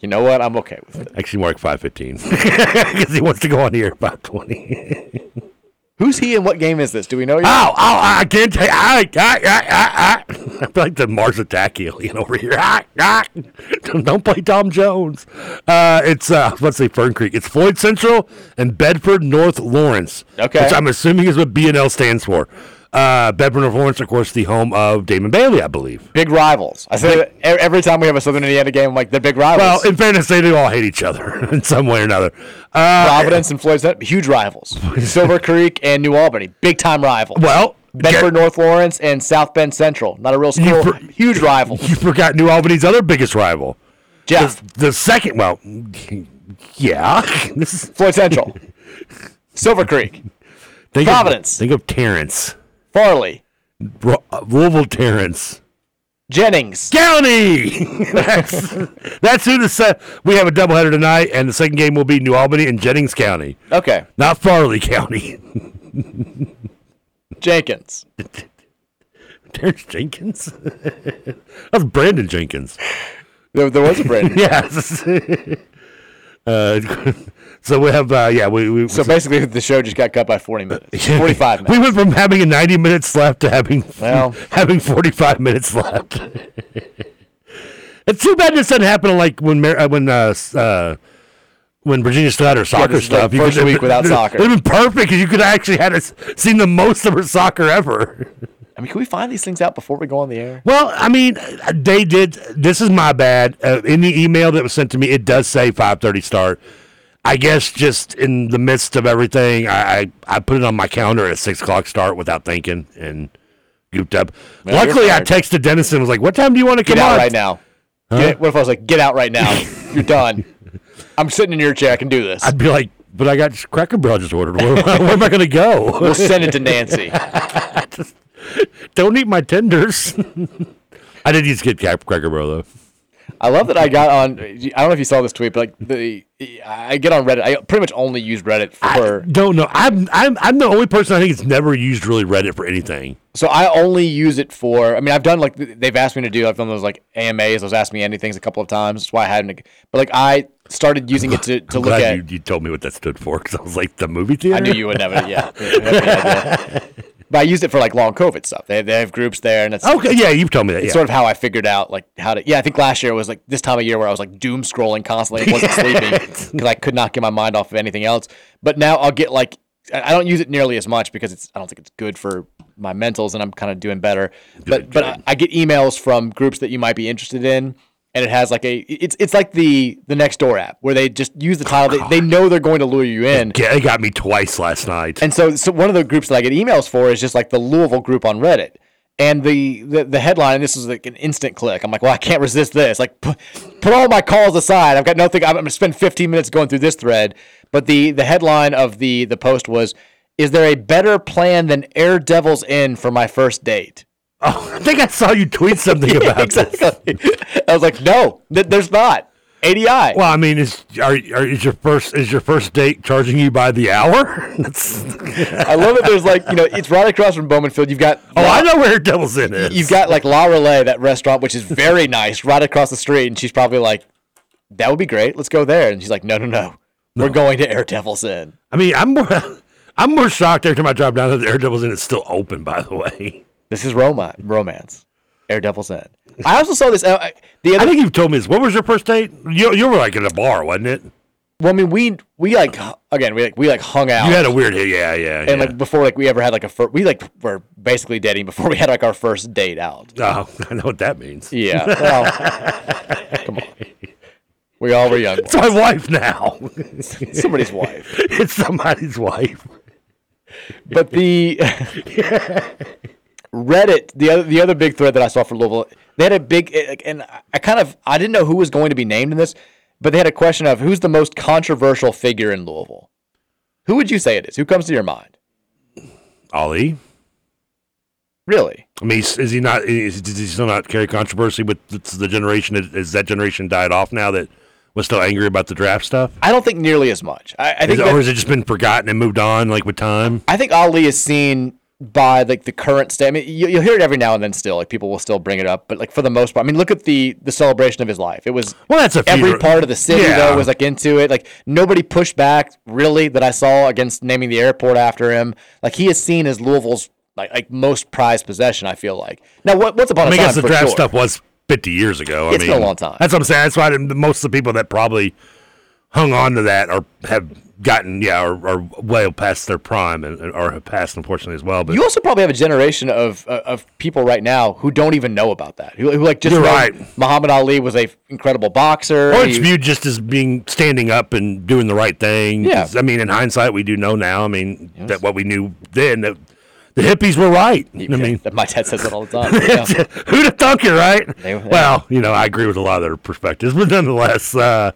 Speaker 11: You know what? I'm okay with it.
Speaker 12: Actually, Mark 5:15 because he wants to go on here at 5:20.
Speaker 11: Who's he and what game is this? Do we know? Yet?
Speaker 12: Ow, ow, Oh, I can't take. I, I, I, I, I. I feel like the Mars attack alien over here. Ah, ah. Don't don't play Tom Jones. Uh, it's, uh, let's say Fern Creek. It's Floyd Central and Bedford North Lawrence.
Speaker 11: Okay.
Speaker 12: Which I'm assuming is what B&L stands for. Uh, Bedford North Lawrence, of course, the home of Damon Bailey, I believe.
Speaker 11: Big rivals. I say that e- every time we have a Southern Indiana game, I'm like the big rivals.
Speaker 12: Well, in fairness, they do all hate each other in some way or another. Uh,
Speaker 11: Providence and Floyd's huge rivals. Silver Creek and New Albany, big time rivals.
Speaker 12: Well,
Speaker 11: Bedford North Lawrence and South Bend Central, not a real school,
Speaker 12: for-
Speaker 11: huge rival.
Speaker 12: You forgot New Albany's other biggest rival.
Speaker 11: Jeff.
Speaker 12: The, the second, well, yeah. this is
Speaker 11: Floyd Central, Silver Creek,
Speaker 12: Think
Speaker 11: Providence.
Speaker 12: Of, think of Terrence.
Speaker 11: Farley,
Speaker 12: Ru- uh, Louisville Terrence.
Speaker 11: Jennings.
Speaker 12: County! that's, that's who the se- We have a doubleheader tonight, and the second game will be New Albany and Jennings County.
Speaker 11: Okay,
Speaker 12: Not Farley County.
Speaker 11: Jenkins.
Speaker 12: Terrence Jenkins? that's Brandon Jenkins.
Speaker 11: There, there was a Brandon.
Speaker 12: yes. Uh, so we have, uh, yeah, we, we
Speaker 11: So basically, the show just got cut by 40 minutes, 45 minutes.
Speaker 12: We went from having a 90 minutes left to having
Speaker 11: Well.
Speaker 12: having 45 minutes left. it's too bad this didn't happen like when Mar- uh, when uh, s- uh, when Virginia still had her soccer
Speaker 11: this is, like,
Speaker 12: stuff.
Speaker 11: first
Speaker 12: could've-
Speaker 11: week without
Speaker 12: it-
Speaker 11: soccer.
Speaker 12: It would have been perfect because you could have actually had us seen the most of her soccer ever.
Speaker 11: I mean, can we find these things out before we go on the air?
Speaker 12: Well, I mean, they did. This is my bad. Uh, in the email that was sent to me, it does say 5:30 start. I guess just in the midst of everything, I I, I put it on my calendar at six o'clock start without thinking and gooped up.
Speaker 11: Well, you're
Speaker 12: Luckily, I
Speaker 11: fired.
Speaker 12: texted Dennis and was like, "What time do you want to
Speaker 11: Get
Speaker 12: come
Speaker 11: out
Speaker 12: on?"
Speaker 11: right now.
Speaker 12: Huh?
Speaker 11: Get- what if I was like, get out right now? You're done. I'm sitting in your chair. I can do this.
Speaker 12: I'd be like, "But I got Cracker Barrel just ordered. Where, where am I going to go?"
Speaker 11: We'll send it to Nancy.
Speaker 12: Don't eat my tenders. I did use Kid Kat Cracker Barrel though.
Speaker 11: I love that I got on. I don't know if you saw this tweet, but like the I get on Reddit. I pretty much only use Reddit for.
Speaker 12: Don't know. I'm I'm I'm the only person I think has never used really Reddit for anything.
Speaker 11: so I only use it for. I mean, I've done like th- they've asked me to do. I've done those like AMAs. Those ask me anything's a couple of times. That's why I hadn't. But like I started using it to, to
Speaker 12: I'm
Speaker 11: look
Speaker 12: glad
Speaker 11: at.
Speaker 12: you, you told me what that stood for because I was like the movie theater.
Speaker 11: I knew you would never. Yeah. yeah. but I used it for like long COVID stuff. They, they have groups there, and that's
Speaker 12: Okay, yeah, you've told me that.
Speaker 11: It's
Speaker 12: Yeah.
Speaker 11: sort of how I figured out like how to. Yeah, I think last year was like this time of year where I was like doom scrolling constantly. I wasn't sleeping because I could not get my mind off of anything else. But now I'll get like I I don't use it nearly as much because it's I don't think it's good for my mentals and I'm kind of doing better. but but I, I get emails from groups that you might be interested in. And it has like a it's it's like the the next door app where they just use the title they, they know they're going to lure you in
Speaker 12: yeah, it got me twice last night.
Speaker 11: and so, so one of the groups that I get emails for is just like the Louisville group on Reddit. And the, the, the headline, this is like an instant click. I'm like, well, I can't resist this. Like, put, put all my calls aside. I've got nothing. I'm, I'm going to spend 15 minutes going through this thread. But the, the headline of the, the post was, Is there a better plan than Air Devil's Inn for my first date?
Speaker 12: oh, I think I saw you tweet something about this.
Speaker 11: exactly. I was like, No, th- there's not. ADI.
Speaker 12: Well, I mean, is are, are is your first is your first date charging you by the hour? That's,
Speaker 11: I love it. There's like, you know, it's right across from Bowman Field. You've got.
Speaker 12: oh, I know where Devil's in is.
Speaker 11: You've got like La Relais, that restaurant, which is very nice, right across the street, and she's probably like, "That would be great. Let's go there." And she's like, "No, no, no, we're going to Air Devil's Inn."
Speaker 12: I mean, I'm more I'm more shocked every time I drive down that the Air Devil's Inn is still open. By the way,
Speaker 11: This is romance, romance. Air Devil's Inn. I also saw this. Uh, I- the
Speaker 12: I
Speaker 11: other,
Speaker 12: think you've told me this. What was your first date? You you were like at a bar, wasn't it?
Speaker 11: well, I mean, we we like hu- again, we like we like hung out.
Speaker 12: You had a weird hit. Yeah, yeah,
Speaker 11: and
Speaker 12: yeah.
Speaker 11: like before, like we ever had like a first, we like were basically dating before we had like our first date out.
Speaker 12: oh, I know what that means.
Speaker 11: Yeah, well, come on, we all were young.
Speaker 12: It's my wife now.
Speaker 11: Somebody's wife.
Speaker 12: it's somebody's wife.
Speaker 11: but the Reddit, the other the other big thread that I saw for Louisville, they had a big eh, like, and I- I kind of I didn't know who was going to be named in this, but they had a question of who's the most controversial figure in Louisville. Who would you say it is? Who comes to your mind?
Speaker 12: Ali.
Speaker 11: Really?
Speaker 12: I mean, is he not? Is, does he still not carry controversy with the, the generation? that- Is that generation died off now that was still angry about the draft stuff?
Speaker 11: I don't think nearly as much. I, I
Speaker 12: Is
Speaker 11: think
Speaker 12: it-
Speaker 11: that-
Speaker 12: or has it just been forgotten and moved on like with time?
Speaker 11: I think Ali is seen by like the current state. I mean, you, you'll hear it every now and then. Still, like people will still bring it up, but like for the most part, I mean, look at the the celebration of his life. It was
Speaker 1: well, that's a
Speaker 11: every
Speaker 1: feeder-
Speaker 11: part of the city
Speaker 1: Yeah.
Speaker 11: though was like into it. Like nobody pushed back really that I saw against naming the airport after him. Like he is seen as Louisville's like, like most prized possession. I feel like now what, what's upon
Speaker 12: I
Speaker 11: a
Speaker 12: mean, I
Speaker 11: time
Speaker 12: guess the
Speaker 11: for
Speaker 12: draft
Speaker 11: sure.
Speaker 12: stuff was 50 years ago. I
Speaker 11: It's
Speaker 12: mean,
Speaker 11: been a long time.
Speaker 12: That's what I'm saying. That's why the- most of the people that probably hung on to that or have gotten, yeah, or, or well past their prime and or have passed, unfortunately, as well. But
Speaker 11: You also probably have a generation of uh, of people right now who don't even know about that. Who, who like just
Speaker 12: You're
Speaker 11: know
Speaker 12: right.
Speaker 11: Muhammad Ali was a f- incredible boxer.
Speaker 12: Or it's
Speaker 11: He-
Speaker 12: viewed just as being standing up and doing the right thing.
Speaker 11: Yeah.
Speaker 12: 'Cause, I mean, in hindsight, we do know now. I mean, that what we knew then, that the hippies were right. I mean,
Speaker 11: my dad says that all the time. Yeah.
Speaker 12: who'd have thunk it, right?
Speaker 11: They- they-
Speaker 12: well, you know, I agree with a lot of their perspectives, but nonetheless, uh,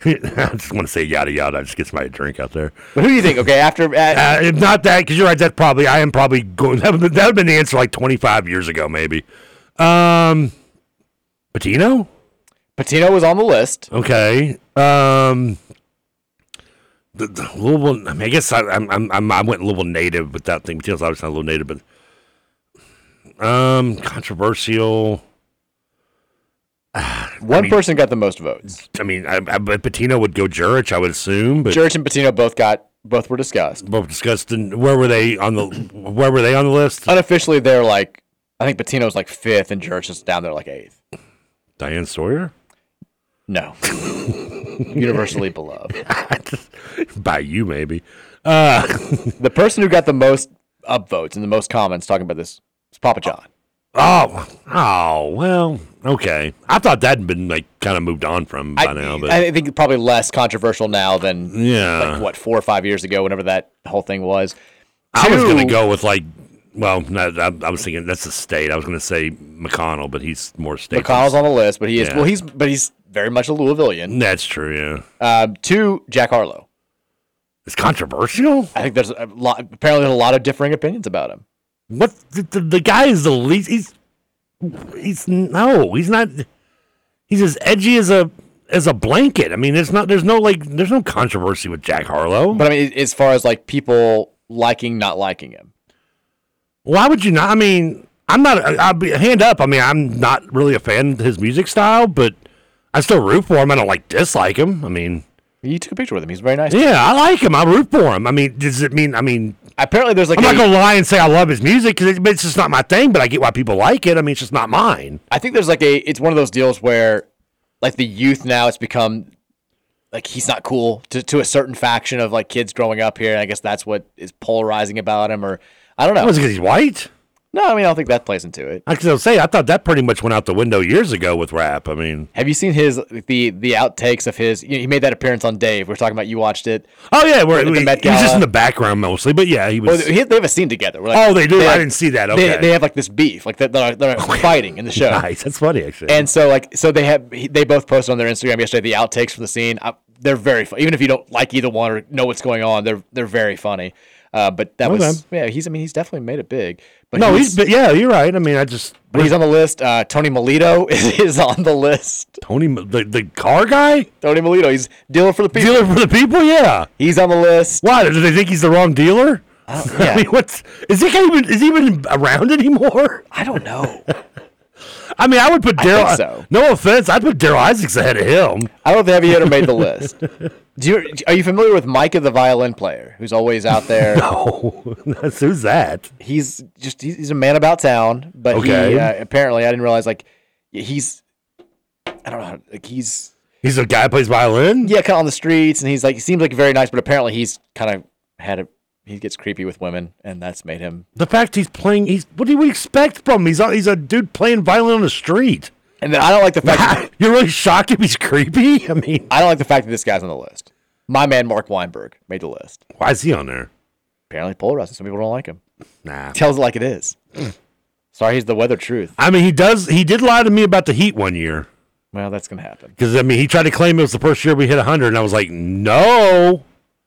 Speaker 12: I just want to say yada yada. Just gets my drink out there.
Speaker 11: But who do you think? Okay, after
Speaker 12: Uh, if not that, because you're right. That probably I am probably going. That would that would been the answer like 25 years ago, maybe. Um, Patino.
Speaker 11: Patino was on the list.
Speaker 12: Okay. Um, the, the Louisville. I mean, I guess I, I'm, I'm, I'm I went Louisville native without thinking. Patino's obviously not a Louisville native, but um, controversial.
Speaker 11: one person got the most votes.
Speaker 12: I mean, I, I, but Patino would go Jurich, I would assume. But
Speaker 11: Jurich and Patino both got both were discussed.
Speaker 12: Both discussed. And where were they on the? Where were they on the list?
Speaker 11: Unofficially, they're like I think Patino's like fifth and Jurich is down there like eighth.
Speaker 12: Diane Sawyer.
Speaker 11: No. Universally beloved.
Speaker 12: By you, maybe. Uh,
Speaker 11: the person who got the most upvotes and the most comments talking about this is Papa John.
Speaker 12: Oh, oh, well, okay. I thought that had been like kind of moved on from by now, but
Speaker 11: I think probably less controversial now than
Speaker 12: Yeah.
Speaker 11: like, what four or five years ago, whenever that whole thing was.
Speaker 12: I was going
Speaker 11: Two-
Speaker 12: to go with like, well, no, I, I was thinking that's the state. I was going to say McConnell, but he's more state.
Speaker 11: McConnell's on the list, but he is
Speaker 12: Yeah.
Speaker 11: well, he's but he's very much a Louisvillian.
Speaker 12: That's true. Yeah,
Speaker 11: Um, two, Jack Harlow.
Speaker 12: It's controversial.
Speaker 11: I think there's a lot. Apparently, there's a lot of differing opinions about him.
Speaker 12: What the, the, the guy is the least. He's he's no, he's not. He's as edgy as a as a blanket. I mean, there's not. There's no like. There's no controversy with Jack Harlow.
Speaker 11: But I mean, as far as like people liking, not liking him,
Speaker 12: Why would you not? I mean, I'm not. I- I'll be hand up. I mean, I'm not really a fan of his music style, but I still root for him. I don't like dislike him. I mean,
Speaker 11: you took a picture with him. He's very nice.
Speaker 12: Yeah, I like him. I root for him. I mean, does it mean? I mean,
Speaker 11: apparently there's like
Speaker 12: I'm not
Speaker 11: a-
Speaker 12: gonna lie and say I love his music because it, but it's just not my thing. But I get why people like it. I mean, it's just not mine.
Speaker 11: I think there's like a. It's one of those deals where, like the youth now, it's become like he's not cool to to a certain faction of like kids growing up here. And I guess that's what is polarizing about him, or I don't know.
Speaker 12: Was it because he's white?
Speaker 11: No, I mean I don't think that plays into it.
Speaker 12: Like I was say, I thought that pretty much went out the window years ago with rap. I mean,
Speaker 11: Have you seen his the the outtakes of his? You know, he made that appearance on Dave. We are talking about you watched it.
Speaker 12: oh yeah, we're,
Speaker 11: At the
Speaker 12: we, he was
Speaker 11: Met
Speaker 12: just
Speaker 11: Gala.
Speaker 12: in the background mostly, but yeah, he
Speaker 11: Well,
Speaker 12: was.
Speaker 11: he, they have a scene together. We're
Speaker 12: Oh, they do? I
Speaker 11: like-
Speaker 12: didn't see that.
Speaker 11: they-
Speaker 12: Okay.
Speaker 11: they, have like this beef, like they're they're, they're fighting in the show.
Speaker 12: nice. That's funny actually.
Speaker 11: And so like so they have he- they both posted on their Instagram yesterday the outtakes from the scene. I, they're very fun. even if you don't like either one or know what's going on, they're they're very funny. Uh, but that was yeah he's I mean he's definitely made it big. But
Speaker 12: no, he's. But yeah, you're right. I mean, I just.
Speaker 11: but he's on the list. Uh, Tony Melito is, is on the list.
Speaker 12: Tony, the, the car guy?
Speaker 11: Tony Melito. He's dealer for the people.
Speaker 12: Dealer for the people? Yeah.
Speaker 11: He's on the list.
Speaker 12: Why? Do they think he's the wrong dealer?
Speaker 11: yeah.
Speaker 12: I mean, what's is he even is he even around anymore?
Speaker 11: I don't know.
Speaker 12: I mean, I would put
Speaker 11: I think
Speaker 12: Daryl.
Speaker 11: so.
Speaker 12: No offense, I'd put Daryl Isaacs ahead of him.
Speaker 11: I don't know if they have yet made the list. Do you, are you familiar with Micah the violin player who's always out there?
Speaker 12: no.
Speaker 11: Oh.
Speaker 12: That's, who's that?
Speaker 11: He's just he's, he's a man about town, but
Speaker 12: Okay.
Speaker 11: he uh, apparently I didn't realize like he's I don't know how- like he's
Speaker 12: He's a guy who plays violin.
Speaker 11: yeah kind of on the streets and he's like he seems like very nice, but apparently he's kind of had a he gets creepy with women and that's made him
Speaker 12: The fact he's playing, he's what do you expect from him? He's a, he's a dude playing violin on the street.
Speaker 11: And then I don't like the fact that-
Speaker 12: you're really shocked if he's creepy. I mean,
Speaker 11: I don't like the fact that this guy's on the list. My man Mark Weinberg made the list.
Speaker 12: why is he on there?
Speaker 11: Apparently polarizing. Some people don't like him.
Speaker 12: Nah.
Speaker 11: Tells it like it is. Sorry, he's the weather truth.
Speaker 12: I mean, he does. He did lie to me about the heat one year.
Speaker 11: Well, that's gonna happen.
Speaker 12: Because I mean, he tried to claim it was the first year we hit 100, and I was like, no.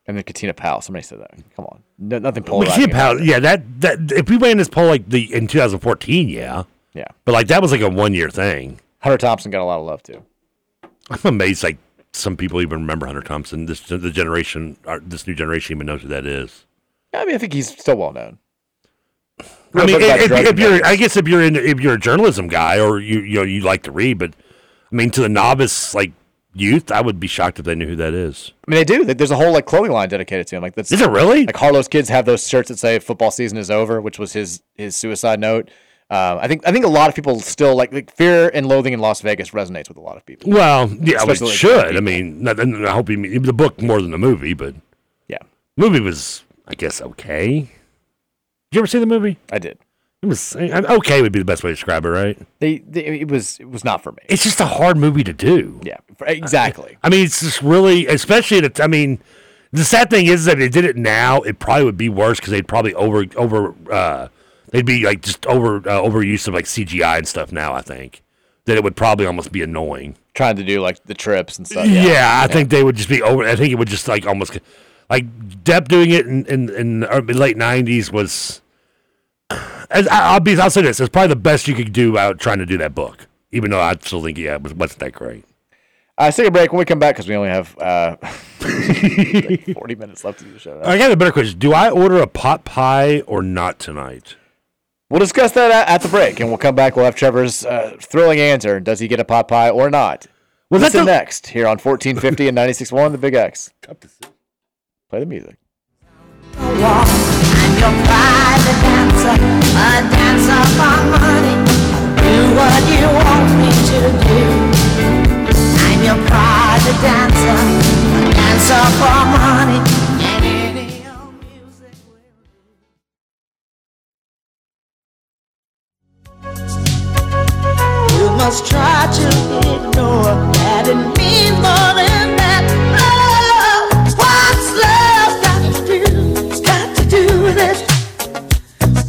Speaker 11: And then Katina Powell. Somebody said that. Come on, no, nothing
Speaker 12: We
Speaker 11: polarizing.
Speaker 12: can't
Speaker 11: about
Speaker 12: pound- Yeah, that that if we ran this poll like the in 2014, yeah,
Speaker 11: it. Yeah.
Speaker 12: but like that was like a one year thing.
Speaker 11: Hunter Thompson got a lot of love too.
Speaker 12: I'm amazed like some people even remember Hunter Thompson. This the generation, or this new generation even knows who that is.
Speaker 11: I mean, I think he's still well known.
Speaker 12: I
Speaker 11: Real
Speaker 12: mean,
Speaker 11: quick about
Speaker 12: if,
Speaker 11: drug
Speaker 12: if you're, I guess if you're in, if you're a journalism guy or you, you know, you like to read, but I mean, to the novice like youth, I would be shocked if they knew who that is.
Speaker 11: I mean, they do. There- There's a whole like clothing line dedicated to him. Like, that's
Speaker 12: Is it really?
Speaker 11: Like Harlow's kids have those shirts that say "Football season is over," which was his his suicide note. Um, I think I think a lot of people still like, like fear and loathing in Las Vegas resonates with a lot of people.
Speaker 12: Well, yeah, we
Speaker 11: Especially, like,
Speaker 12: should. I mean, not, and I hope you mean the book more than the movie, but
Speaker 11: yeah,
Speaker 12: movie was, I guess, okay. Did you ever see the movie?
Speaker 11: I did.
Speaker 12: It was I- I- okay. Would be the best way to describe it, right?
Speaker 11: They, they it was it was not for me.
Speaker 12: It's just a hard movie to do.
Speaker 11: Yeah, for- exactly.
Speaker 12: I mean, it's just really, especially at. a t- I mean, the sad thing is that if they did it now, it probably would be worse because they'd probably over over. Uh, they'd be like just over uh, overuse of like CGI and stuff now. I think that it would probably almost be annoying.
Speaker 11: Trying to do like the trips and stuff.
Speaker 12: Yeah, I think they would just be over. I think it would just like almost like Depp doing it in in, in the early- late nineties was. As I, I'll be, I'll say this: it's probably the best you could do out trying to do that book. Even though I still think yeah, it was- wasn't that great.
Speaker 11: I take a break when we come back because we only have uh, like 40 minutes left of the show.
Speaker 12: I got a better question: Do I order a pot pie or not tonight?
Speaker 11: We'll discuss that at- at the break, and we'll come back. We'll have Trevor's uh, thrilling answer: Does he get a pot pie or not?
Speaker 12: Was
Speaker 11: Listen next here on 1450 and 96.1 The Big X. Play the music.
Speaker 13: private dancer, a dancer for money. Do what you want me to do. I'm your private dancer, a dancer for money. And any old music will do. You must try to ignore that it means more than that. Love, what's love got to do? got to do with it.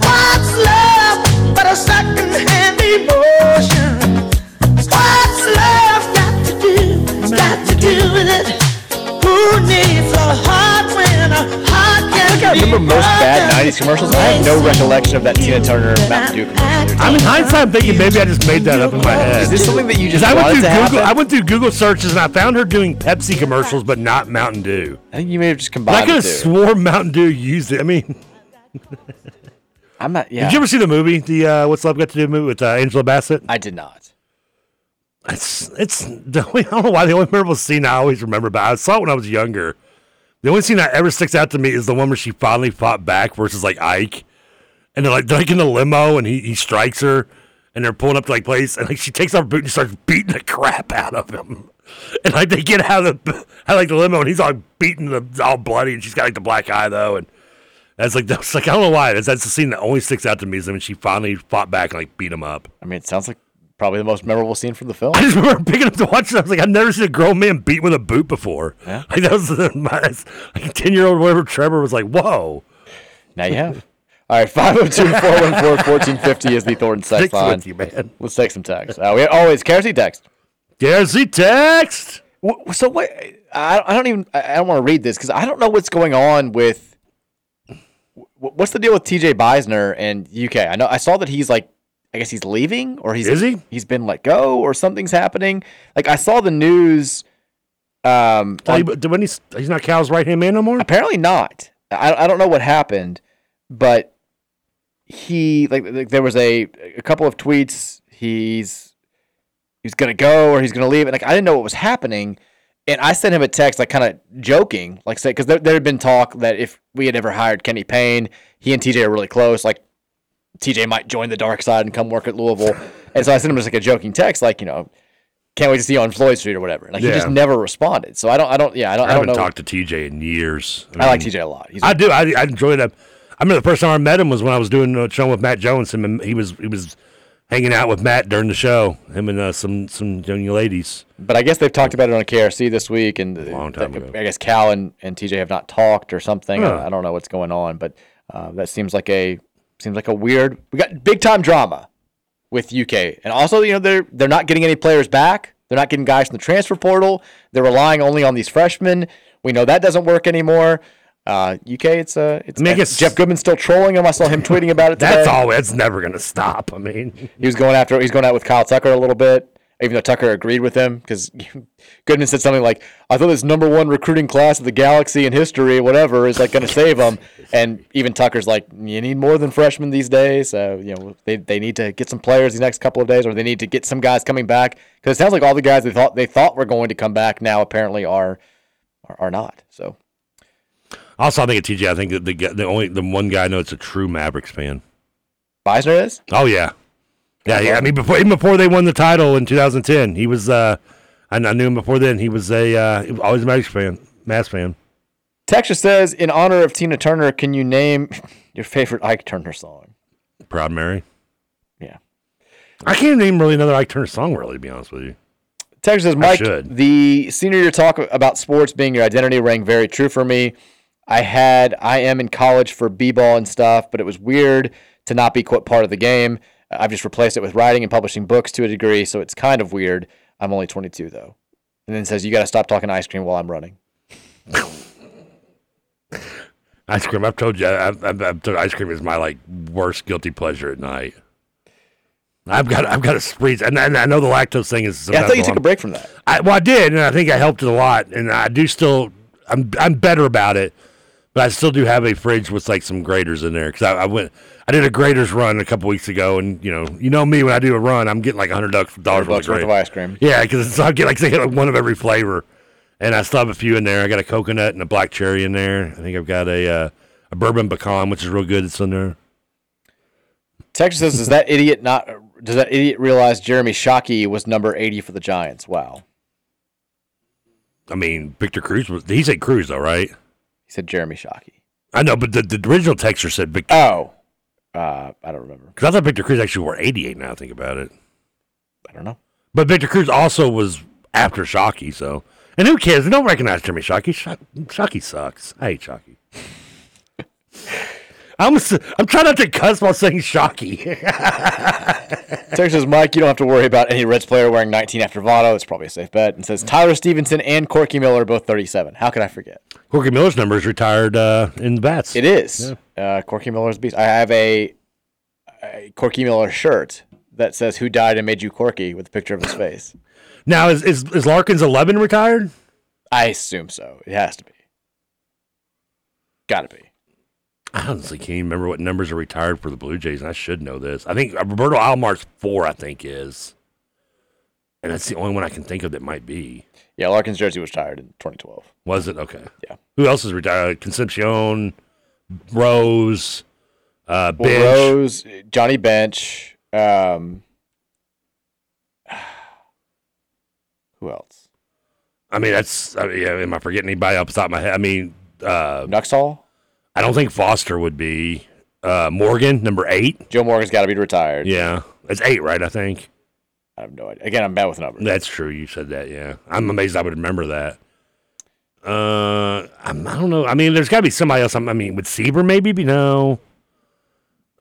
Speaker 13: What's love but a second-hand emotion? What's love got to do? Got to do with it. Who needs a heart when a heart can
Speaker 11: I
Speaker 13: be
Speaker 11: remember most bad
Speaker 13: broken?
Speaker 11: 90s commercials. I have no recollection of that Tina Turner Mountain Dew commercial.
Speaker 12: I'm in hindsight thinking maybe I just made that up in my head.
Speaker 11: Is this something that you just
Speaker 12: I went
Speaker 11: wanted
Speaker 12: through
Speaker 11: to
Speaker 12: Google.
Speaker 11: happen?
Speaker 12: I went through Google searches and I found her doing Pepsi commercials, but not Mountain Dew.
Speaker 11: I think you may have just
Speaker 12: And
Speaker 11: combined
Speaker 12: I could have
Speaker 11: the two.
Speaker 12: swore Mountain Dew used it. I mean,
Speaker 11: I'm not. Yeah.
Speaker 12: did you ever see the movie, the uh, What's Love Got to Do movie with uh, Angela Bassett?
Speaker 11: I did not.
Speaker 12: It's it's the only, I don't know why the only memorable scene I always remember, but I saw it when I was younger. The only scene that ever sticks out to me is the one where she finally fought back versus like Ike, and they're like they're like in the limo and he, he strikes her, and they're pulling up to like place and like she takes off her boot and starts beating the crap out of him, and like they get out of the out of, like the limo and he's all beating the all bloody and she's got like the black eye though and. That's like that's like I don't know why that's, that's the scene that only sticks out to me is when she finally fought back and like beat him up.
Speaker 11: I mean, it sounds like probably the most memorable scene from the film.
Speaker 12: I just remember picking up the watch and I was like, I've never seen a grown man beat with a boot before.
Speaker 11: Yeah.
Speaker 12: Like that was my like ten year old whatever Trevor was like, Whoa.
Speaker 11: Now you have. All right, 502 414 1450 is the Thornton
Speaker 12: Sticks
Speaker 11: sex line.
Speaker 12: with you, man.
Speaker 11: Let's take some text. Uh, we always KRC text.
Speaker 12: KRC text.
Speaker 11: So what? I, I don't even. I I don't want to read this because I don't know what's going on with. wh- What's the deal with TJ Beisner and UK? I know I saw that he's like, I guess he's leaving or he's
Speaker 12: Is he?
Speaker 11: He's been let go or something's happening. Like I saw the news. Um,
Speaker 12: Thought he-
Speaker 11: on-
Speaker 12: but when he's he's not Cal's right hand man no more?
Speaker 11: apparently not. I, I don't know what happened, but he like, like there was a a couple of tweets. He's he's gonna go or he's gonna leave, and like I didn't know what was happening. And I sent him a text, like kind of joking, like say, because there, there had been talk that if we had ever hired Kenny Payne, he and TJ are really close. Like TJ might join the dark side and come work at Louisville. and so I sent him just like a joking text, like you know, can't wait to see you on Floyd Street or whatever. Like he just
Speaker 12: Yeah.
Speaker 11: never responded. So I don't, I don't, yeah, I don't,
Speaker 12: I
Speaker 11: I, don't
Speaker 12: haven't
Speaker 11: know.
Speaker 12: talked to TJ in years.
Speaker 11: I like TJ a lot. He's a-
Speaker 12: I do. I, I enjoyed him. I remember the first time I met him was when I was doing a show with Matt Jones, and he was he was hanging out with Matt during the show. Him and uh, some some young ladies.
Speaker 11: But I guess they've talked about it on KRC this week, and I guess Cal and, and TJ have not talked or something. I-
Speaker 12: Huh.
Speaker 11: I, don't know what's going on, but uh, that seems like a seems like a weird. We got big time drama with UK, and also you know they're they're not getting any players back. They're not getting guys from the transfer portal. They're relying only on these freshmen. We know that doesn't work anymore. Uh, UK, it's uh, it's,
Speaker 12: I mean, I
Speaker 11: and
Speaker 12: guess-
Speaker 11: Jeff Goodman's still trolling him. I saw him tweeting about it.
Speaker 12: That's
Speaker 11: today.
Speaker 12: all. That's never gonna stop. I mean,
Speaker 11: He was going after. He's going out with Kyle Tucker a little bit. even though Tucker agreed with him because Goodman said something like, "I thought this number one recruiting class of the galaxy in history, whatever, is like going to save them." And even Tucker's like, "You need more than freshmen these days. So you know they, they need to get some players these next couple of days, or they need to get some guys coming back because it sounds like all the guys they thought they thought were going to come back now apparently are are, are not." So
Speaker 12: Also, I think at TJ, I think that the guy- the only the one guy I know that's a true Mavericks fan.
Speaker 11: Beisner is.
Speaker 12: Oh yeah, yeah. yeah. I mean, before even before they won the title in 2010, he was. Uh, I, I knew him before then. He was a uh, he was always a Mavericks fan. Mass fan.
Speaker 11: Texas says, in honor of Tina Turner, can you name your favorite Ike Turner song?
Speaker 12: Proud Mary.
Speaker 11: Yeah.
Speaker 12: I can't name really another Ike Turner song. Really, to be honest with you.
Speaker 11: Texas says,
Speaker 12: I
Speaker 11: Mike,
Speaker 12: should.
Speaker 11: the senior year talk about sports being your identity rang very true for me. I had, I am in college for b ball and stuff, but it was weird to not be quote part of the game. I've just replaced it with writing and publishing books to a degree, so it's kind of weird. I'm only 22 though. And then it says, you got to stop talking ice cream while I'm running.
Speaker 12: Ice cream. I've told you. I, I've, I've, I've told you ice cream is my like worst guilty pleasure at night. I've got I've got a spree, and, and I know the lactose thing is.
Speaker 11: Yeah, I thought you took a
Speaker 12: sometimes-
Speaker 11: break from that.
Speaker 12: I, well, I did, and I think I helped it a lot, and I do still. I'm I'm better about it, but I still do have a fridge with like some graders in there because I, I went. I did a graders run a couple weeks ago, and you know, you know me when I do a run, I'm getting like a hundred dollars
Speaker 11: Hundred
Speaker 12: dollars
Speaker 11: bucks worth of ice cream.
Speaker 12: Yeah, because I get like they get like one of every flavor, and I still have a few in there. I got a coconut and a black cherry in there. I think I've got a uh, a bourbon pecan, which is real good. It's in there.
Speaker 11: Texas says, "Does that idiot not? Does that idiot realize Jeremy Shockey was number eighty for the Giants? Wow."
Speaker 12: I mean, Victor Cruz was. He said Cruz though, right? He
Speaker 11: said Jeremy Shockey.
Speaker 12: I know, but the, the original texture said Victor.
Speaker 11: Oh, uh, I don't remember.
Speaker 12: Because I thought Victor Cruz actually wore 88 now I think about it.
Speaker 11: I don't know.
Speaker 12: But Victor Cruz also was after Shockey, so. And who cares? They don't recognize Jeremy Shockey. Shock- Shockey sucks. I hate Shockey. I'm, s- I'm trying not to cuss while saying Shockey.
Speaker 11: Texas says, "Mike, you don't have to worry about any Reds player wearing nineteen after Votto. It's probably a safe bet." And says Tyler Stevenson and Corky Miller are both thirty-seven. How could I forget?
Speaker 12: Corky Miller's number is retired uh, in the bats.
Speaker 11: It is uh, Corky Miller's beast. I have a, a Corky Miller shirt that says "Who died and made you Corky" with a picture of his face.
Speaker 12: Now, is, is, is Larkins 11 retired?
Speaker 11: I assume so. It has to be. Got to be.
Speaker 12: I honestly can't even remember what numbers are retired for the Blue Jays, and I should know this. I think uh, Roberto Almar's four, I think, is. And that's the only one I can think of that might be.
Speaker 11: Yeah, Larkins' jersey was retired in 2012.
Speaker 12: Was it? Okay.
Speaker 11: Yeah.
Speaker 12: Who else is retired? Concepcion, Rose, uh,
Speaker 11: Well,
Speaker 12: Bench.
Speaker 11: Rose, Johnny Bench, um, who else?
Speaker 12: I mean, that's, I mean, yeah, am I forgetting anybody off the top of my head? I mean, uh,
Speaker 11: Nuxall?
Speaker 12: I don't think Foster would be. Uh, Morgan, number eight.
Speaker 11: Joe Morgan's got to be retired.
Speaker 12: Yeah. That's eight, right? I think.
Speaker 11: I have no idea. Again, I'm bad with numbers.
Speaker 12: That's true. You said that. Yeah. I'm amazed I would remember that. Uh, I'm, I don't know. I mean, there's got to be somebody else. I'm- I mean, would Sieber maybe be? No.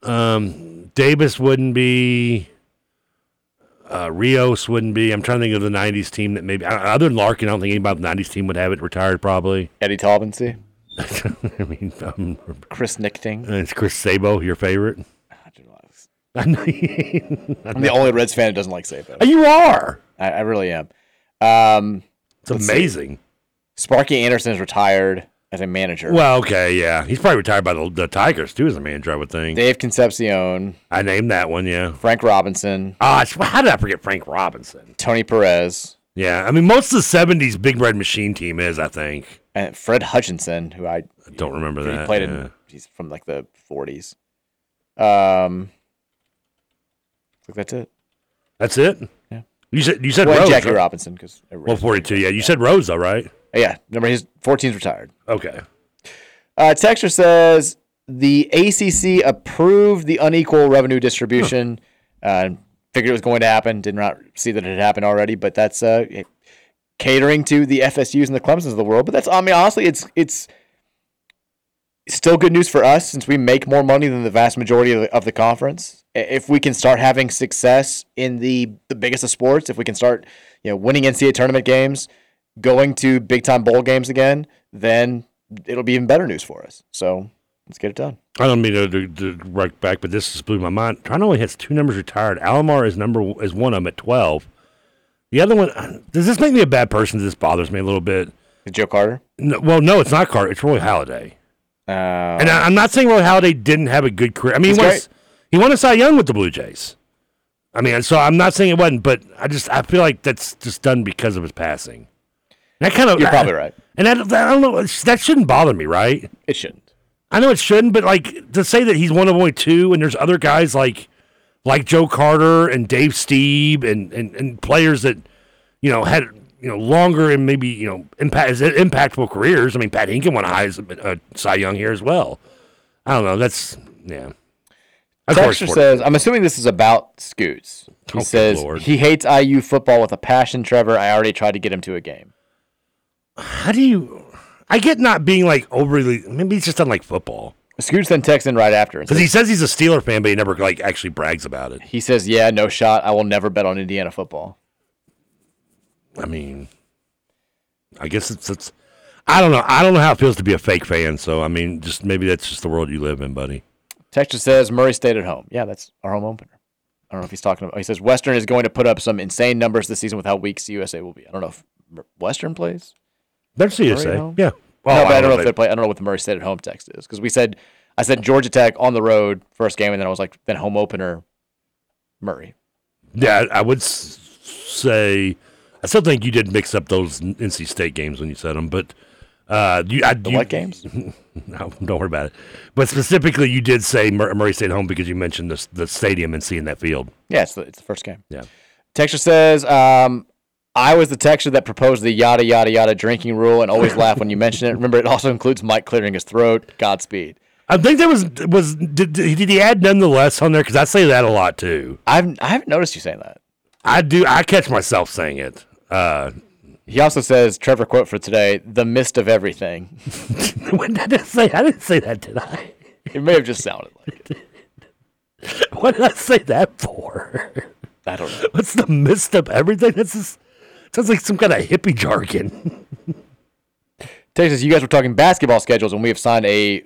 Speaker 12: Um, Davis wouldn't be. Uh, Rios wouldn't be. I'm trying to think of the '90s team that maybe I- other than Larkin. I don't think anybody in the '90s team would have it retired. Probably
Speaker 11: Eddie Taubensee.
Speaker 12: I mean, um,
Speaker 11: Chris Nickting.
Speaker 12: it's Chris Sabo, your favorite. I know. you- I
Speaker 11: I'm the
Speaker 12: know.
Speaker 11: only Reds fan that doesn't like Sabo.
Speaker 12: You are.
Speaker 11: I, I really am. Um,
Speaker 12: It's
Speaker 11: let's see.
Speaker 12: amazing.
Speaker 11: Sparky Anderson is retired as a manager.
Speaker 12: Well, okay, yeah, he's probably retired by the, the Tigers too, as a manager, I would think.
Speaker 11: Dave Concepcion,
Speaker 12: I named that one, yeah.
Speaker 11: Frank Robinson,
Speaker 12: Ah, sh- how did I forget Frank Robinson?
Speaker 11: Tony Perez,
Speaker 12: Yeah, I mean, most of the '70s Big Red Machine team is, I think.
Speaker 11: and Fred Hutchinson, who I
Speaker 12: I don't remember
Speaker 11: he
Speaker 12: that.
Speaker 11: played
Speaker 12: yeah.
Speaker 11: in he's from like the 40s. Um, looks like that's it.
Speaker 12: That's it.
Speaker 11: Yeah.
Speaker 12: You said you said
Speaker 11: Well, and
Speaker 12: Rose,
Speaker 11: Jackie
Speaker 12: right?
Speaker 11: Robinson because
Speaker 12: Well, 42. Yeah, you said Rose though, right?
Speaker 11: yeah, remember his 14's retired.
Speaker 12: Okay.
Speaker 11: Uh, Texture says the ACC approved the unequal revenue distribution. Uh, figured it was going to happen. Did not see that it had happened already, but that's uh, it- catering to the FSU's and the Clemson's of the world. But that's I mean honestly, it's it's still good news for us since we make more money than the vast majority of the, of the conference. I- If we can start having success in the the biggest of sports, if we can start you know winning NCAA tournament games, going to big time bowl games again, then it'll be even better news for us. So let's get it done.
Speaker 12: I don't mean to, to, to right back, but this just blew my mind. Toronto only has two numbers retired. Alomar is number is one of them at twelve, The other one does this make me a bad person? This bothers me a little bit.
Speaker 11: Joe Carter?
Speaker 12: No, well, no, it's not Carter. It's Roy Halladay.
Speaker 11: um,
Speaker 12: and I, am not saying Roy Halladay didn't have a good career. I mean,
Speaker 11: He's
Speaker 12: he won,
Speaker 11: great.
Speaker 12: he won a Cy Young with the Blue Jays. I mean, so I'm not saying it wasn't, but I just I feel like that's just done because of his passing. And that kind of
Speaker 11: You're probably right.
Speaker 12: And I, I don't know. That shouldn't bother me, right?
Speaker 11: It shouldn't.
Speaker 12: I know it shouldn't, but like to say that he's one of only two, and there's other guys like like Joe Carter and Dave Steeb and and, and players that you know had you know longer and maybe you know impact impactful careers. I mean, Pat Hinkin won a high uh, Cy Young here as well. I don't know. That's yeah. Of course,
Speaker 11: Texter
Speaker 12: we're-
Speaker 11: says, I'm assuming this is about Scoots. He
Speaker 12: Oh,
Speaker 11: says,
Speaker 12: good Lord.
Speaker 11: he hates IU football with a passion, Trevor. I already tried to get him to a game.
Speaker 12: How do you? I get not being like overly. Maybe he's just done like football.
Speaker 11: Scoots then texts in right after. and
Speaker 12: Because he says he's a Steeler fan, but he never like actually brags about it.
Speaker 11: He says, yeah, no shot. I will never bet on Indiana football.
Speaker 12: I mean, I guess it's it's. I don't know. I don't know how it feels to be a fake fan. So I mean, just maybe that's just the world you live in, buddy.
Speaker 11: Texture says Murray stayed at home. Yeah, that's our home opener. I don't know if he's talking about. He says Western is going to put up some insane numbers this season with how weak CUSA will be. I don't know if Mur- Western plays.
Speaker 12: They're
Speaker 11: Murray at
Speaker 12: CSA.
Speaker 11: home?
Speaker 12: Yeah. Oh,
Speaker 11: no,
Speaker 12: Well,
Speaker 11: but Oh, I don't know
Speaker 12: but-
Speaker 11: if they play. I don't know what the Murray stayed at home text is because we said I said Georgia Tech on the road first game, and then I was like then home opener Murray.
Speaker 12: Yeah, I would s- say. I still think you did mix up those NC State games when you said them, but uh, you, I, the
Speaker 11: what games?
Speaker 12: no, don't worry about it. But specifically, you did say Mur- Murray stayed home because you mentioned the the stadium and seeing that field.
Speaker 11: Yeah, it's the, it's the first game.
Speaker 12: Yeah.
Speaker 11: Texture says um, I was the texture that proposed the yada yada yada drinking rule and always laugh when you mention it. Remember, it also includes Mike clearing his throat. Godspeed.
Speaker 12: I think there was was did, did he add nonetheless on there because I say that a lot too.
Speaker 11: I've I haven't noticed you saying that.
Speaker 12: I do. I catch myself saying it. Uh,
Speaker 11: He also says, Trevor quote for today, the mist of everything.
Speaker 12: when did I say? I didn't say that, did I?
Speaker 11: It may have just sounded like
Speaker 12: What did I say that for?
Speaker 11: I don't know.
Speaker 12: What's the mist of everything? This is sounds like some kind of hippie jargon.
Speaker 11: Texas, you guys were talking basketball schedules, and we have signed a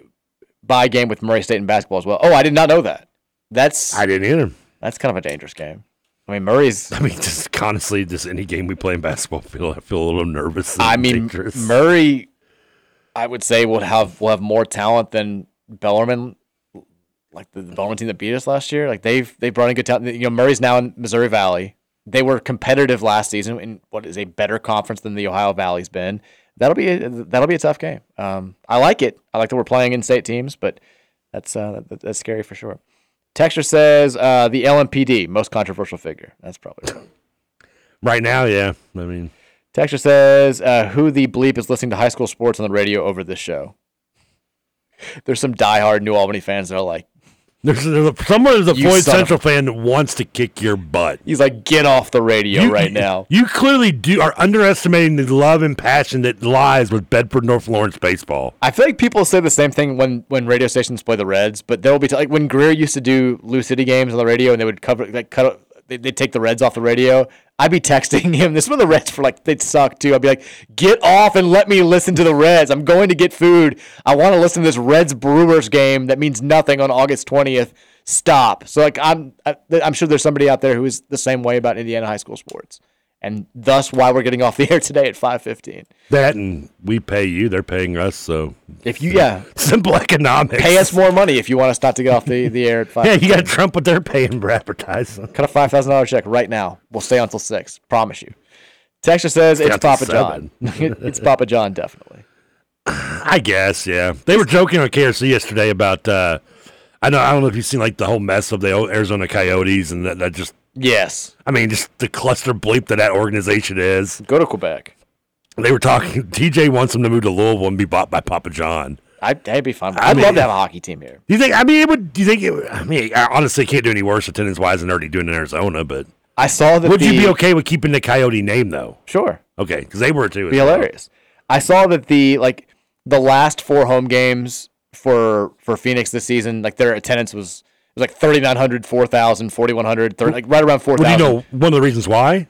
Speaker 11: bye game with Murray State in basketball as well. Oh, I did not know that. That's
Speaker 12: I didn't either.
Speaker 11: that's kind of a dangerous game. I mean, Murray's.
Speaker 12: I mean, just honestly, just any game we play in basketball, I feel I feel a little nervous. and
Speaker 11: I mean,
Speaker 12: dangerous.
Speaker 11: Murray, I would say will have will have more talent than Bellarmine, like the, the Bellarmine team that beat us last year. Like they've they brought in good talent. You know, Murray's now in Missouri Valley. They were competitive last season in what is a better conference than the Ohio Valley's been. That'll be a, that'll be a tough game. Um, I like it. I like that we're playing in-state teams, but that's uh, that, that's scary for sure. Texture says uh, the LMPD most controversial figure. That's probably right.
Speaker 12: right now, yeah. I mean,
Speaker 11: Texture says, uh, "Who the bleep is listening to high school sports on the radio over this show?" There's some diehard New Albany fans that are like,
Speaker 12: there's, there's a, somewhere there's a
Speaker 11: You
Speaker 12: Floyd
Speaker 11: son of-
Speaker 12: Central fan that wants to kick your butt.
Speaker 11: "He's like, get off the radio
Speaker 12: You-
Speaker 11: right now."
Speaker 12: You clearly do are underestimating the love and passion that lies with Bedford North Lawrence baseball.
Speaker 11: I feel like people say the same thing when when radio stations play the Reds, but there will be t- like when Greer used to do Lou City games on the radio, and they would cover like cut. They would take the Reds off the radio. I'd be texting him. This is when the Reds for like they'd suck too. I'd be like, "Get off and let me listen to the Reds. I'm going to get food. I want to listen to this Reds Brewers game that means nothing on August 20th. Stop." So like I'm I, I'm sure there's somebody out there who is the same way about Indiana high school sports, and thus why we're getting off the air today at 5:15.
Speaker 12: That and we pay you, they're paying us, so
Speaker 11: If you yeah,
Speaker 12: simple economics.
Speaker 11: pay us more money if you want us not to get off the, the air at five.
Speaker 12: Yeah, you got to trump what they're paying for advertising.
Speaker 11: cut a five thousand dollar check right now. We'll stay until six. Promise you. Texture says it's
Speaker 12: Stay until
Speaker 11: Papa John. it's Papa John definitely.
Speaker 12: I guess, yeah. They were joking on KRC yesterday about. uh I know. I don't know if you've seen like the whole mess of the old Arizona Coyotes and that, that just.
Speaker 11: Yes.
Speaker 12: I mean, just the cluster bleep that that organization is.
Speaker 11: Go to Quebec.
Speaker 12: They were talking. TJ wants them to move to Louisville and be bought by Papa John.
Speaker 11: I'd, I'd be fine. with-
Speaker 12: I
Speaker 11: I'd
Speaker 12: mean-
Speaker 11: love to have a hockey team here.
Speaker 12: Do you think? I mean, it would. Do you think? It, would- I mean, I honestly can't do any worse attendance wise than already doing in Arizona. But
Speaker 11: I saw that.
Speaker 12: would you
Speaker 11: the-
Speaker 12: be okay with keeping the Coyote name though?
Speaker 11: Sure.
Speaker 12: Okay, because they were too. as
Speaker 11: be
Speaker 12: well.
Speaker 11: hilarious. I saw that the like the last four home games for for Phoenix this season, like their attendance was it was like 3,900, 4,000, 4,100, thir- like right around four
Speaker 12: Well, do
Speaker 11: thousand.
Speaker 12: you know one of the reasons why?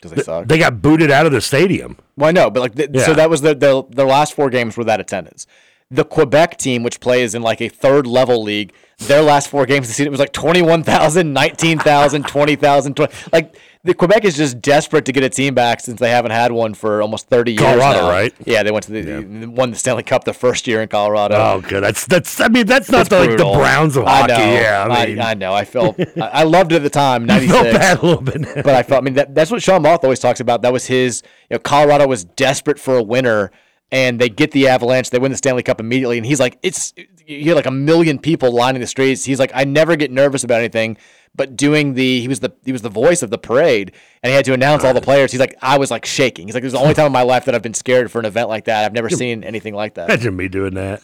Speaker 11: because they suck.
Speaker 12: They got booted out of the stadium.
Speaker 11: Well, I know, but like, th- so
Speaker 12: Yeah.
Speaker 11: that was the, the the last four games were that attendance. The Quebec team, which plays in like a third level league, their last four games this season it was like 21,000, 19,000, 20,000. 20 like the Quebec is just desperate to get a team back since they haven't had one for almost thirty years.
Speaker 12: Colorado,
Speaker 11: now.
Speaker 12: right?
Speaker 11: Yeah, they went to the won the Stanley Cup the first year in Colorado.
Speaker 12: Oh, good. That's that's. I mean, that's not
Speaker 11: It's
Speaker 12: the, like, the
Speaker 11: brutal.
Speaker 12: Browns of hockey.
Speaker 11: I know.
Speaker 12: yeah, I
Speaker 11: I,
Speaker 12: mean,
Speaker 11: I know. I felt I, I loved it at the time. Ninety
Speaker 12: felt
Speaker 11: six.
Speaker 12: bad a little bit.
Speaker 11: but I felt. I mean, that, that's what Sean Moth always talks about. That was his. You know, Colorado was desperate for a winner, and they get the Avalanche. They win the Stanley Cup immediately, and he's like, "It's you had like a million people lining the streets." He's like, "I never get nervous about anything." But doing the he was the he was the voice of the parade, and he had to announce all the players. He's like, I was like shaking. He's like, "This is the only time in my life that I've been scared for an event like that. I've never seen anything like that."
Speaker 12: imagine me doing that.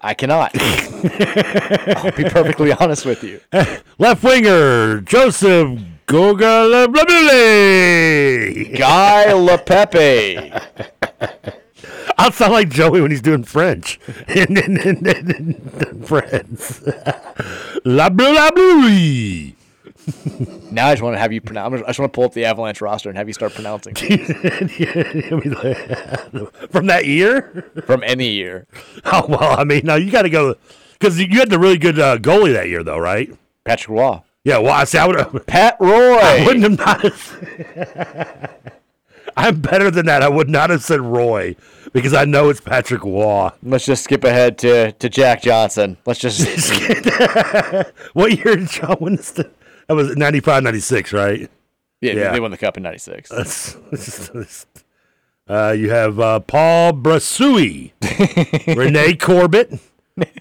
Speaker 11: I cannot. I'll be perfectly honest with you.
Speaker 12: Left winger Joseph Goga
Speaker 11: Guy LaPepe.
Speaker 12: I'll sound like Joey when he's doing French. In- in- in- in- in Friends. La blue, la blue.
Speaker 11: Now I just want to have you pronounce. I just want to pull up the Avalanche roster and have you start pronouncing
Speaker 12: From that year?
Speaker 11: from any year.
Speaker 12: Oh, well, I mean, now you got to go. Because you had the really good uh, goalie that year, though, right?
Speaker 11: Patrick Roy.
Speaker 12: Yeah, well, I see. I would
Speaker 11: Pat Roy.
Speaker 12: I wouldn't have not. I'm better than that. I would not have said Roy because I know it's Patrick Waugh.
Speaker 11: Let's just skip ahead to, to Jack Johnson. Let's just
Speaker 12: What year did John Winston? That was 95, 96, right?
Speaker 11: yeah,
Speaker 12: Yeah.
Speaker 11: They won the cup in '96.
Speaker 12: That's, uh, you have uh, Paul Brasui, Renee Corbett,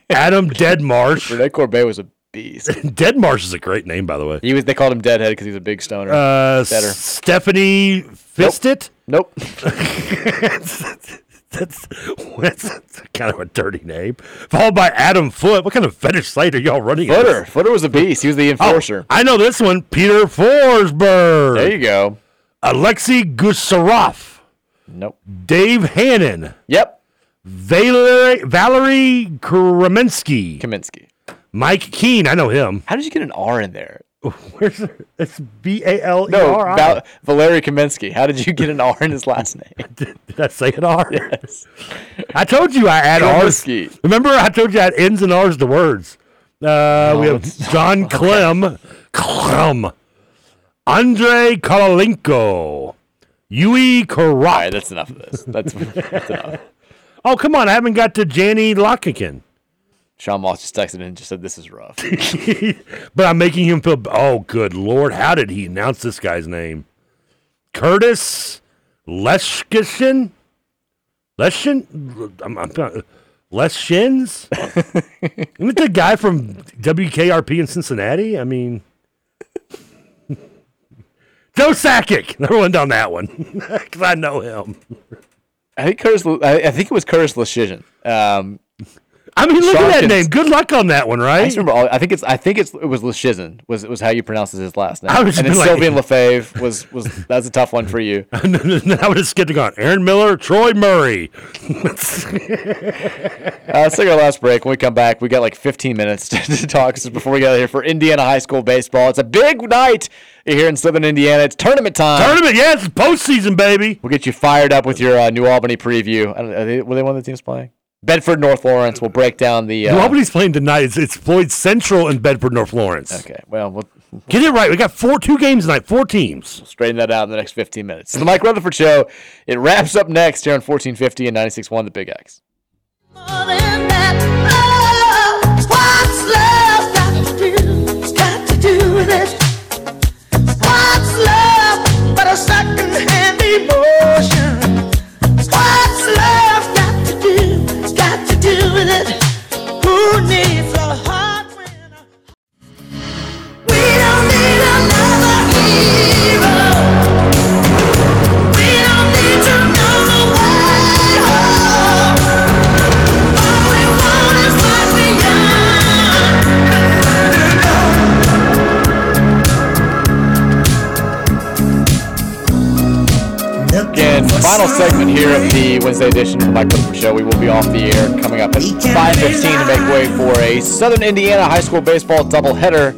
Speaker 12: Adam Deadmarsh.
Speaker 11: Renee Corbet was a beast.
Speaker 12: Deadmarsh is a great name, by the way.
Speaker 11: He was. They called him Deadhead because he was a big stoner.
Speaker 12: Uh,
Speaker 11: Better.
Speaker 12: Stephanie Fistit.
Speaker 11: Nope.
Speaker 12: that's, that's kind of a dirty name. Followed by Adam Foot. What kind of fetish site are y'all running? against?
Speaker 11: Footer. Footer was a beast. He was the
Speaker 12: Oh,
Speaker 11: enforcer.
Speaker 12: I know this one. Peter Forsberg.
Speaker 11: There you go.
Speaker 12: Alexei Gusarov.
Speaker 11: Nope.
Speaker 12: Dave Hannon.
Speaker 11: Yep.
Speaker 12: Valerie, Valerie Kreminsky.
Speaker 11: Kaminsky.
Speaker 12: Mike Keene. I know him.
Speaker 11: How did you get an R in there?
Speaker 12: Where's It's B A L E
Speaker 11: No,
Speaker 12: R I.
Speaker 11: Val- Valery Kaminsky. How did you get an R in his last name?
Speaker 12: Did I say an R? I told you I add R's.
Speaker 11: Trubisky.
Speaker 12: Remember, I told you I add N's and R's to words. Uh, we have John Clem, Clem, Andre Korolenko, Yui
Speaker 11: All right,
Speaker 12: Karat.
Speaker 11: that's enough of this. That's, that's enough.
Speaker 12: Oh, come on. I haven't got to Janny Lockigan.
Speaker 11: Sean Moss just texted in and just said, This is rough.
Speaker 12: but I'm making him feel. b- Oh, good Lord. How did he announce this guy's name? Curtis Leshkishin? Leshin? I'm, I'm, trying- Leshins? Isn't it the guy from WKRP in Cincinnati? I mean, Joe Sakic. Never went down that one because I know him.
Speaker 11: I think Curtis, I, I think it was Curtis Lashizhin. Um,
Speaker 12: I mean, look at that
Speaker 11: Sharkins.
Speaker 12: name. Good luck on that one,
Speaker 11: I
Speaker 12: right?
Speaker 11: just remember. All, I think it's. I think it's. It was Lashizhin. Was was how you pronounce his last name.
Speaker 12: I was
Speaker 11: And then
Speaker 12: like-
Speaker 11: Sylvian Lefebvre was was that's a tough one for you.
Speaker 12: And then I would have skipped on Aaron Miller, Troy Murray.
Speaker 11: Uh, let's take our last break. When we come back, we got like 15 minutes to, to talk just before we get out of here for Indiana high school baseball. It's a big night here in Southern Indiana. It's tournament time.
Speaker 12: Tournament, yes, it's postseason, baby.
Speaker 11: We'll get you fired up with your uh, New Albany preview. I don't, are they, were they one of the teams playing? Bedford North Lawrence. We'll break down the. Uh,
Speaker 12: New Albany's playing tonight. It's, it's Floyd Central and Bedford North Lawrence.
Speaker 11: Okay. Well, we'll
Speaker 12: Get it right. We got four two games tonight. Four teams.
Speaker 11: straighten that out in the next 15 minutes. It's the Mike Rutherford Show. It wraps up next here on 1450 and 96.1 The Big X.
Speaker 13: More than that, love. What's love got to do? It's got to do with it. What's love but a second-hand emotion? What's love got to do? It's got to do with it. Who needs a heart when a We don't need another hero. We don't need to know the way home. All we want is what we
Speaker 11: Again, final segment here of the Wednesday edition of the Mike Rutherford Show. We will be off the air coming up at 5.15 to make way for a Southern Indiana high school baseball doubleheader.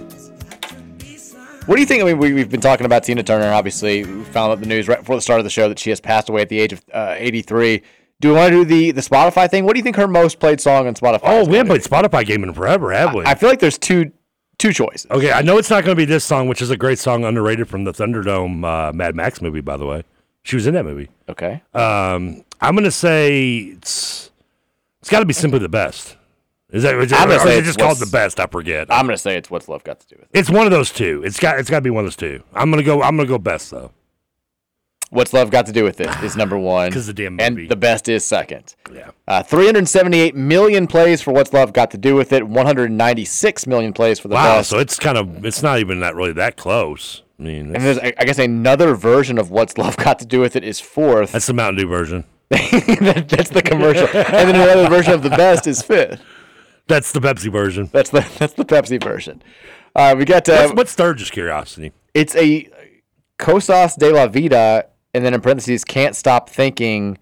Speaker 11: What do you think? I mean, we, we've been talking about Tina Turner, obviously. We found out the news right before the start of the show that she has passed away at the age of uh, 83. Do we want to do the, the Spotify thing? What do you think her most played song on Spotify?
Speaker 12: Oh,
Speaker 11: is
Speaker 12: we
Speaker 11: gonna
Speaker 12: haven't played Spotify game in forever, have we?
Speaker 11: I feel like there's two two choices.
Speaker 12: Okay, I know it's not going to be this song, which is a great song, underrated from the Thunderdome uh, Mad Max movie, by the way. She was in that movie.
Speaker 11: Okay.
Speaker 12: Um, I'm going to say it's it's got to be simply the best. Is that is it,
Speaker 11: I'm gonna
Speaker 12: or is
Speaker 11: say
Speaker 12: it
Speaker 11: it's
Speaker 12: just
Speaker 11: what's-
Speaker 12: called the best? I forget.
Speaker 11: I'm gonna say it's what's love got to do with.
Speaker 12: It's one of those two. It's got it's got to be one of those two. I'm gonna go. I'm gonna go best though.
Speaker 11: What's love got to do with it is number one. Because
Speaker 12: the damn
Speaker 11: and the best is second.
Speaker 12: Yeah.
Speaker 11: Uh, 378 million plays for what's love got to do with it. 196 million plays for the
Speaker 12: wow.
Speaker 11: best.
Speaker 12: So it's kind of it's not even that really that close. I mean,
Speaker 11: and there's, I I guess, another version of what's love got to do with it is fourth.
Speaker 12: That's the Mountain Dew version.
Speaker 11: That's the commercial. and then another version of the best is fifth.
Speaker 12: That's the Pepsi version.
Speaker 11: That's the that's the Pepsi version. Uh, we got uh,
Speaker 12: what's, what's third? Just curiosity.
Speaker 11: it's a Cosas de la Vida, and then in parentheses, can't stop thinking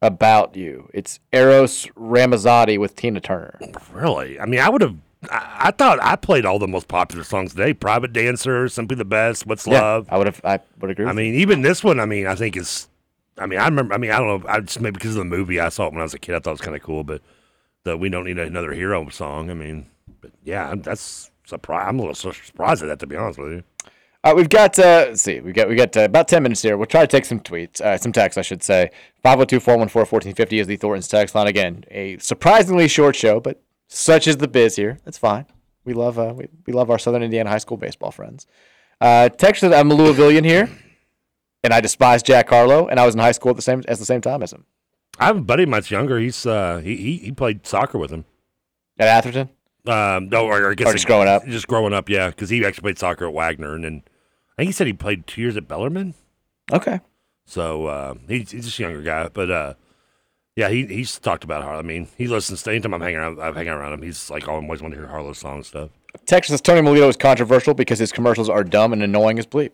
Speaker 11: about you. It's Eros Ramazzotti with Tina Turner.
Speaker 12: Really? I mean, I would have. I, I thought I played all the most popular songs today: "Private Dancer," "Simply the Best," "What's
Speaker 11: Yeah,
Speaker 12: Love."
Speaker 11: I would have. I would agree.
Speaker 12: I
Speaker 11: with
Speaker 12: mean, even this one. I mean, I think is. I mean, I remember. I mean, I don't know. I just maybe because of the movie I saw it when I was a kid. I thought it was kind of cool, but the "We Don't Need Another Hero" song. I mean, but yeah, I'm- that's surprise. I'm a little sur- surprised at that, to be honest with you.
Speaker 11: Uh, we've got, uh, let's see, we've got, we got uh, about 10 minutes here. We'll try to take some tweets, uh, some texts, I should say. 502 414 1450 is the Thornton's text line. Again, a surprisingly short show, but such is the biz here. That's fine. We love, uh, we, we love our Southern Indiana high school baseball friends. Uh, text said, I'm a Louisvillian here, and I despise Jack Harlow, and I was in high school at the same, at the same time as him.
Speaker 12: I have a buddy much younger. He's uh, he, he he played soccer with him.
Speaker 11: At Atherton?
Speaker 12: Um, no, or, or I guess
Speaker 11: Or Oh, just growing up?
Speaker 12: Just growing up, yeah, because he actually played soccer at Wagner, and then I think he said he played two years at Bellarmine.
Speaker 11: Okay.
Speaker 12: So uh, he's, he's just a younger guy, but uh, yeah, he he's talked about Harlow. I mean, he listens to anytime I'm hanging around. I'm hanging around him. He's like always want to hear Harlow song and stuff.
Speaker 11: Text says, Tony Melito is controversial because his commercials are dumb and annoying as bleep.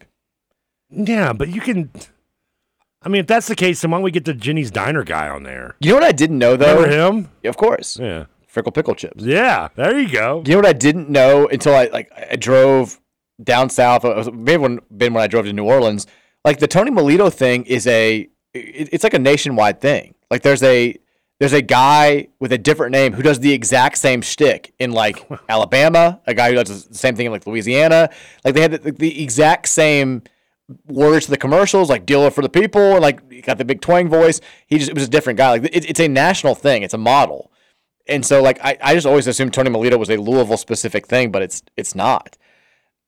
Speaker 12: Yeah, but you can. I mean, if that's the case, then why don't we get the Jenny's Diner guy on there?
Speaker 11: You know what I didn't know, though?
Speaker 12: Remember him?
Speaker 11: Of course.
Speaker 12: Yeah.
Speaker 11: Frickle pickle chips.
Speaker 12: Yeah, there you go.
Speaker 11: You know what I didn't know until I like I drove down south. uh, Maybe when been when I drove to New Orleans. Like the Tony Melito thing is a it- it's like a nationwide thing. Like there's a there's a guy with a different name who does the exact same shtick in like Alabama. A guy who does the same thing in like Louisiana. Like they had the, the exact same words to the commercials, like dealer for the people, and like he got the big twang voice. He just it was a different guy. Like it, it's a national thing. It's a model. And so like I, I just always assumed Tony Melito was a Louisville specific thing, but it's it's not.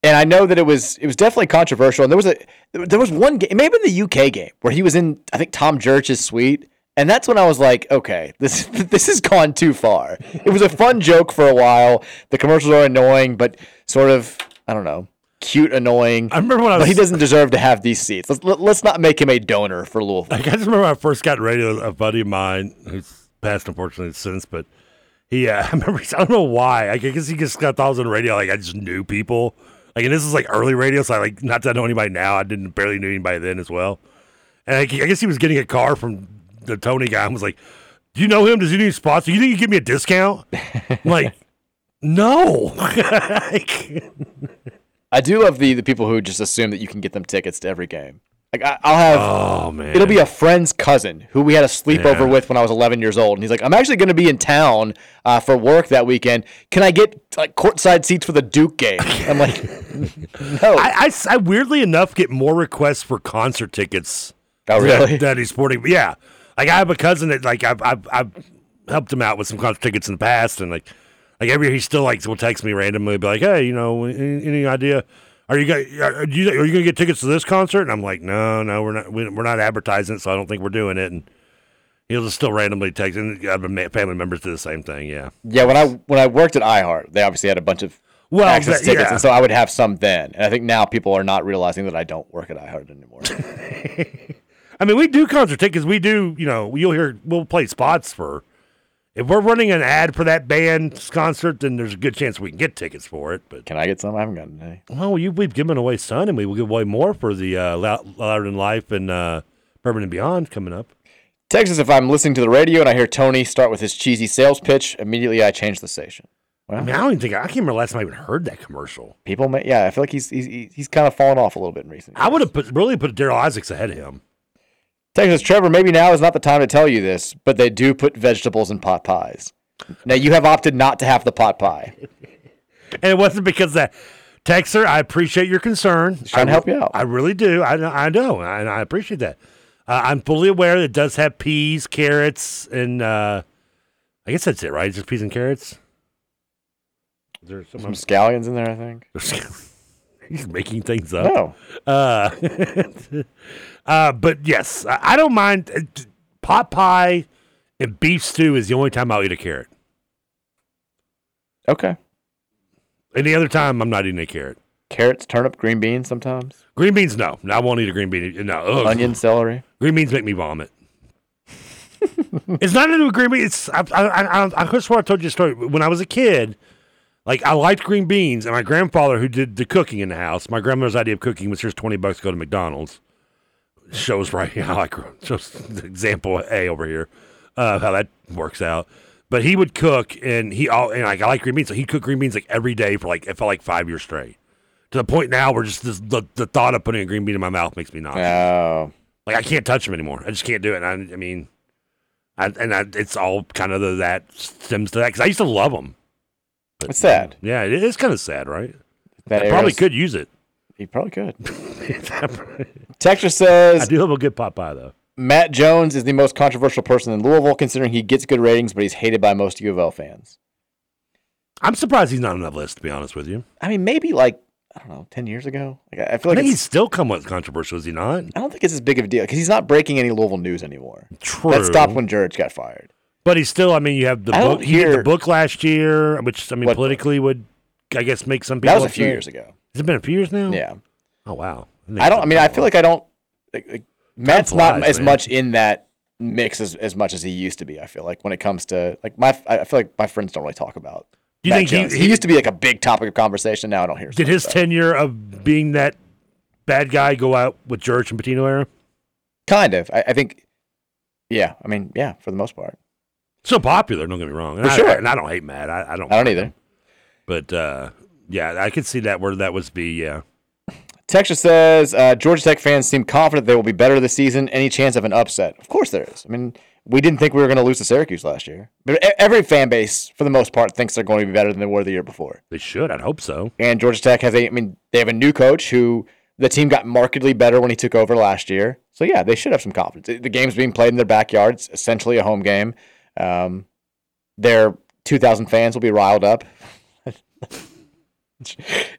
Speaker 11: And I know that it was it was definitely controversial. And there was a there was one game, maybe in the UK game, where he was in I think Tom Jurch's suite, and that's when I was like, okay, this this has gone too far. It was a fun joke for a while. The commercials are annoying, but sort of I don't know, cute annoying. I
Speaker 12: remember when I
Speaker 11: but he
Speaker 12: was-
Speaker 11: doesn't deserve to have these seats. Let's let, let's not make him a donor for Louisville.
Speaker 12: Like I just remember when I first got radio, a buddy of mine who's passed unfortunately since, but he, uh, I remember, I don't know why. I guess he just got thought I was on radio. Like I just knew people. Like, and this is like early radio, so I like not that I know anybody now. I didn't barely knew anybody then as well. And I, I guess he was getting a car from the Tony guy and was like, Do you know him? Does he need spots? Do you think you give me a discount? I'm like, No. Like-
Speaker 11: I do love the the people who just assume that you can get them tickets to every game. Like I, I'll have,
Speaker 12: Oh, man.
Speaker 11: it'll be a friend's cousin who we had a sleepover
Speaker 12: Yeah.
Speaker 11: with when I was 11 years old, and he's like, "I'm actually going to be in town uh, for work that weekend. Can I get like courtside seats for the Duke game?" I'm like, "No."
Speaker 12: I, I s- I weirdly enough get more requests for concert tickets.
Speaker 11: Oh, really?
Speaker 12: That, that he's sporting. Yeah, like I have a cousin that like I've, I've I've helped him out with some concert tickets in the past, and like like every year he still like will text me randomly, be like, hey, you know, any, any idea? Are you guys, are you are you gonna get tickets to this concert? And I'm like, no, no, we're not we- we're not advertising it, so I don't think we're doing it. And he'll just still randomly text, and other ma- family members do the same thing. Yeah.
Speaker 11: yeah, when I when I worked at iHeart, they obviously had a bunch of
Speaker 12: Well,
Speaker 11: access
Speaker 12: that-
Speaker 11: tickets,
Speaker 12: yeah.
Speaker 11: and so I would have some then. And I think now people are not realizing that I don't work at iHeart anymore.
Speaker 12: I mean, we do concert tickets. We do, you know, you'll hear we'll play spots for. If we're running an ad for that band's concert, then there's a good chance we can get tickets for it. But
Speaker 11: can I get some? I haven't gotten any.
Speaker 12: well, you, we've given away Sun, and we will give away more for the uh, Lou- Louder Than Life and uh, Bourbon and Beyond coming up.
Speaker 11: Texas, if I'm listening to the radio and I hear Tony start with his cheesy sales pitch, immediately I change the station.
Speaker 12: I mean, I don't even think I can't remember last time I even heard that commercial.
Speaker 11: People may, yeah, I feel like he's he's, he's kind of fallen off a little bit in recent.
Speaker 12: I would have put, really put Daryl Isaacs ahead of him.
Speaker 11: Texas, Trevor, maybe now is not the time to tell you this, but they do put vegetables in pot pies. Now you have opted not to have the pot pie.
Speaker 12: and it wasn't because that. Texter, I appreciate your concern.
Speaker 11: Trying to help you out.
Speaker 12: I really do. I, know- I know, and I appreciate that. Uh, I'm fully aware that it does have peas, carrots, and uh, I guess that's it, right? It's just peas and carrots. Is there something
Speaker 11: Some
Speaker 12: I'm-
Speaker 11: scallions in there, I think.
Speaker 12: He's making things up.
Speaker 11: No.
Speaker 12: Uh, uh, but yes, I, I don't mind. uh, t- Pot pie and beef stew is the only time I'll eat a carrot.
Speaker 11: Okay.
Speaker 12: Any other time, I'm not eating a carrot.
Speaker 11: Carrots, turnip, green beans sometimes.
Speaker 12: Green beans, no. No, I won't eat a green bean. No. ugh.
Speaker 11: Onion, celery.
Speaker 12: Green beans make me vomit. it's not into a green bean. It's I I I, I, I could swear I told you a story. When I was a kid, like I liked green beans, and my grandfather who did the cooking in the house, my grandmother's idea of cooking was here's twenty bucks, go to McDonald's. Shows right how I grew. Shows example A over here, uh, how that works out. But he would cook, and he all and like I like green beans, so he cooked green beans like every day for like it felt like five years straight. To the point now where just this, the the thought of putting a green bean in my mouth makes me nauseous.
Speaker 11: Oh.
Speaker 12: Like I can't touch them anymore. I just can't do it. And I, I mean, I, and I, it's all kind of the, that stems to that because I used to love them.
Speaker 11: It's sad.
Speaker 12: Yeah, it is kind of sad, right?
Speaker 11: That
Speaker 12: I probably
Speaker 11: era's-
Speaker 12: could use it.
Speaker 11: He probably could. Texture says
Speaker 12: I do love a good pot pie though.
Speaker 11: Matt Jones is the most controversial person in Louisville, considering he gets good ratings, but he's hated by most U of L fans.
Speaker 12: I'm surprised he's not on that list. To be honest with you,
Speaker 11: I mean, maybe like I don't know, ten years ago. Like I I feel
Speaker 12: I
Speaker 11: like
Speaker 12: think
Speaker 11: it's-
Speaker 12: he's still somewhat controversial, is he not?
Speaker 11: I don't think it's as big of a deal because he's not breaking any Louisville news anymore.
Speaker 12: True.
Speaker 11: That stopped when Jurich got fired.
Speaker 12: But he's still. I mean, you have the
Speaker 11: I don't
Speaker 12: book. you did
Speaker 11: hear-
Speaker 12: the book last year, which I mean, politically would, I guess, make some people.
Speaker 11: That was a few years ago.
Speaker 12: Has it been a few years now?
Speaker 11: Yeah.
Speaker 12: Oh wow.
Speaker 11: I don't. I mean, I feel like I don't. Like, like, Matt's not
Speaker 12: flies,
Speaker 11: as
Speaker 12: man.
Speaker 11: much in that mix as, as much as he used to be. I feel like when it comes to like my, I I feel like my friends don't really talk about.
Speaker 12: You
Speaker 11: Matt
Speaker 12: think he-
Speaker 11: Jones. he,
Speaker 12: he-
Speaker 11: used to be like a big topic of conversation? Now I don't hear. so
Speaker 12: Did
Speaker 11: much
Speaker 12: his
Speaker 11: about it.
Speaker 12: tenure of being that bad guy go out with George and Patino era?
Speaker 11: Kind of. I, I think. Yeah. I mean, yeah, for the most part.
Speaker 12: So popular, don't get me wrong. And
Speaker 11: For
Speaker 12: I,
Speaker 11: sure.
Speaker 12: And I don't hate Matt. I, I don't.
Speaker 11: I don't either.
Speaker 12: But uh, yeah, I could see that where that was uh, be. Yeah.
Speaker 11: Texas says uh, Georgia Tech fans seem confident they will be better this season. Any chance of an upset? Of course there is. I mean, we didn't think we were going to lose to Syracuse last year, but e- every fan base, for the most part, thinks they're going to be better than they were the year before.
Speaker 12: They should. I'd hope so.
Speaker 11: And Georgia Tech has a. I mean, they have a new coach who the team got markedly better when he took over last year. So yeah, they should have some confidence. The game's being played in their backyard. It's essentially a home game. Um, their 2,000 fans will be riled up.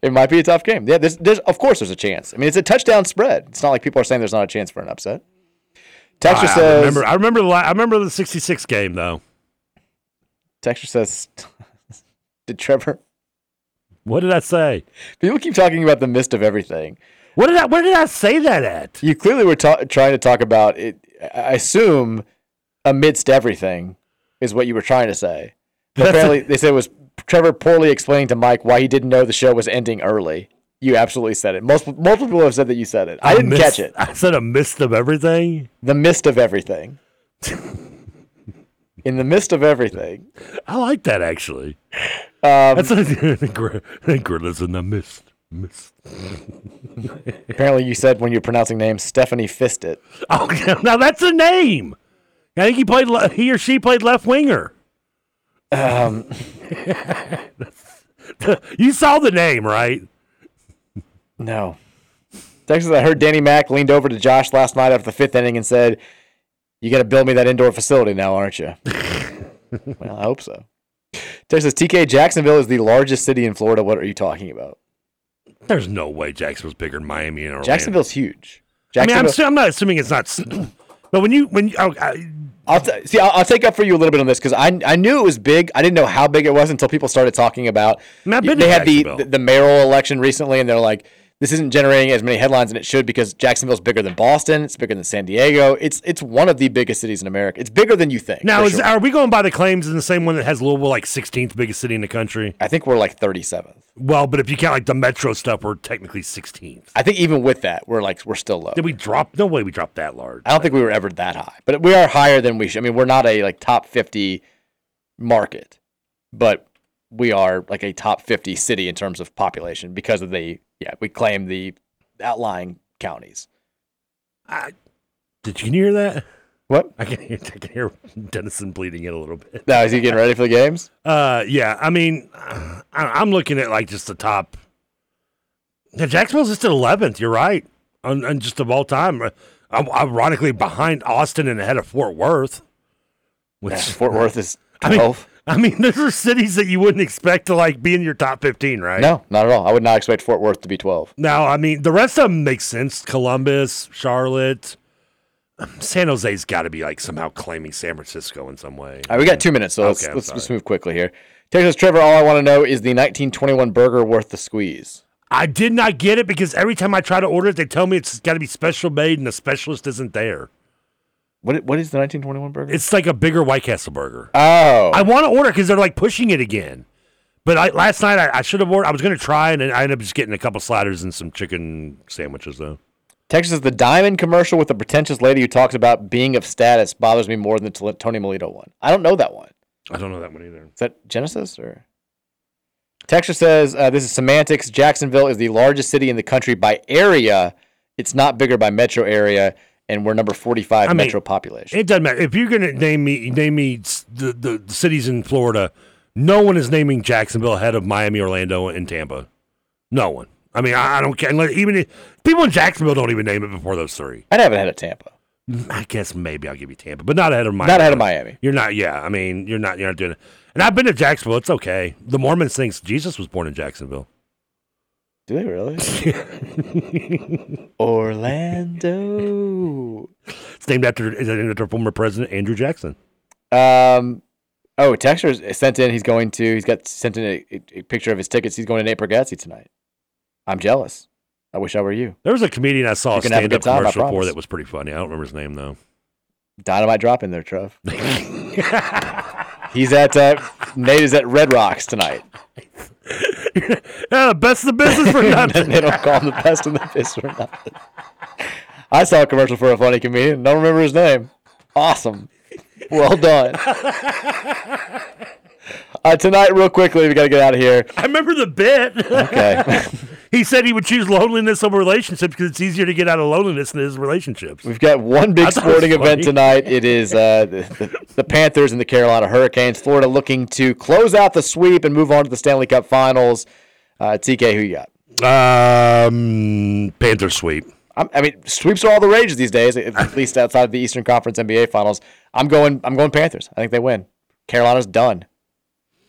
Speaker 11: it might be a tough game. Yeah, there's, there's of course there's a chance. I mean, it's a touchdown spread. It's not like people are saying there's not a chance for an upset. Texture
Speaker 12: Ah, I,
Speaker 11: says.
Speaker 12: I remember. I remember the. la- I remember the '66 game though.
Speaker 11: Texture says. Did Trevor?
Speaker 12: What did I say?
Speaker 11: People keep talking about the mist of everything.
Speaker 12: What did I? Where did I say that at?
Speaker 11: You clearly were ta- trying to talk about it. I assume amidst everything is what you were trying to say. But apparently, they said it was Trevor poorly explaining to Mike why he didn't know the show was ending early. You absolutely said it. Multiple, multiple people have said that you said it. I didn't
Speaker 12: missed-
Speaker 11: catch it.
Speaker 12: I said a mist of everything.
Speaker 11: The mist of everything. In the midst of everything.
Speaker 12: I like that actually.
Speaker 11: Um,
Speaker 12: That's what the gor- the gorillas in the mist. Mist.
Speaker 11: apparently, you said when you're pronouncing names, Stephanie Fistit.
Speaker 12: Oh, now that's a name. I think he played. le- He or she played left winger.
Speaker 11: Um,
Speaker 12: you saw the name, right?
Speaker 11: No. Texas, I heard Danny Mack leaned over to Josh last night after the fifth inning and said, You got to build me that indoor facility now, aren't you? well, I hope so. Texas, TK, Jacksonville is the largest city in Florida. What are you talking about?
Speaker 12: There's no way Jacksonville's bigger than Miami and Orlando.
Speaker 11: Jacksonville's huge.
Speaker 12: I mean, I'm,
Speaker 11: Jacksonville,
Speaker 12: assu- I'm not assuming it's not. s- but when you when you, oh, I,
Speaker 11: I'll t- see. I'll, I'll take up for you a little bit on this because I I knew it was big. I didn't know how big it was until people started talking about.
Speaker 12: Man, I've been
Speaker 11: they
Speaker 12: to
Speaker 11: had the, the
Speaker 12: Jacksonville.
Speaker 11: the mayoral election recently, and they're like, "This isn't generating as many headlines than it should because Jacksonville's bigger than Boston. It's bigger than San Diego. It's it's one of the biggest cities in America. It's bigger than you think.
Speaker 12: now
Speaker 11: for
Speaker 12: is,
Speaker 11: sure.
Speaker 12: are we going by the claims in the same one that has Louisville like 16th biggest city in the country?
Speaker 11: I think we're like 37th.
Speaker 12: Well, but if you count like the metro stuff, we're technically 16th.
Speaker 11: I think even with that, we're like we're still low.
Speaker 12: Did we drop? No way, we dropped that large.
Speaker 11: I don't think we were ever that high, but we are higher than we should. I mean, we're not a like top 50 market, but we are like a top 50 city in terms of population because of the yeah, we claim the outlying counties.
Speaker 12: Did you hear that?
Speaker 11: What?
Speaker 12: I can hear, I can hear Dennison bleeding in a little bit.
Speaker 11: Now, is he getting ready for the games?
Speaker 12: Uh, yeah. I mean, I- I'm looking at like just the top. Yeah, Jacksonville's just at 11th. You're right, on, on just of all time. Uh, I'm ironically behind Austin and ahead of Fort Worth.
Speaker 11: Yeah, Fort Worth is
Speaker 12: I mean,
Speaker 11: 12.
Speaker 12: I mean, those are cities that you wouldn't expect to like be in your top 15, right?
Speaker 11: No, not at all. I would not expect Fort Worth to be 12.
Speaker 12: Now, I mean, the rest of them make sense. Columbus, Charlotte, Um, San Jose's got to be like somehow claiming San Francisco in some way.
Speaker 11: All right, we got two minutes, so let's,
Speaker 12: Okay, I'm
Speaker 11: let's, let's
Speaker 12: sorry.
Speaker 11: move quickly here. Texas Trevor, all I want to know is the 1921 burger worth the squeeze.
Speaker 12: I did not get it because every time I try to order it, they tell me it's got to be special made and the specialist isn't there.
Speaker 11: What i- What is the 1921 burger?
Speaker 12: It's like a bigger White Castle burger.
Speaker 11: Oh.
Speaker 12: I want to order because they're like pushing it again. But I, last night I, I should have ordered. I was going to try and then I ended up just getting a couple sliders and some chicken sandwiches though.
Speaker 11: Texas, the diamond commercial with the pretentious lady who talks about being of status bothers me more than the Tol- Tony Melito one. I don't know that one.
Speaker 12: I don't know that one either.
Speaker 11: Is that Genesis or? Texture says uh, this is semantics. Jacksonville is the largest city in the country by area. It's not bigger by metro area, and we're number 45
Speaker 12: I mean,
Speaker 11: metro population.
Speaker 12: It doesn't matter if you're going to name me name me s- the, the the cities in Florida. No one is naming Jacksonville ahead of Miami, Orlando, and Tampa. No one. I mean, I, I don't care. Like, Even if, people in Jacksonville don't even name it before those three.
Speaker 11: I'd have it ahead of Tampa.
Speaker 12: I guess maybe I'll give you Tampa, but not ahead of Miami.
Speaker 11: Not ahead of Miami.
Speaker 12: You're not. Yeah, I mean, you're not. You're not doing it. And I've been to Jacksonville. It's okay. The Mormons thinks Jesus was born in Jacksonville.
Speaker 11: Do they really? Orlando.
Speaker 12: It's named after it's named after former president Andrew Jackson.
Speaker 11: Um, oh, Texture sent in. He's going to. He's got sent in a, a- a picture of his tickets. He's going to Nate Bargatze tonight. I'm jealous. I wish I were you.
Speaker 12: There was a comedian I saw
Speaker 11: You
Speaker 12: a
Speaker 11: can have a
Speaker 12: stand-up
Speaker 11: good time, I
Speaker 12: commercial for
Speaker 11: promise.
Speaker 12: that was pretty funny. I don't remember his name though.
Speaker 11: Dynamite drop in there, Trev. he's at uh, Nate is at Red Rocks tonight.
Speaker 12: Yeah, the Uh, best of the business for nothing.
Speaker 11: they don't call him the best in the biz for nothing. I saw a commercial for a funny comedian. Don't remember his name. Awesome. Well done. Uh, tonight, real quickly, we got to get out of here.
Speaker 12: I remember the bit.
Speaker 11: Okay.
Speaker 12: he said he would choose loneliness over relationships because it's easier to get out of loneliness than his relationships.
Speaker 11: We've got one
Speaker 12: I
Speaker 11: big
Speaker 12: thought it was
Speaker 11: sporting event
Speaker 12: funny.
Speaker 11: tonight. It is uh, the, the, the Panthers and the Carolina Hurricanes. Florida looking to close out the sweep and move on to the Stanley Cup Finals. Uh, TK, who you got?
Speaker 12: Um, Panther sweep.
Speaker 11: I'm, I mean, sweeps are all the rage these days, at- at least outside of the Eastern Conference NBA Finals. I'm going. I'm going Panthers. I think they win. Carolina's done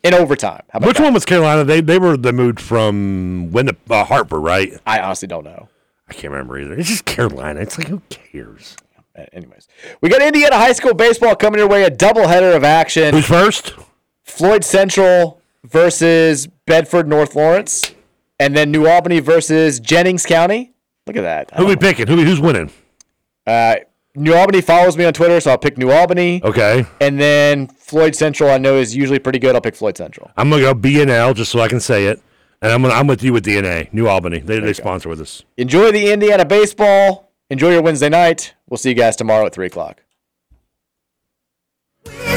Speaker 11: in overtime. How about
Speaker 12: Which
Speaker 11: that?
Speaker 12: one was Carolina? They they were the mood from when the uh, Harper, right?
Speaker 11: I honestly don't know.
Speaker 12: I can't remember either. It's just Carolina. It's like who cares?
Speaker 11: Uh, Anyways, we got Indiana high school baseball coming your way. A doubleheader of action.
Speaker 12: Who's first?
Speaker 11: Floyd Central versus Bedford North Lawrence, and then New Albany versus Jennings County. Look at that.
Speaker 12: Who we picking? Who we- who's winning?
Speaker 11: Uh, New Albany follows me on Twitter, so I'll pick New Albany.
Speaker 12: Okay,
Speaker 11: And then Floyd Central, I know is usually pretty good. I'll pick Floyd Central.
Speaker 12: I'm gonna go B and L just so I can say it. And I'm gonna, I'm with you with DNA, New Albany. They they sponsor with us.
Speaker 11: Enjoy the Indiana baseball. Enjoy your Wednesday night. We'll see you guys tomorrow at 3 o'clock.
Speaker 13: Hero.